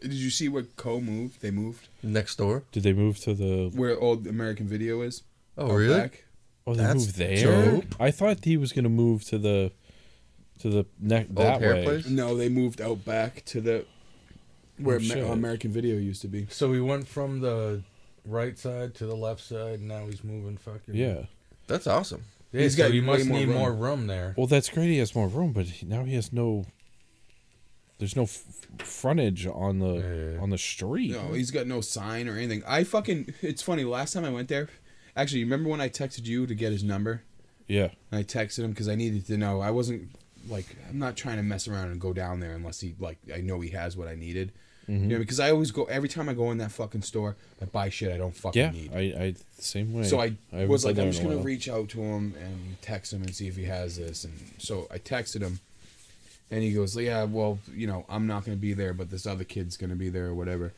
Speaker 1: Did you see where Co moved? They moved
Speaker 2: Next door.
Speaker 3: Did they move to the?
Speaker 1: where old American Video is.
Speaker 2: Oh,
Speaker 1: Out
Speaker 2: really?
Speaker 1: back.
Speaker 3: Oh, they
Speaker 2: That's
Speaker 3: moved there.
Speaker 2: dope.
Speaker 3: I thought he was gonna move to the, to the neck that
Speaker 2: hair
Speaker 3: way.
Speaker 2: place?
Speaker 1: No, they moved out back to the where
Speaker 3: Oh,
Speaker 1: Ma-
Speaker 3: shit.
Speaker 1: American Video used to be.
Speaker 4: So he went from the right side to the left side, and now he's moving fucking.
Speaker 3: Yeah.
Speaker 2: That's awesome.
Speaker 4: Yeah,
Speaker 1: He's
Speaker 4: so
Speaker 1: got
Speaker 4: he
Speaker 1: way
Speaker 4: must
Speaker 1: more
Speaker 4: need
Speaker 1: room.
Speaker 4: more room there.
Speaker 3: Well, that's great. He has more room, but he, now he has no. There's no f- frontage on the
Speaker 4: Yeah.
Speaker 3: on the street.
Speaker 1: No, he's got no sign or anything. I fucking. It's funny. Last time I went there, actually, you remember when I texted you to get his number,
Speaker 3: Yeah.
Speaker 1: And I texted him because I needed to know. I wasn't like I'm not trying to mess around and go down there unless he like I know he has what I needed. You know, because I always go every time I go in that fucking store, I buy shit I don't fucking
Speaker 3: Yeah.
Speaker 1: need.
Speaker 3: I, I same way.
Speaker 1: so I,
Speaker 3: haven't
Speaker 1: was
Speaker 3: been
Speaker 1: like,
Speaker 3: there
Speaker 1: I'm
Speaker 3: in
Speaker 1: just
Speaker 3: a
Speaker 1: gonna
Speaker 3: while.
Speaker 1: reach out to him and text him and see if he has this. And so I texted him, and he goes, "Yeah, well, you know, I'm not gonna be there, but this other kid's gonna be there or whatever."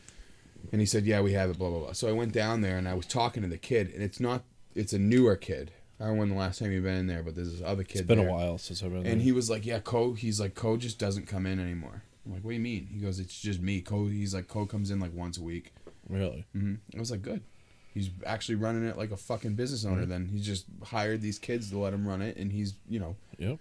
Speaker 1: And he said, "Yeah, we have it." Blah blah blah. So I went down there and I was talking to the kid, and it's not, it's a newer kid. I don't know when the last time you've been in there, but there's this other kid.
Speaker 3: It's been
Speaker 1: there.
Speaker 3: a while since I've been there.
Speaker 1: And he was like, "Yeah, Co." He's like, "Co just doesn't come in anymore." I'm like, "What do you mean?" He goes, "It's just me." Co. He's like, "Co comes in like once a week."
Speaker 3: really.
Speaker 1: hmm I was like, "Good." He's actually running it like a fucking business owner.
Speaker 3: Mm-hmm.
Speaker 1: Then he's just hired these kids to let him run it, and he's you know,
Speaker 3: Yep.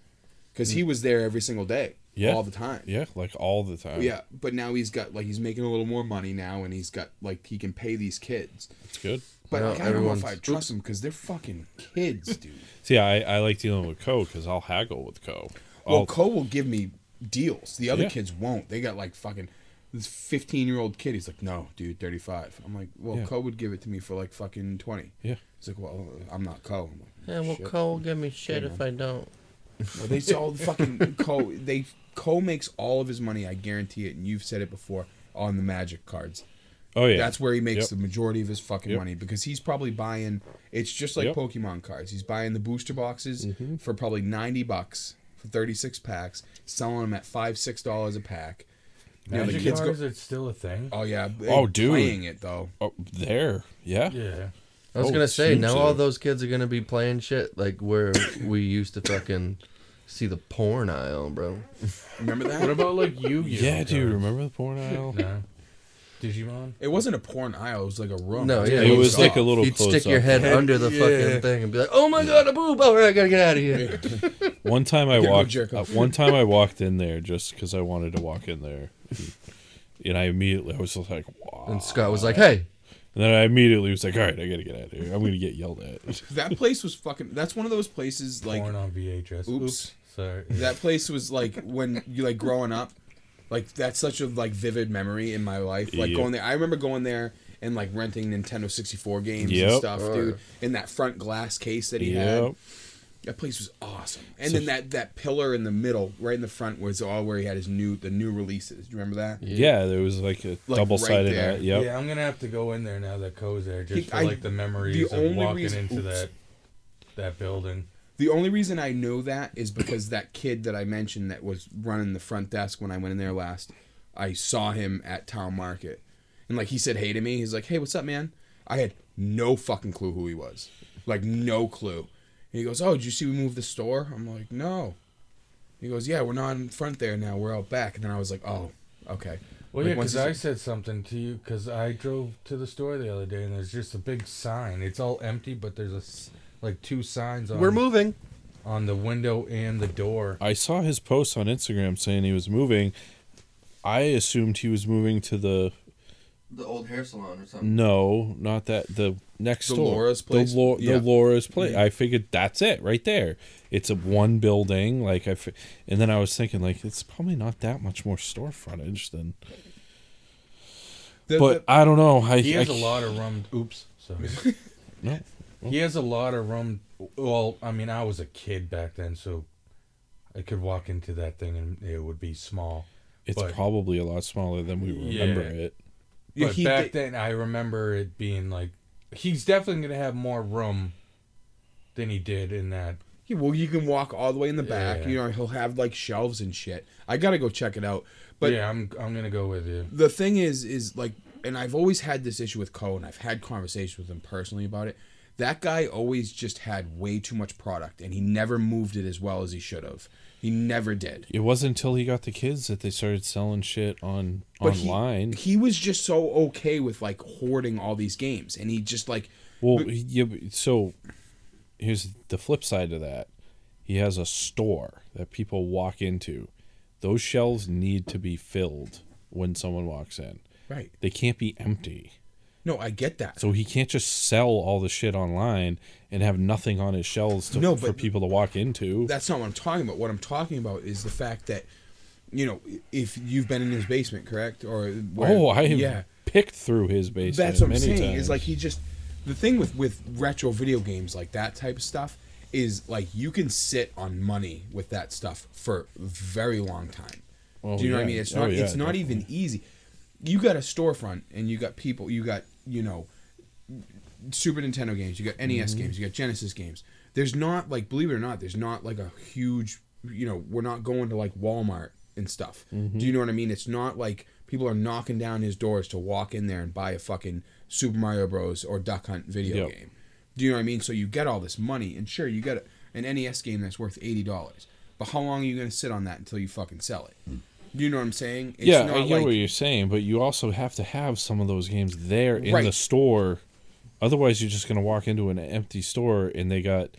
Speaker 1: because he was there every single day,
Speaker 3: Mm-hmm. Yeah.
Speaker 1: all the time.
Speaker 3: Yeah, like all the time.
Speaker 1: Yeah, but now he's got like he's making a little more money now, and he's got like he can pay these kids.
Speaker 3: It's good.
Speaker 1: But
Speaker 2: Well,
Speaker 1: like, I don't know if I
Speaker 2: everyone's-
Speaker 1: trust them because they're fucking kids, dude.
Speaker 3: See, I, I like dealing with Co because I'll haggle with Co.
Speaker 1: Well,
Speaker 3: I'll-
Speaker 1: Cole will give me deals. The other
Speaker 3: Yeah.
Speaker 1: kids won't. They got like fucking this 15 year old kid. He's like, no, dude, 35. I'm like, well,
Speaker 3: Yeah.
Speaker 1: Cole would give it to me for like fucking 20.
Speaker 3: yeah.
Speaker 1: He's like, well, I'm not Cole. I'm like,
Speaker 2: Yeah, well,
Speaker 1: Shit.
Speaker 2: Cole will give me shit if I don't.
Speaker 1: well, they all the fucking Cole. They Cole makes all of his money. I guarantee it. And you've said it before on the Magic cards.
Speaker 3: Oh yeah.
Speaker 1: That's where he makes
Speaker 3: Yep.
Speaker 1: the majority of his fucking
Speaker 3: Yep.
Speaker 1: money because he's probably buying. It's just like
Speaker 3: Yep.
Speaker 1: Pokemon cards. He's buying the booster boxes for probably ninety bucks for thirty six packs, selling them at five six dollars a pack. You know, the
Speaker 4: Magic
Speaker 1: kids go-
Speaker 4: cards, it's still a thing.
Speaker 1: Oh yeah. they
Speaker 3: Oh, dude.
Speaker 1: playing it though.
Speaker 3: oh, there. Yeah.
Speaker 4: Yeah.
Speaker 2: I was
Speaker 3: Oh,
Speaker 2: gonna say
Speaker 3: huge
Speaker 2: now all
Speaker 3: there.
Speaker 2: those kids are gonna be playing shit like where we used to fucking see the porn aisle, bro.
Speaker 1: Remember
Speaker 4: What
Speaker 1: that?
Speaker 4: about like Yu Gi Oh?
Speaker 3: Yeah, dude. Remember the porn aisle?
Speaker 4: No. Digimon?
Speaker 1: It wasn't a porn aisle. It was like a room.
Speaker 2: No, yeah,
Speaker 3: It was like a little.
Speaker 2: You'd
Speaker 3: closed
Speaker 2: stick your
Speaker 3: off.
Speaker 2: head under the fucking thing and be like, "Oh my god, a boob! All right, I gotta get out of here."
Speaker 3: One time I
Speaker 1: Here, go
Speaker 3: walked.
Speaker 1: jerk
Speaker 3: Uh,
Speaker 1: off.
Speaker 3: one time I walked in there just because I wanted to walk in there, and I immediately I was just like, "Wow!"
Speaker 2: And Scott was like, "Hey,
Speaker 3: And then I immediately was like, "All right, I gotta get out of here. I'm gonna get yelled at."
Speaker 1: That place was fucking. That's one of those places like.
Speaker 4: Porn on VHS.
Speaker 1: Oops.
Speaker 4: Sorry.
Speaker 1: That place was like when you like growing up. Like that's such a like vivid memory in my life. Like
Speaker 3: Yeah.
Speaker 1: going there, I remember going there and like renting Nintendo sixty four games
Speaker 3: Yep.
Speaker 1: and stuff,
Speaker 2: Oh,
Speaker 1: dude. In that front glass case that he
Speaker 3: Yep.
Speaker 1: had, that place was awesome. And
Speaker 3: So-
Speaker 1: then that that pillar in the middle, right in the front, was all where he had his new the new releases. Do you remember that?
Speaker 3: Yeah, there was like a
Speaker 1: right
Speaker 3: double sided.
Speaker 1: there.
Speaker 3: Right yep.
Speaker 4: Yeah, I'm gonna have to go in there now that Co's there, just
Speaker 1: He-
Speaker 4: for
Speaker 1: I-
Speaker 4: like the memories
Speaker 1: the
Speaker 4: of
Speaker 1: only
Speaker 4: walking
Speaker 1: reason-
Speaker 4: into
Speaker 1: oops.
Speaker 4: that that building.
Speaker 1: The only reason I know that is because that kid that I mentioned that was running the front desk when I went in there last, I saw him at town market. And like he said hey to me, he's like, "Hey, what's up, man?" I had no fucking clue who he was. Like no clue. And he goes, "Oh, did you see we moved the store?" I'm like, "No." He goes, "Yeah, we're not in front there now. We're out back." And then I was like, "Oh, okay."
Speaker 4: Well,
Speaker 1: Like,
Speaker 4: yeah,
Speaker 1: once
Speaker 4: because
Speaker 1: he's-
Speaker 4: I said something to you because I drove to the store the other day and there's just a big sign. It's all empty, but there's a s- like two signs on
Speaker 2: we're moving."
Speaker 4: on the window and the door.
Speaker 3: I saw his post on Instagram saying he was moving. I assumed he was moving to the
Speaker 2: The old hair salon or something.
Speaker 3: no, not that the next
Speaker 1: The
Speaker 3: door,
Speaker 1: Laura's place?
Speaker 3: The, Lau-
Speaker 1: Yeah.
Speaker 3: the Laura's place. I figured that's it right there. It's a one building. Like I, fi- and then I was thinking like it's probably not that much more store frontage than.
Speaker 1: The-
Speaker 3: But I don't know. I,
Speaker 4: He
Speaker 3: I
Speaker 4: has a
Speaker 3: c-
Speaker 4: lot of rum. Oops, sorry.
Speaker 3: No.
Speaker 4: He has a lot of room. Well, I mean, I was a kid back then, so I could walk into that thing and it would be small.
Speaker 3: It's
Speaker 4: but-
Speaker 3: probably a lot smaller than we
Speaker 4: Yeah.
Speaker 3: remember it.
Speaker 1: the-
Speaker 4: but
Speaker 1: he
Speaker 4: back
Speaker 1: did-
Speaker 4: then, I remember it being like he's definitely gonna have more room than he did in that.
Speaker 1: Yeah, well, you can walk all the way in the back.
Speaker 4: Yeah.
Speaker 1: You know, he'll have like shelves and shit. I gotta go check it out. But
Speaker 4: yeah, I'm I'm gonna go with you.
Speaker 1: the thing is is like and i've always had this issue with co and i've had conversations with him personally about it that guy always just had way too much product and he never moved it as well as he should have he never did
Speaker 3: It wasn't until he got the kids that they started selling shit on
Speaker 1: but he-
Speaker 3: online.
Speaker 1: he, was just so okay with like hoarding all these games and he just like
Speaker 3: Well, he- yeah, but- so here's the flip side to that. He has a store that people walk into. Those shelves need to be filled when someone walks in.
Speaker 1: right
Speaker 3: They can't be empty.
Speaker 1: no i get that
Speaker 3: So he can't just sell all the shit online and have nothing on his shelves to,
Speaker 1: No,
Speaker 3: for
Speaker 1: but-
Speaker 3: people to walk into.
Speaker 1: that's not what i'm talking about what i'm talking about is the fact that you know if you've been in his basement correct or where-
Speaker 3: oh, I have
Speaker 1: yeah
Speaker 3: picked through his basement.
Speaker 1: That's what I'm
Speaker 3: many
Speaker 1: saying.
Speaker 3: Times.
Speaker 1: Is like he just the thing with with retro video games like that type of stuff is like you can sit on money with that stuff for a very long time.
Speaker 3: Oh,
Speaker 1: Do you know what I
Speaker 3: yeah.
Speaker 1: mean? It's
Speaker 3: Oh,
Speaker 1: not
Speaker 3: yeah,
Speaker 1: it's not even easy. You got a storefront and you got people, you got, you know, Super Nintendo games, you got NES
Speaker 3: Mm-hmm.
Speaker 1: games, you got Genesis games. There's not like believe it or not, there's not like a huge, you know, we're not going to like Walmart and stuff. Do
Speaker 3: Mm-hmm.
Speaker 1: you know what I mean? It's not like people are knocking down his doors to walk in there and buy a fucking Super Mario Bros or Duck Hunt video
Speaker 3: Yep.
Speaker 1: game. Do you know what I mean? So you get all this money and sure you get an NES game that's worth $80. But how long are you going to sit on that until you fucking sell it? Do you know what I'm saying? It's
Speaker 3: Hmm. yeah, I get what you're saying, but you also have to have some of those games there in the
Speaker 1: Right.
Speaker 3: store. Otherwise, you're just gonna walk into an empty store and they got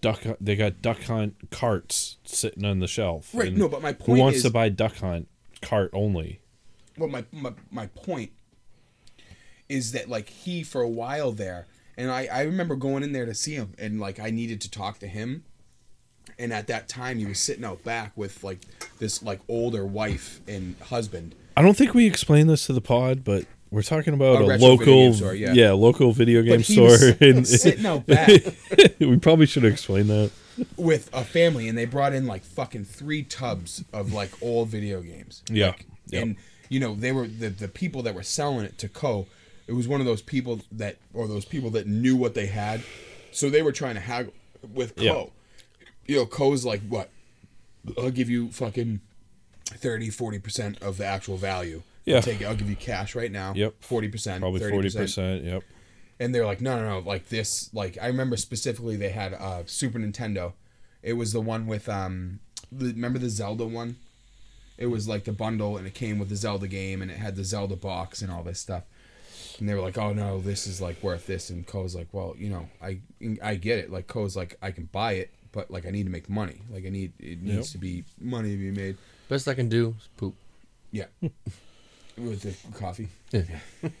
Speaker 3: duck. They got duck hunt carts sitting on the shelf.
Speaker 1: Right,
Speaker 3: and
Speaker 1: no, but my
Speaker 3: who
Speaker 1: point
Speaker 3: wants
Speaker 1: is-
Speaker 3: to buy duck hunt cart only?
Speaker 1: well my, my my point is that like he for a while there and I, I remember going in there to see him and like i needed to talk to him and at that time he was sitting out back with like this like older wife and husband
Speaker 3: I don't think we explained this to the pod, but we're talking about
Speaker 1: A retro
Speaker 3: a,
Speaker 1: video
Speaker 3: local,
Speaker 1: game store, yeah.
Speaker 3: local video game
Speaker 1: but he
Speaker 3: store.
Speaker 1: was
Speaker 3: in-
Speaker 1: sitting out back
Speaker 3: we probably should have explained that.
Speaker 1: with a family and they brought in like fucking three tubs of like old video games
Speaker 3: Yeah, yeah.
Speaker 1: and you know they were the, the people that were selling it to co it was one of those people that or those people that knew what they had so they were trying to haggle with co
Speaker 3: Yeah.
Speaker 1: you know co's like what i'll give you fucking 30 40% of the actual value
Speaker 3: Yeah.
Speaker 1: I'll, take it. I'll give you cash right now
Speaker 3: Yep.
Speaker 1: 40%
Speaker 3: probably
Speaker 1: 30%.
Speaker 3: forty percent. Yep.
Speaker 1: and they're like no no no like this like i remember specifically they had uh super nintendo it was the one with um the, remember the zelda one it was like the bundle and it came with the zelda game and it had the zelda box and all this stuff and they were like oh no this is like worth this and co's like well you know i i get it like co's like i can buy it but like i need to make money like i need it needs to be money to be made
Speaker 2: Best I can do is poop.
Speaker 1: yeah. With the coffee.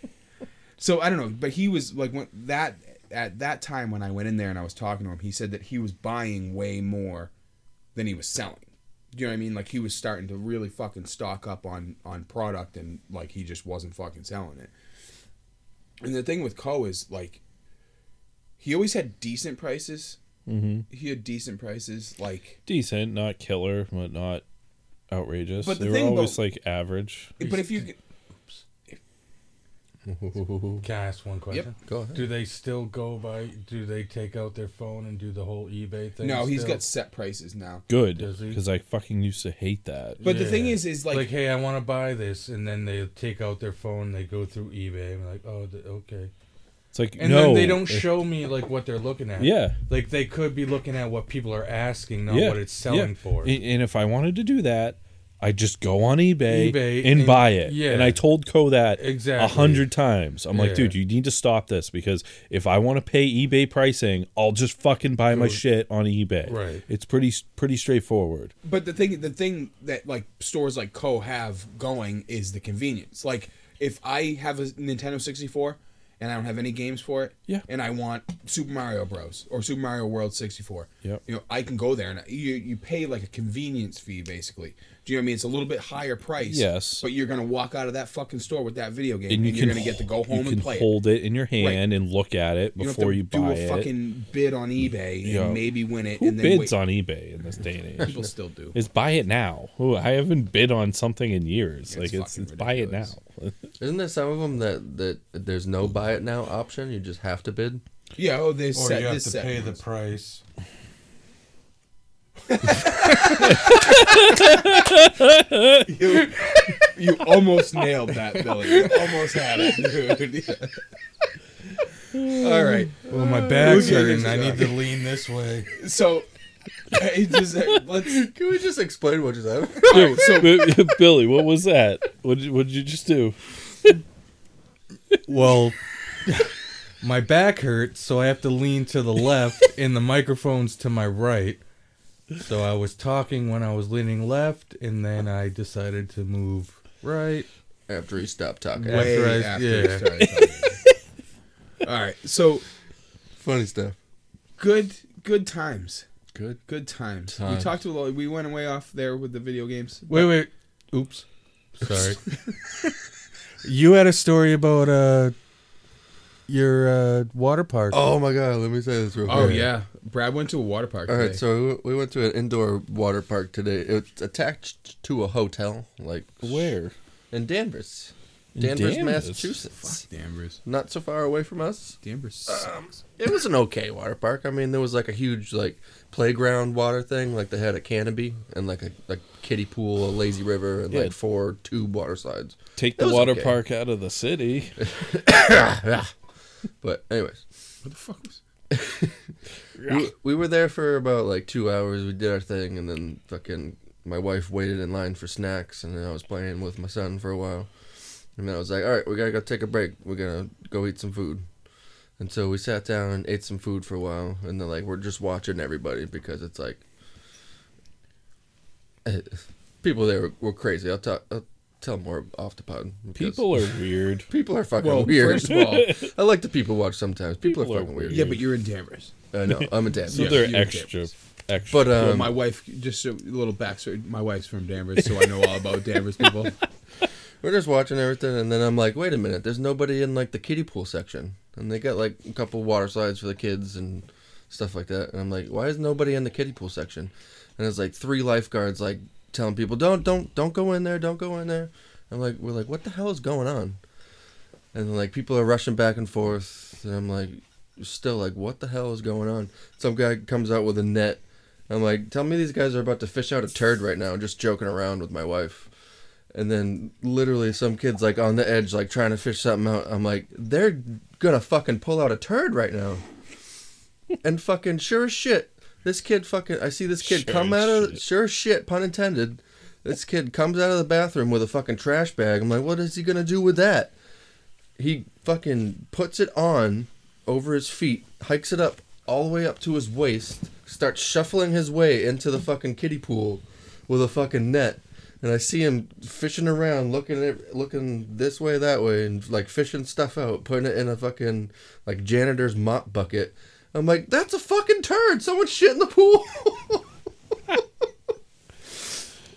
Speaker 1: so I don't know, but he was like when that at that time when I went in there and I was talking to him, he said that he was buying way more than he was selling. Do you know what I mean? Like he was starting to really fucking stock up on on product and like he just wasn't fucking selling it. And the thing with Co is like he always had decent prices. Mm-hmm. He had decent prices, like
Speaker 3: Decent, not killer, but not outrageous.
Speaker 1: But the
Speaker 3: they were
Speaker 1: thing
Speaker 3: always
Speaker 1: about-
Speaker 3: like average.
Speaker 1: but if you
Speaker 4: Can I ask one question?
Speaker 2: Go ahead.
Speaker 4: Do they still go by? Do they take out their phone and do the whole eBay thing?
Speaker 1: no, he's
Speaker 4: still?
Speaker 1: got set prices now.
Speaker 3: good
Speaker 4: Does he?
Speaker 3: because I fucking used to hate that.
Speaker 1: But the thing
Speaker 4: Yeah.
Speaker 1: is, is
Speaker 4: like, hey, I want to buy this, and then they take out their phone, they go through eBay, and like, oh, th- okay,
Speaker 3: It's like
Speaker 4: and
Speaker 3: no,
Speaker 4: then they don't
Speaker 3: if-
Speaker 4: show me like what they're looking at.
Speaker 3: Yeah.
Speaker 4: like they could be looking at what people are asking, not
Speaker 3: yeah,
Speaker 4: what it's selling
Speaker 3: yeah.
Speaker 4: for.
Speaker 3: And, and if I wanted to do that, I just go on eBay,
Speaker 4: eBay
Speaker 3: and,
Speaker 4: and-
Speaker 3: buy it.
Speaker 4: yeah.
Speaker 3: And I told Co that
Speaker 4: Exactly.
Speaker 3: a hundred times. I'm like,
Speaker 4: Yeah.
Speaker 3: dude, you need to stop this because if I want to pay eBay pricing, I'll just fucking buy my
Speaker 4: Go-
Speaker 3: shit on eBay.
Speaker 4: Right.
Speaker 3: It's pretty pretty straightforward.
Speaker 1: But the thing, the thing that like stores like Co have going is the convenience. Like if I have a Nintendo sixty four and I don't have any games for it,
Speaker 3: Yeah.
Speaker 1: and I want Super Mario Bros. or Super Mario World sixty four,
Speaker 3: Yep.
Speaker 1: you know, I can go there and you you pay like a convenience fee basically. Do you know what I mean? It's a little bit higher price,
Speaker 3: Yes.
Speaker 1: but you're gonna walk out of that fucking store with that video game,
Speaker 3: And you
Speaker 1: are
Speaker 3: can
Speaker 1: gonna get to go
Speaker 3: h-
Speaker 1: home
Speaker 3: you
Speaker 1: and
Speaker 3: can
Speaker 1: play. it.
Speaker 3: hold it in your hand and look at it
Speaker 1: You don't
Speaker 3: before you,
Speaker 1: have to
Speaker 3: buy
Speaker 1: do a
Speaker 3: it.
Speaker 1: fucking bid on eBay
Speaker 3: Yeah.
Speaker 1: and maybe win it,
Speaker 3: Who
Speaker 1: and then wait.
Speaker 3: bids on eBay in this day and age?
Speaker 1: People still do.
Speaker 3: It's buy it now. Ooh, I haven't bid on something in years. like it's,
Speaker 1: fucking
Speaker 3: it's buy it now.
Speaker 1: ridiculous.
Speaker 2: Isn't there some of them that, that there's no buy it now option? You just have to bid?
Speaker 1: Yeah, oh, they
Speaker 5: Or
Speaker 1: set
Speaker 5: you have
Speaker 1: this
Speaker 5: to
Speaker 1: set
Speaker 5: pay the
Speaker 1: ones.
Speaker 5: price.
Speaker 1: You, you almost nailed that, Billy. You almost had it, dude. All right.
Speaker 4: Well, my back's
Speaker 1: Okay.
Speaker 4: hurting. I need to lean this way.
Speaker 1: So, hey, just, uh, let's.
Speaker 2: Can we just explain what you said?
Speaker 3: Dude, Billy, what was that? What did, what did you just do?
Speaker 4: Well, my back hurts, so I have to lean to the left, and the microphone's to my right. So I was talking when I was leaning left, and then I decided to move right.
Speaker 2: After he stopped talking.
Speaker 4: Wait.
Speaker 1: Way
Speaker 4: I-
Speaker 1: after you
Speaker 4: yeah.
Speaker 1: started talking. All right. So,
Speaker 2: Funny stuff.
Speaker 1: good good times.
Speaker 2: Good.
Speaker 1: Good times. We
Speaker 2: Times.
Speaker 1: talked to a lot. We went away off there with the video games.
Speaker 4: Wait, wait. Oops. Sorry. you had a story about uh your uh water park.
Speaker 2: Oh my god, let me say this real quick.
Speaker 1: Oh, yeah. Brad went to a water park.
Speaker 2: All
Speaker 1: today.
Speaker 2: right, so we we went to an indoor water park today. It's attached to a hotel, like
Speaker 3: Where?
Speaker 2: in Danvers,
Speaker 3: In
Speaker 2: Danvers,
Speaker 3: Danvers?
Speaker 2: Massachusetts.
Speaker 1: Fuck Danvers.
Speaker 2: Not so far away from us.
Speaker 1: Danvers. sucks.
Speaker 2: It was an okay water park. I mean, there was like a huge like playground water thing. Like they had a canopy and like a like kiddie pool, a lazy river, and
Speaker 3: Yeah.
Speaker 2: like four tube water slides.
Speaker 3: Take
Speaker 2: It
Speaker 3: the
Speaker 2: was
Speaker 3: water
Speaker 2: okay.
Speaker 3: park out of the city.
Speaker 2: But anyways,
Speaker 1: what the fuck was?
Speaker 2: we, we were there for about like two hours. We did our thing, and then fucking my wife waited in line for snacks, and then I was playing with my son for a while. And then I was like, all right, we gotta go take a break. We're gonna go eat some food. And so we sat down and ate some food for a while, and then like we're just watching everybody because it's like eh, people there were, were crazy. I'll talk. I'll tell more off the pod. because
Speaker 3: People are weird.
Speaker 2: people are fucking
Speaker 1: Well,
Speaker 2: weird.
Speaker 1: first of all-
Speaker 2: I like the people watch sometimes. People,
Speaker 3: People
Speaker 2: are
Speaker 3: are
Speaker 2: fucking weird.
Speaker 1: Yeah, but you're in Danvers.
Speaker 2: I know. I'm a dad.
Speaker 3: So
Speaker 2: yeah.
Speaker 1: you
Speaker 3: they're
Speaker 1: were
Speaker 3: extra,
Speaker 1: Danvers.
Speaker 3: extra.
Speaker 2: But um,
Speaker 1: well, my wife, just a little backstory. My wife's from Danvers, so I know all about Danvers people.
Speaker 2: We're just watching everything, and then I'm like, wait a minute, there's nobody in like the kiddie pool section, and they got like a couple water slides for the kids and stuff like that. And I'm like, why is nobody in the kiddie pool section? And it's like three lifeguards like telling people, don't, don't, don't go in there, don't go in there. I'm like, we're like, what the hell is going on? And like people are rushing back and forth, and I'm like, still like, what the hell is going on? Some guy comes out with a net. I'm like, tell me these guys are about to fish out a turd right now, just joking around with my wife and then literally some kids like on the edge like trying to fish something out i'm like they're gonna fucking pull out a turd right now and fucking sure as shit this kid fucking i see this kid
Speaker 3: Sure
Speaker 2: come
Speaker 3: as
Speaker 2: out of
Speaker 3: shit.
Speaker 2: sure as shit pun intended this kid comes out of the bathroom with a fucking trash bag i'm like what is he gonna do with that he fucking puts it on over his feet hikes it up all the way up to his waist starts shuffling his way into the fucking kiddie pool with a fucking net and I see him fishing around, looking at looking this way, that way, and like fishing stuff out, putting it in a fucking like janitor's mop bucket. I'm like, that's a fucking turd. Someone's shit in the pool.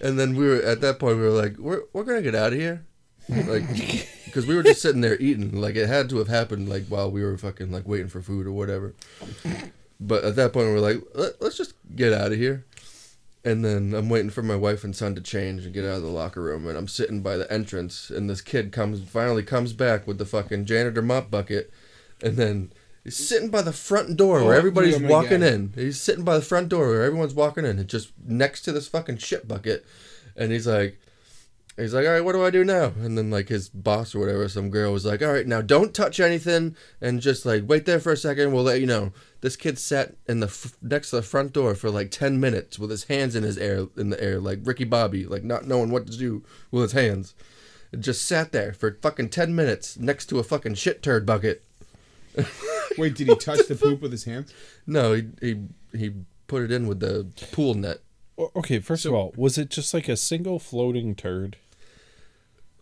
Speaker 2: and then we were at that point, we were like, we're we're gonna get out of here, like, because we were just sitting there eating. Like it had to have happened like while we were fucking like waiting for food or whatever. But at that point, we we're like, Let, let's just get out of here. And then I'm waiting for my wife and son to change and get out of the locker room, and I'm sitting by the entrance, and this kid comes finally comes back with the fucking janitor mop bucket, and then he's sitting by the front door where
Speaker 1: Oh,
Speaker 2: everybody's
Speaker 1: yeah, my
Speaker 2: walking
Speaker 1: God.
Speaker 2: in. He's sitting by the front door where everyone's walking in, and just next to this fucking shit bucket, and he's like, he's like, all right, what do I do now? And then like his boss or whatever, some girl was like, all right, now don't touch anything and just like wait there for a second. We'll let you know. This kid sat in the f- next to the front door for like ten minutes with his hands in his air in the air like Ricky Bobby, like not knowing what to do with his hands. And Just sat there for fucking ten minutes next to a fucking shit turd bucket.
Speaker 1: Wait, did he touch the poop with his hands?
Speaker 2: No, he he he put it in with the pool net.
Speaker 3: O- okay, first of all, was it just like a single floating turd?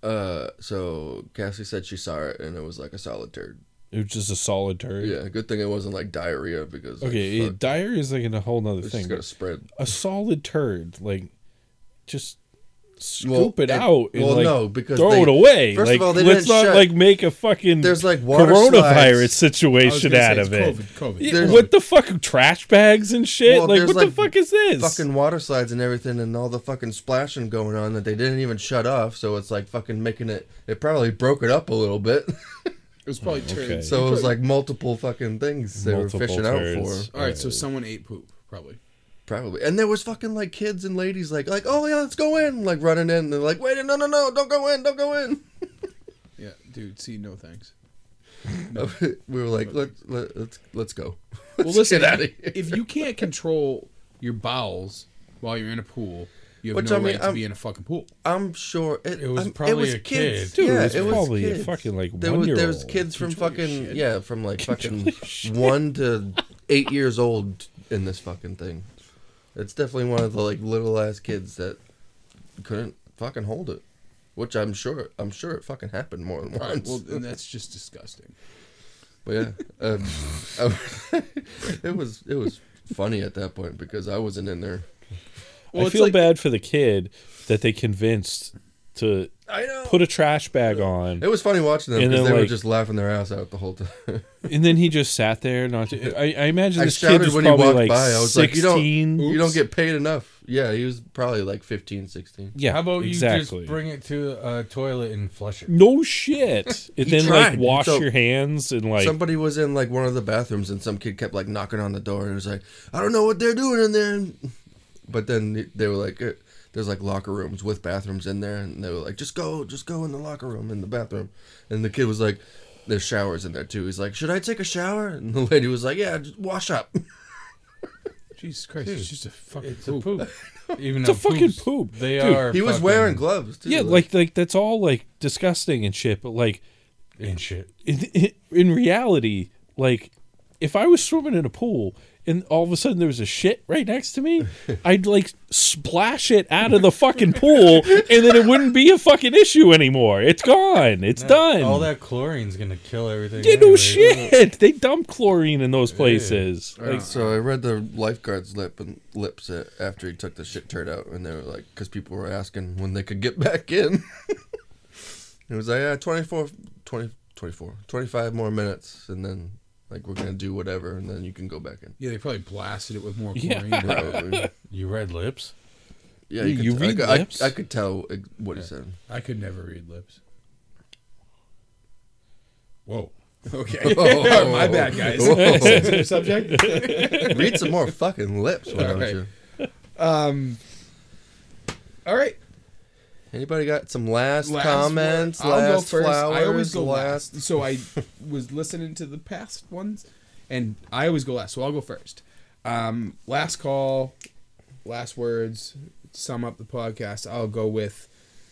Speaker 2: Uh, so Cassie said she saw it and it was like a solid turd.
Speaker 3: It was just a solid turd.
Speaker 2: Yeah, good thing it wasn't like diarrhea because like,
Speaker 3: Okay,
Speaker 2: fuck.
Speaker 3: it, diarrhea is like in a whole nother
Speaker 2: It's
Speaker 3: thing.
Speaker 2: just gonna spread.
Speaker 3: A solid turd, like just scoop
Speaker 2: Well,
Speaker 3: it
Speaker 2: and-
Speaker 3: out and
Speaker 2: well,
Speaker 3: like
Speaker 2: no, because
Speaker 3: throw
Speaker 2: they-
Speaker 3: it away.
Speaker 2: first of
Speaker 3: like,
Speaker 2: all, they
Speaker 3: let's
Speaker 2: didn't
Speaker 3: not
Speaker 2: shut-
Speaker 3: like make a fucking
Speaker 2: There's, like, water
Speaker 3: coronavirus
Speaker 2: slides.
Speaker 1: I was
Speaker 3: situation
Speaker 1: gonna say
Speaker 3: out
Speaker 1: it's
Speaker 3: of it.
Speaker 1: COVID, COVID.
Speaker 3: Yeah,
Speaker 2: There's-
Speaker 3: what the fuck? Trash bags and shit.
Speaker 2: Well,
Speaker 3: like
Speaker 2: there's,
Speaker 3: what the
Speaker 2: like,
Speaker 3: fuck is this?
Speaker 2: Fucking water slides and everything, and all the fucking splashing going on that they didn't even shut off. So it's like fucking making it. It probably broke it up a little bit.
Speaker 1: It was
Speaker 2: Oh,
Speaker 1: probably turds.
Speaker 3: okay.
Speaker 2: so it was like multiple fucking things they
Speaker 3: Multiple
Speaker 2: were fishing out
Speaker 3: turds.
Speaker 2: for.
Speaker 1: all right, so someone ate poop, probably.
Speaker 2: Probably, and there was fucking like kids and ladies like like oh yeah let's go in like running in. And they're like wait no no no don't go in don't go in.
Speaker 1: Yeah, dude. See, no thanks.
Speaker 2: we were like let let let's let's go.
Speaker 1: Well,
Speaker 2: Let's
Speaker 1: listen,
Speaker 2: get out of here.
Speaker 1: if you can't control your bowels while you're in a pool, you have
Speaker 2: Which,
Speaker 1: no
Speaker 2: I mean,
Speaker 1: right to
Speaker 2: I'm-
Speaker 1: be in a fucking pool.
Speaker 2: I'm sure it,
Speaker 4: It was
Speaker 2: I'm-
Speaker 4: probably
Speaker 2: was
Speaker 4: a
Speaker 2: kids.
Speaker 4: kid.
Speaker 3: Dude, it
Speaker 2: yeah,
Speaker 3: was probably a fucking, like,
Speaker 2: there was, there was
Speaker 3: one-year-old.
Speaker 2: kids from
Speaker 1: Control your
Speaker 2: fucking
Speaker 1: shit.
Speaker 2: yeah, from like fucking one to eight years old in this fucking thing. It's definitely one of the like little ass kids that couldn't fucking hold it, which I'm sure I'm sure it fucking happened more than
Speaker 1: All right,
Speaker 2: once.
Speaker 1: well, uh, and that's just disgusting.
Speaker 2: But yeah, um, I- it was it was funny at that point because I wasn't in there.
Speaker 1: Well,
Speaker 3: I
Speaker 1: it's
Speaker 3: feel
Speaker 1: like-
Speaker 3: bad for the kid that they convinced to
Speaker 2: I know.
Speaker 3: put a trash bag on,
Speaker 2: it was funny watching them
Speaker 3: And
Speaker 2: because
Speaker 3: then,
Speaker 2: they were
Speaker 3: like-
Speaker 2: just laughing their ass out the whole time.
Speaker 3: and then he just sat there. Not, to, I, I imagine
Speaker 2: I
Speaker 3: this kid
Speaker 2: shouted
Speaker 3: was
Speaker 2: when he
Speaker 3: probably
Speaker 2: walked
Speaker 3: like
Speaker 2: by, I was like, you don't-
Speaker 3: sixteen.
Speaker 2: you don't get paid enough. Yeah, he was probably like 15, 16.
Speaker 3: yeah,
Speaker 4: How about
Speaker 3: exactly.
Speaker 4: you just bring it to a toilet and flush it?
Speaker 3: no shit, and
Speaker 2: He
Speaker 3: then
Speaker 2: tried.
Speaker 3: like wash
Speaker 2: So-
Speaker 3: your hands and like
Speaker 2: Somebody was in like one of the bathrooms and some kid kept like knocking on the door and was like, I don't know what they're doing in there. But then they were like, eh, there's like locker rooms with bathrooms in there. And they were like, just go, just go in the locker room, in the bathroom. And the kid was like, there's showers in there too. He's like, should I take a shower? And the lady was like, yeah, just wash up.
Speaker 1: Jesus Christ, it's just a fucking
Speaker 4: It's a poop. Even
Speaker 3: It's a
Speaker 4: though
Speaker 3: fucking
Speaker 4: poops,
Speaker 3: poop.
Speaker 4: They
Speaker 3: Dude,
Speaker 4: are.
Speaker 2: he was
Speaker 4: fucking-
Speaker 2: wearing gloves too.
Speaker 3: yeah, like like that's all like disgusting and shit. But like
Speaker 4: and shit.
Speaker 3: in, in, in reality, like if I was swimming in a pool and all of a sudden there was a shit right next to me, I'd like splash it out of the fucking pool and then it wouldn't be a fucking issue anymore. It's gone. It's done.
Speaker 4: All that chlorine's gonna kill everything.
Speaker 3: they do
Speaker 4: anyway.
Speaker 3: shit. They dump chlorine in those places.
Speaker 1: Oh.
Speaker 2: Like, so I read the lifeguard's lip and lips uh, after he took the shit turd out, and they were like, because people were asking when they could get back in. it was like, yeah, 24, 20, 24, 25 more minutes, and then like we're gonna do whatever, and then you can go back in.
Speaker 1: Yeah, they probably blasted it with more
Speaker 3: Yeah.
Speaker 1: chlorine.
Speaker 2: Probably.
Speaker 4: You read lips?
Speaker 2: yeah,
Speaker 3: You-
Speaker 2: could
Speaker 3: you
Speaker 2: t-
Speaker 3: read
Speaker 2: I, could- I-
Speaker 3: lips?
Speaker 2: I, could tell uh, what he said.
Speaker 1: I could never read lips. Whoa. Okay.
Speaker 2: Oh.
Speaker 1: My bad, guys.
Speaker 2: Whoa.
Speaker 1: Sensitive subject.
Speaker 2: Read some more fucking lips, why don't
Speaker 1: Alright.
Speaker 2: you?
Speaker 1: Um. All right.
Speaker 2: Anybody got some last,
Speaker 1: Last
Speaker 2: comments?
Speaker 1: word. I'll
Speaker 2: last
Speaker 1: go first.
Speaker 2: flowers?
Speaker 1: I always go last. So I was listening to the past ones, and I always go last. So I'll go first. Um, last call, last words. Sum up the podcast. I'll go with,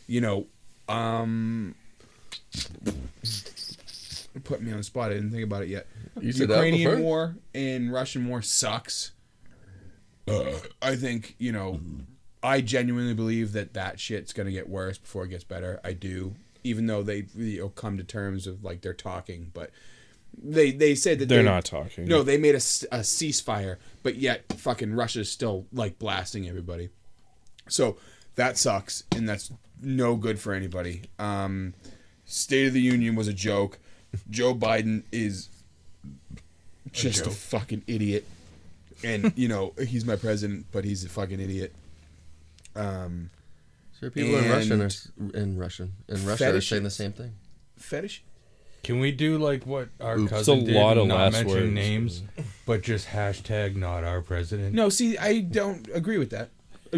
Speaker 1: you know, um, put me on the spot. I didn't think about it yet.
Speaker 2: You said that
Speaker 1: Ukrainian
Speaker 2: before?
Speaker 1: war and Russian war sucks. I think you know. I genuinely believe that that shit's gonna get worse before it gets better. I do, even though they you know, come to terms of like they're talking, but they they said that
Speaker 3: They're
Speaker 1: they-
Speaker 3: not talking.
Speaker 1: No, they made a, s- a ceasefire, but yet fucking Russia's still like blasting everybody. So that sucks, and that's no good for anybody. Um, State of the Union was a joke. Joe Biden is just a, fucking idiot, and you know he's my president, but he's a fucking idiot. Um,
Speaker 2: Sure, people in Russian are
Speaker 1: And-
Speaker 2: s- in Russian in Russia are saying the
Speaker 1: Fetishes.
Speaker 2: same thing.
Speaker 1: fetish.
Speaker 4: Can we do like what our
Speaker 2: Oops.
Speaker 4: cousin
Speaker 3: It's a
Speaker 4: did?
Speaker 3: lot of
Speaker 4: not
Speaker 3: last
Speaker 4: mention
Speaker 3: words.
Speaker 4: names, but just hashtag not our president.
Speaker 1: No, see, I don't agree with that.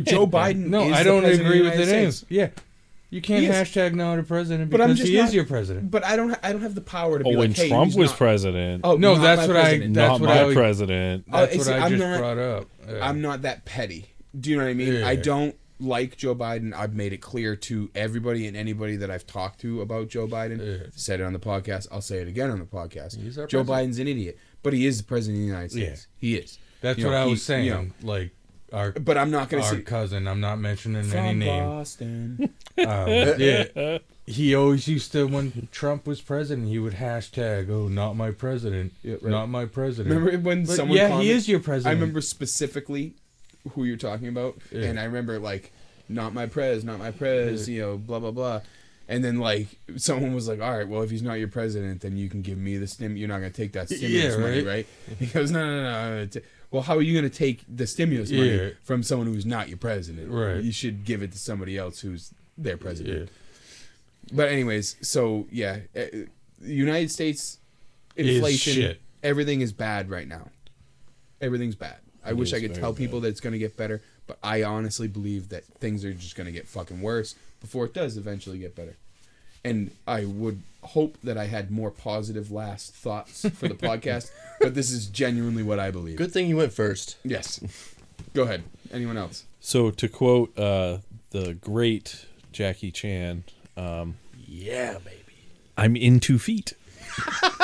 Speaker 1: Joe Biden.
Speaker 4: no,
Speaker 1: is
Speaker 4: I
Speaker 1: the
Speaker 4: don't
Speaker 1: president
Speaker 4: agree
Speaker 1: of
Speaker 4: with
Speaker 1: the
Speaker 4: the
Speaker 1: United
Speaker 4: names.
Speaker 1: States.
Speaker 4: Yeah, you can't
Speaker 1: He is.
Speaker 4: hashtag not our president
Speaker 1: But I'm
Speaker 4: because
Speaker 1: just
Speaker 4: he
Speaker 1: not-
Speaker 4: is your president.
Speaker 1: But I don't. I don't have the power to
Speaker 3: Oh,
Speaker 1: be
Speaker 3: when
Speaker 1: like, hey,
Speaker 3: Trump
Speaker 1: he's
Speaker 3: was
Speaker 1: not-
Speaker 3: president,
Speaker 1: Oh
Speaker 4: No,
Speaker 1: not
Speaker 4: that's
Speaker 1: my
Speaker 4: what I-
Speaker 1: president.
Speaker 4: that's
Speaker 3: not
Speaker 4: what
Speaker 3: my
Speaker 4: I would-
Speaker 3: president.
Speaker 1: Oh,
Speaker 4: That's
Speaker 1: you
Speaker 4: what
Speaker 1: see,
Speaker 4: I
Speaker 1: I'm
Speaker 4: just
Speaker 1: not-
Speaker 4: brought up. Yeah.
Speaker 1: I'm not that petty. Do you know what I mean?
Speaker 4: Yeah.
Speaker 1: I don't like Joe Biden. I've made it clear to everybody and anybody that I've talked to about Joe Biden.
Speaker 4: Yeah.
Speaker 1: Said it on the podcast. I'll say it again on the podcast.
Speaker 2: He's our
Speaker 1: Joe
Speaker 2: president.
Speaker 1: Biden's an idiot, but he is the president of the United States. He is.
Speaker 4: That's
Speaker 1: You
Speaker 4: what
Speaker 1: know,
Speaker 4: I
Speaker 1: he-
Speaker 4: was saying.
Speaker 1: you know,
Speaker 4: like our
Speaker 1: but I'm not going to
Speaker 4: our
Speaker 1: say
Speaker 4: cousin. I'm not mentioning any
Speaker 1: From
Speaker 4: name.
Speaker 1: Boston.
Speaker 4: Um, yeah, he always used to when Trump was president, he would hashtag, "Oh, not my president,
Speaker 1: Yeah, right.
Speaker 4: not my president."
Speaker 1: Remember when
Speaker 4: But
Speaker 1: someone?
Speaker 4: yeah, he
Speaker 1: commented-
Speaker 4: is your president.
Speaker 1: I remember specifically who you're talking about,
Speaker 4: Yeah.
Speaker 1: and I remember like, not my prez, not my prez, you know, blah blah blah. And then like someone was like, "All right, well, if he's not your president, then you can give me the stim. You're not gonna take that stimulus
Speaker 4: Yeah,
Speaker 1: money,
Speaker 4: right.
Speaker 1: right?" He goes, "No, no, no. I'm gonna ta- well, how are you gonna take the stimulus
Speaker 4: Yeah.
Speaker 1: money from someone who's not your president?
Speaker 4: Right.
Speaker 1: You should give it to somebody else who's their president."
Speaker 4: Yeah.
Speaker 1: But anyways, so yeah, uh, the United States
Speaker 4: is
Speaker 1: inflation,
Speaker 4: shit.
Speaker 1: everything is bad right now. Everything's bad. I wish
Speaker 3: is
Speaker 1: I could
Speaker 3: very
Speaker 1: tell
Speaker 3: bad.
Speaker 1: people that it's going to get better, but I honestly believe that things are just going to get fucking worse before it does eventually get better. And I would hope that I had more positive last thoughts for the podcast, but this is genuinely what I believe.
Speaker 2: Good thing you went first.
Speaker 1: Yes. Go ahead. Anyone else?
Speaker 3: So to quote uh, the great Jackie Chan, um,
Speaker 2: Yeah, baby.
Speaker 3: I'm in two feet.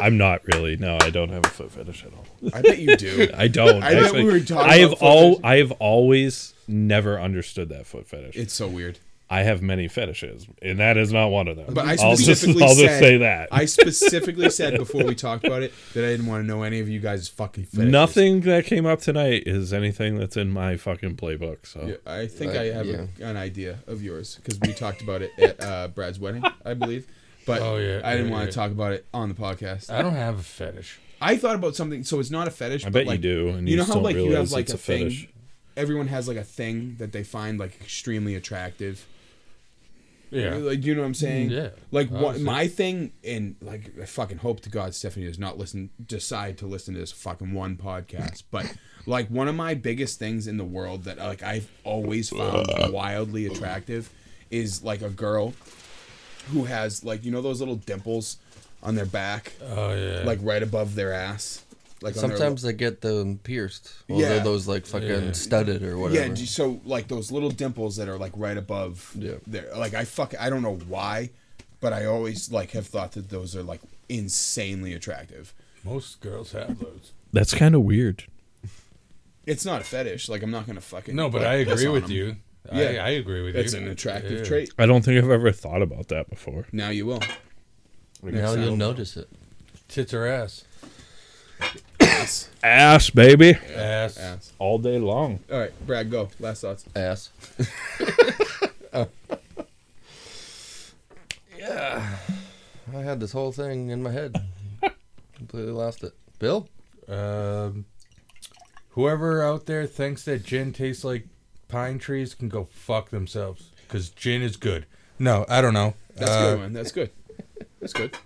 Speaker 3: I'm not really. No, I don't have a foot fetish at all.
Speaker 1: I bet you do.
Speaker 3: I don't.
Speaker 1: I bet
Speaker 3: actually.
Speaker 1: we were talking
Speaker 3: I have
Speaker 1: about foot
Speaker 3: all.
Speaker 1: fetish.
Speaker 3: I have always never understood that foot fetish.
Speaker 1: it's so weird.
Speaker 3: I have many fetishes, and that is not one of them.
Speaker 1: But I
Speaker 3: will just,
Speaker 1: specifically
Speaker 3: I'll just
Speaker 1: said-
Speaker 3: say that.
Speaker 1: I specifically said before we talked about it that I didn't want to know any of you guys' fucking fetishes.
Speaker 3: Nothing that came up tonight is anything that's in my fucking playbook. So
Speaker 1: Yeah, I think
Speaker 2: Like,
Speaker 1: I have a- an idea of yours because we talked about it at uh, Brad's wedding, I believe. But
Speaker 4: Oh, yeah,
Speaker 1: I didn't
Speaker 4: yeah,
Speaker 1: want
Speaker 4: yeah.
Speaker 1: to talk about it on the podcast.
Speaker 4: I don't have a fetish.
Speaker 1: I thought about something, so it's not a fetish.
Speaker 3: I
Speaker 1: but
Speaker 3: bet
Speaker 1: like,
Speaker 3: you do, and
Speaker 1: you
Speaker 3: you,
Speaker 1: know
Speaker 3: just
Speaker 1: how
Speaker 3: don't
Speaker 1: like you
Speaker 3: realize
Speaker 1: have like
Speaker 3: it's
Speaker 1: a,
Speaker 3: a,
Speaker 1: thing.
Speaker 3: fetish.
Speaker 1: Everyone has like a thing that they find like extremely attractive.
Speaker 4: Yeah.
Speaker 1: Like, do you know what I'm saying?
Speaker 4: Yeah.
Speaker 1: Like, what,
Speaker 4: Obviously.
Speaker 1: my thing, and like, I fucking hope to God Stephanie does not listen, decide to listen to this fucking one podcast. But like, one of my biggest things in the world that like I've always found wildly attractive is like a girl who has like you know those little dimples on their back,
Speaker 4: Oh yeah.
Speaker 1: like right above their ass. Like on their-
Speaker 2: Sometimes they get them pierced. Well,
Speaker 1: Yeah.
Speaker 2: they're those like fucking
Speaker 4: Yeah.
Speaker 2: studded or whatever.
Speaker 1: Yeah, j- so like those little dimples that are like right above
Speaker 2: Yeah.
Speaker 1: there. Like I fuck I don't know why, but I always like have thought that those are like insanely attractive.
Speaker 4: most girls have those.
Speaker 3: That's kind of weird.
Speaker 1: It's not a fetish. Like I'm not gonna fucking
Speaker 4: No, but
Speaker 1: like,
Speaker 4: I
Speaker 1: piss
Speaker 4: agree
Speaker 1: on
Speaker 4: with
Speaker 1: them.
Speaker 4: you.
Speaker 1: Yeah.
Speaker 4: I, I agree with
Speaker 1: It's
Speaker 4: you.
Speaker 1: an attractive
Speaker 4: Yeah.
Speaker 1: trait.
Speaker 3: I don't think I've ever thought about that before.
Speaker 1: Now you will.
Speaker 2: Now you'll notice it.
Speaker 4: Tits or ass.
Speaker 1: Ass.
Speaker 3: Ass, baby,
Speaker 4: Ass.
Speaker 1: Ass.
Speaker 3: all day long.
Speaker 1: All right, Brad, go. Last thoughts.
Speaker 2: Ass. yeah. I had this whole thing in my head. Completely lost it. Bill?
Speaker 4: Um, whoever out there thinks that gin tastes like pine trees can go fuck themselves because gin is good. No, I don't know.
Speaker 1: That's
Speaker 4: Uh,
Speaker 1: good, man. That's good. That's good.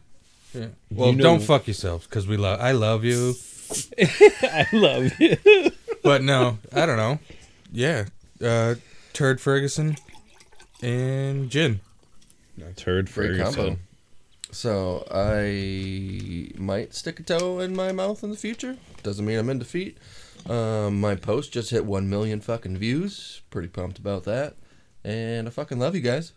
Speaker 4: yeah. Well,
Speaker 3: You know-
Speaker 4: don't fuck yourselves because we love. I love you,
Speaker 3: I love you.
Speaker 4: but no, I don't know. Yeah, uh, Turd Ferguson and gin.
Speaker 3: Turd
Speaker 2: Great combo.
Speaker 3: Ferguson.
Speaker 2: So I might stick a toe in my mouth in the future. Doesn't mean I'm in defeat. Um, my post just hit one million fucking views. Pretty pumped about that. And I fucking love you guys.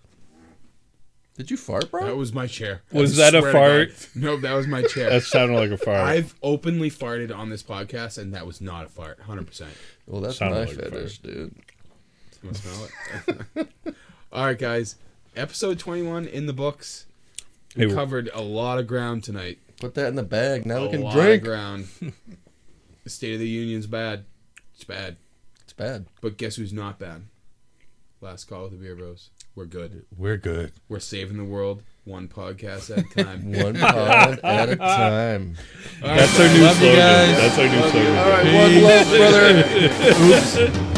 Speaker 2: Did you fart, bro?
Speaker 1: That was my chair.
Speaker 3: Was
Speaker 1: I
Speaker 3: that a
Speaker 1: swear to
Speaker 3: fart?
Speaker 1: God. No, that was my chair.
Speaker 3: That sounded like a fart.
Speaker 1: I've openly farted on this podcast, and that was not a fart. Hundred percent.
Speaker 2: well, that's
Speaker 3: Sounded
Speaker 2: my
Speaker 3: like a
Speaker 2: fetish, dude.
Speaker 1: Can I smell it? All right, guys. Episode 21 in the books. We
Speaker 3: Hey, w-
Speaker 1: covered a lot of ground tonight.
Speaker 2: Put that in the bag. Now
Speaker 1: A
Speaker 2: we can
Speaker 1: lot
Speaker 2: drink.
Speaker 1: of ground. The State of the Union's bad. It's bad.
Speaker 2: It's bad.
Speaker 1: But guess who's not bad? Last call with the Beer Bros. We're good.
Speaker 4: We're good.
Speaker 1: We're saving the world one podcast at a time.
Speaker 2: One pod at a time.
Speaker 3: That's our new
Speaker 4: Love you
Speaker 3: slogan.
Speaker 4: guys.
Speaker 3: That's our new slogan.
Speaker 2: All right, one love, brother.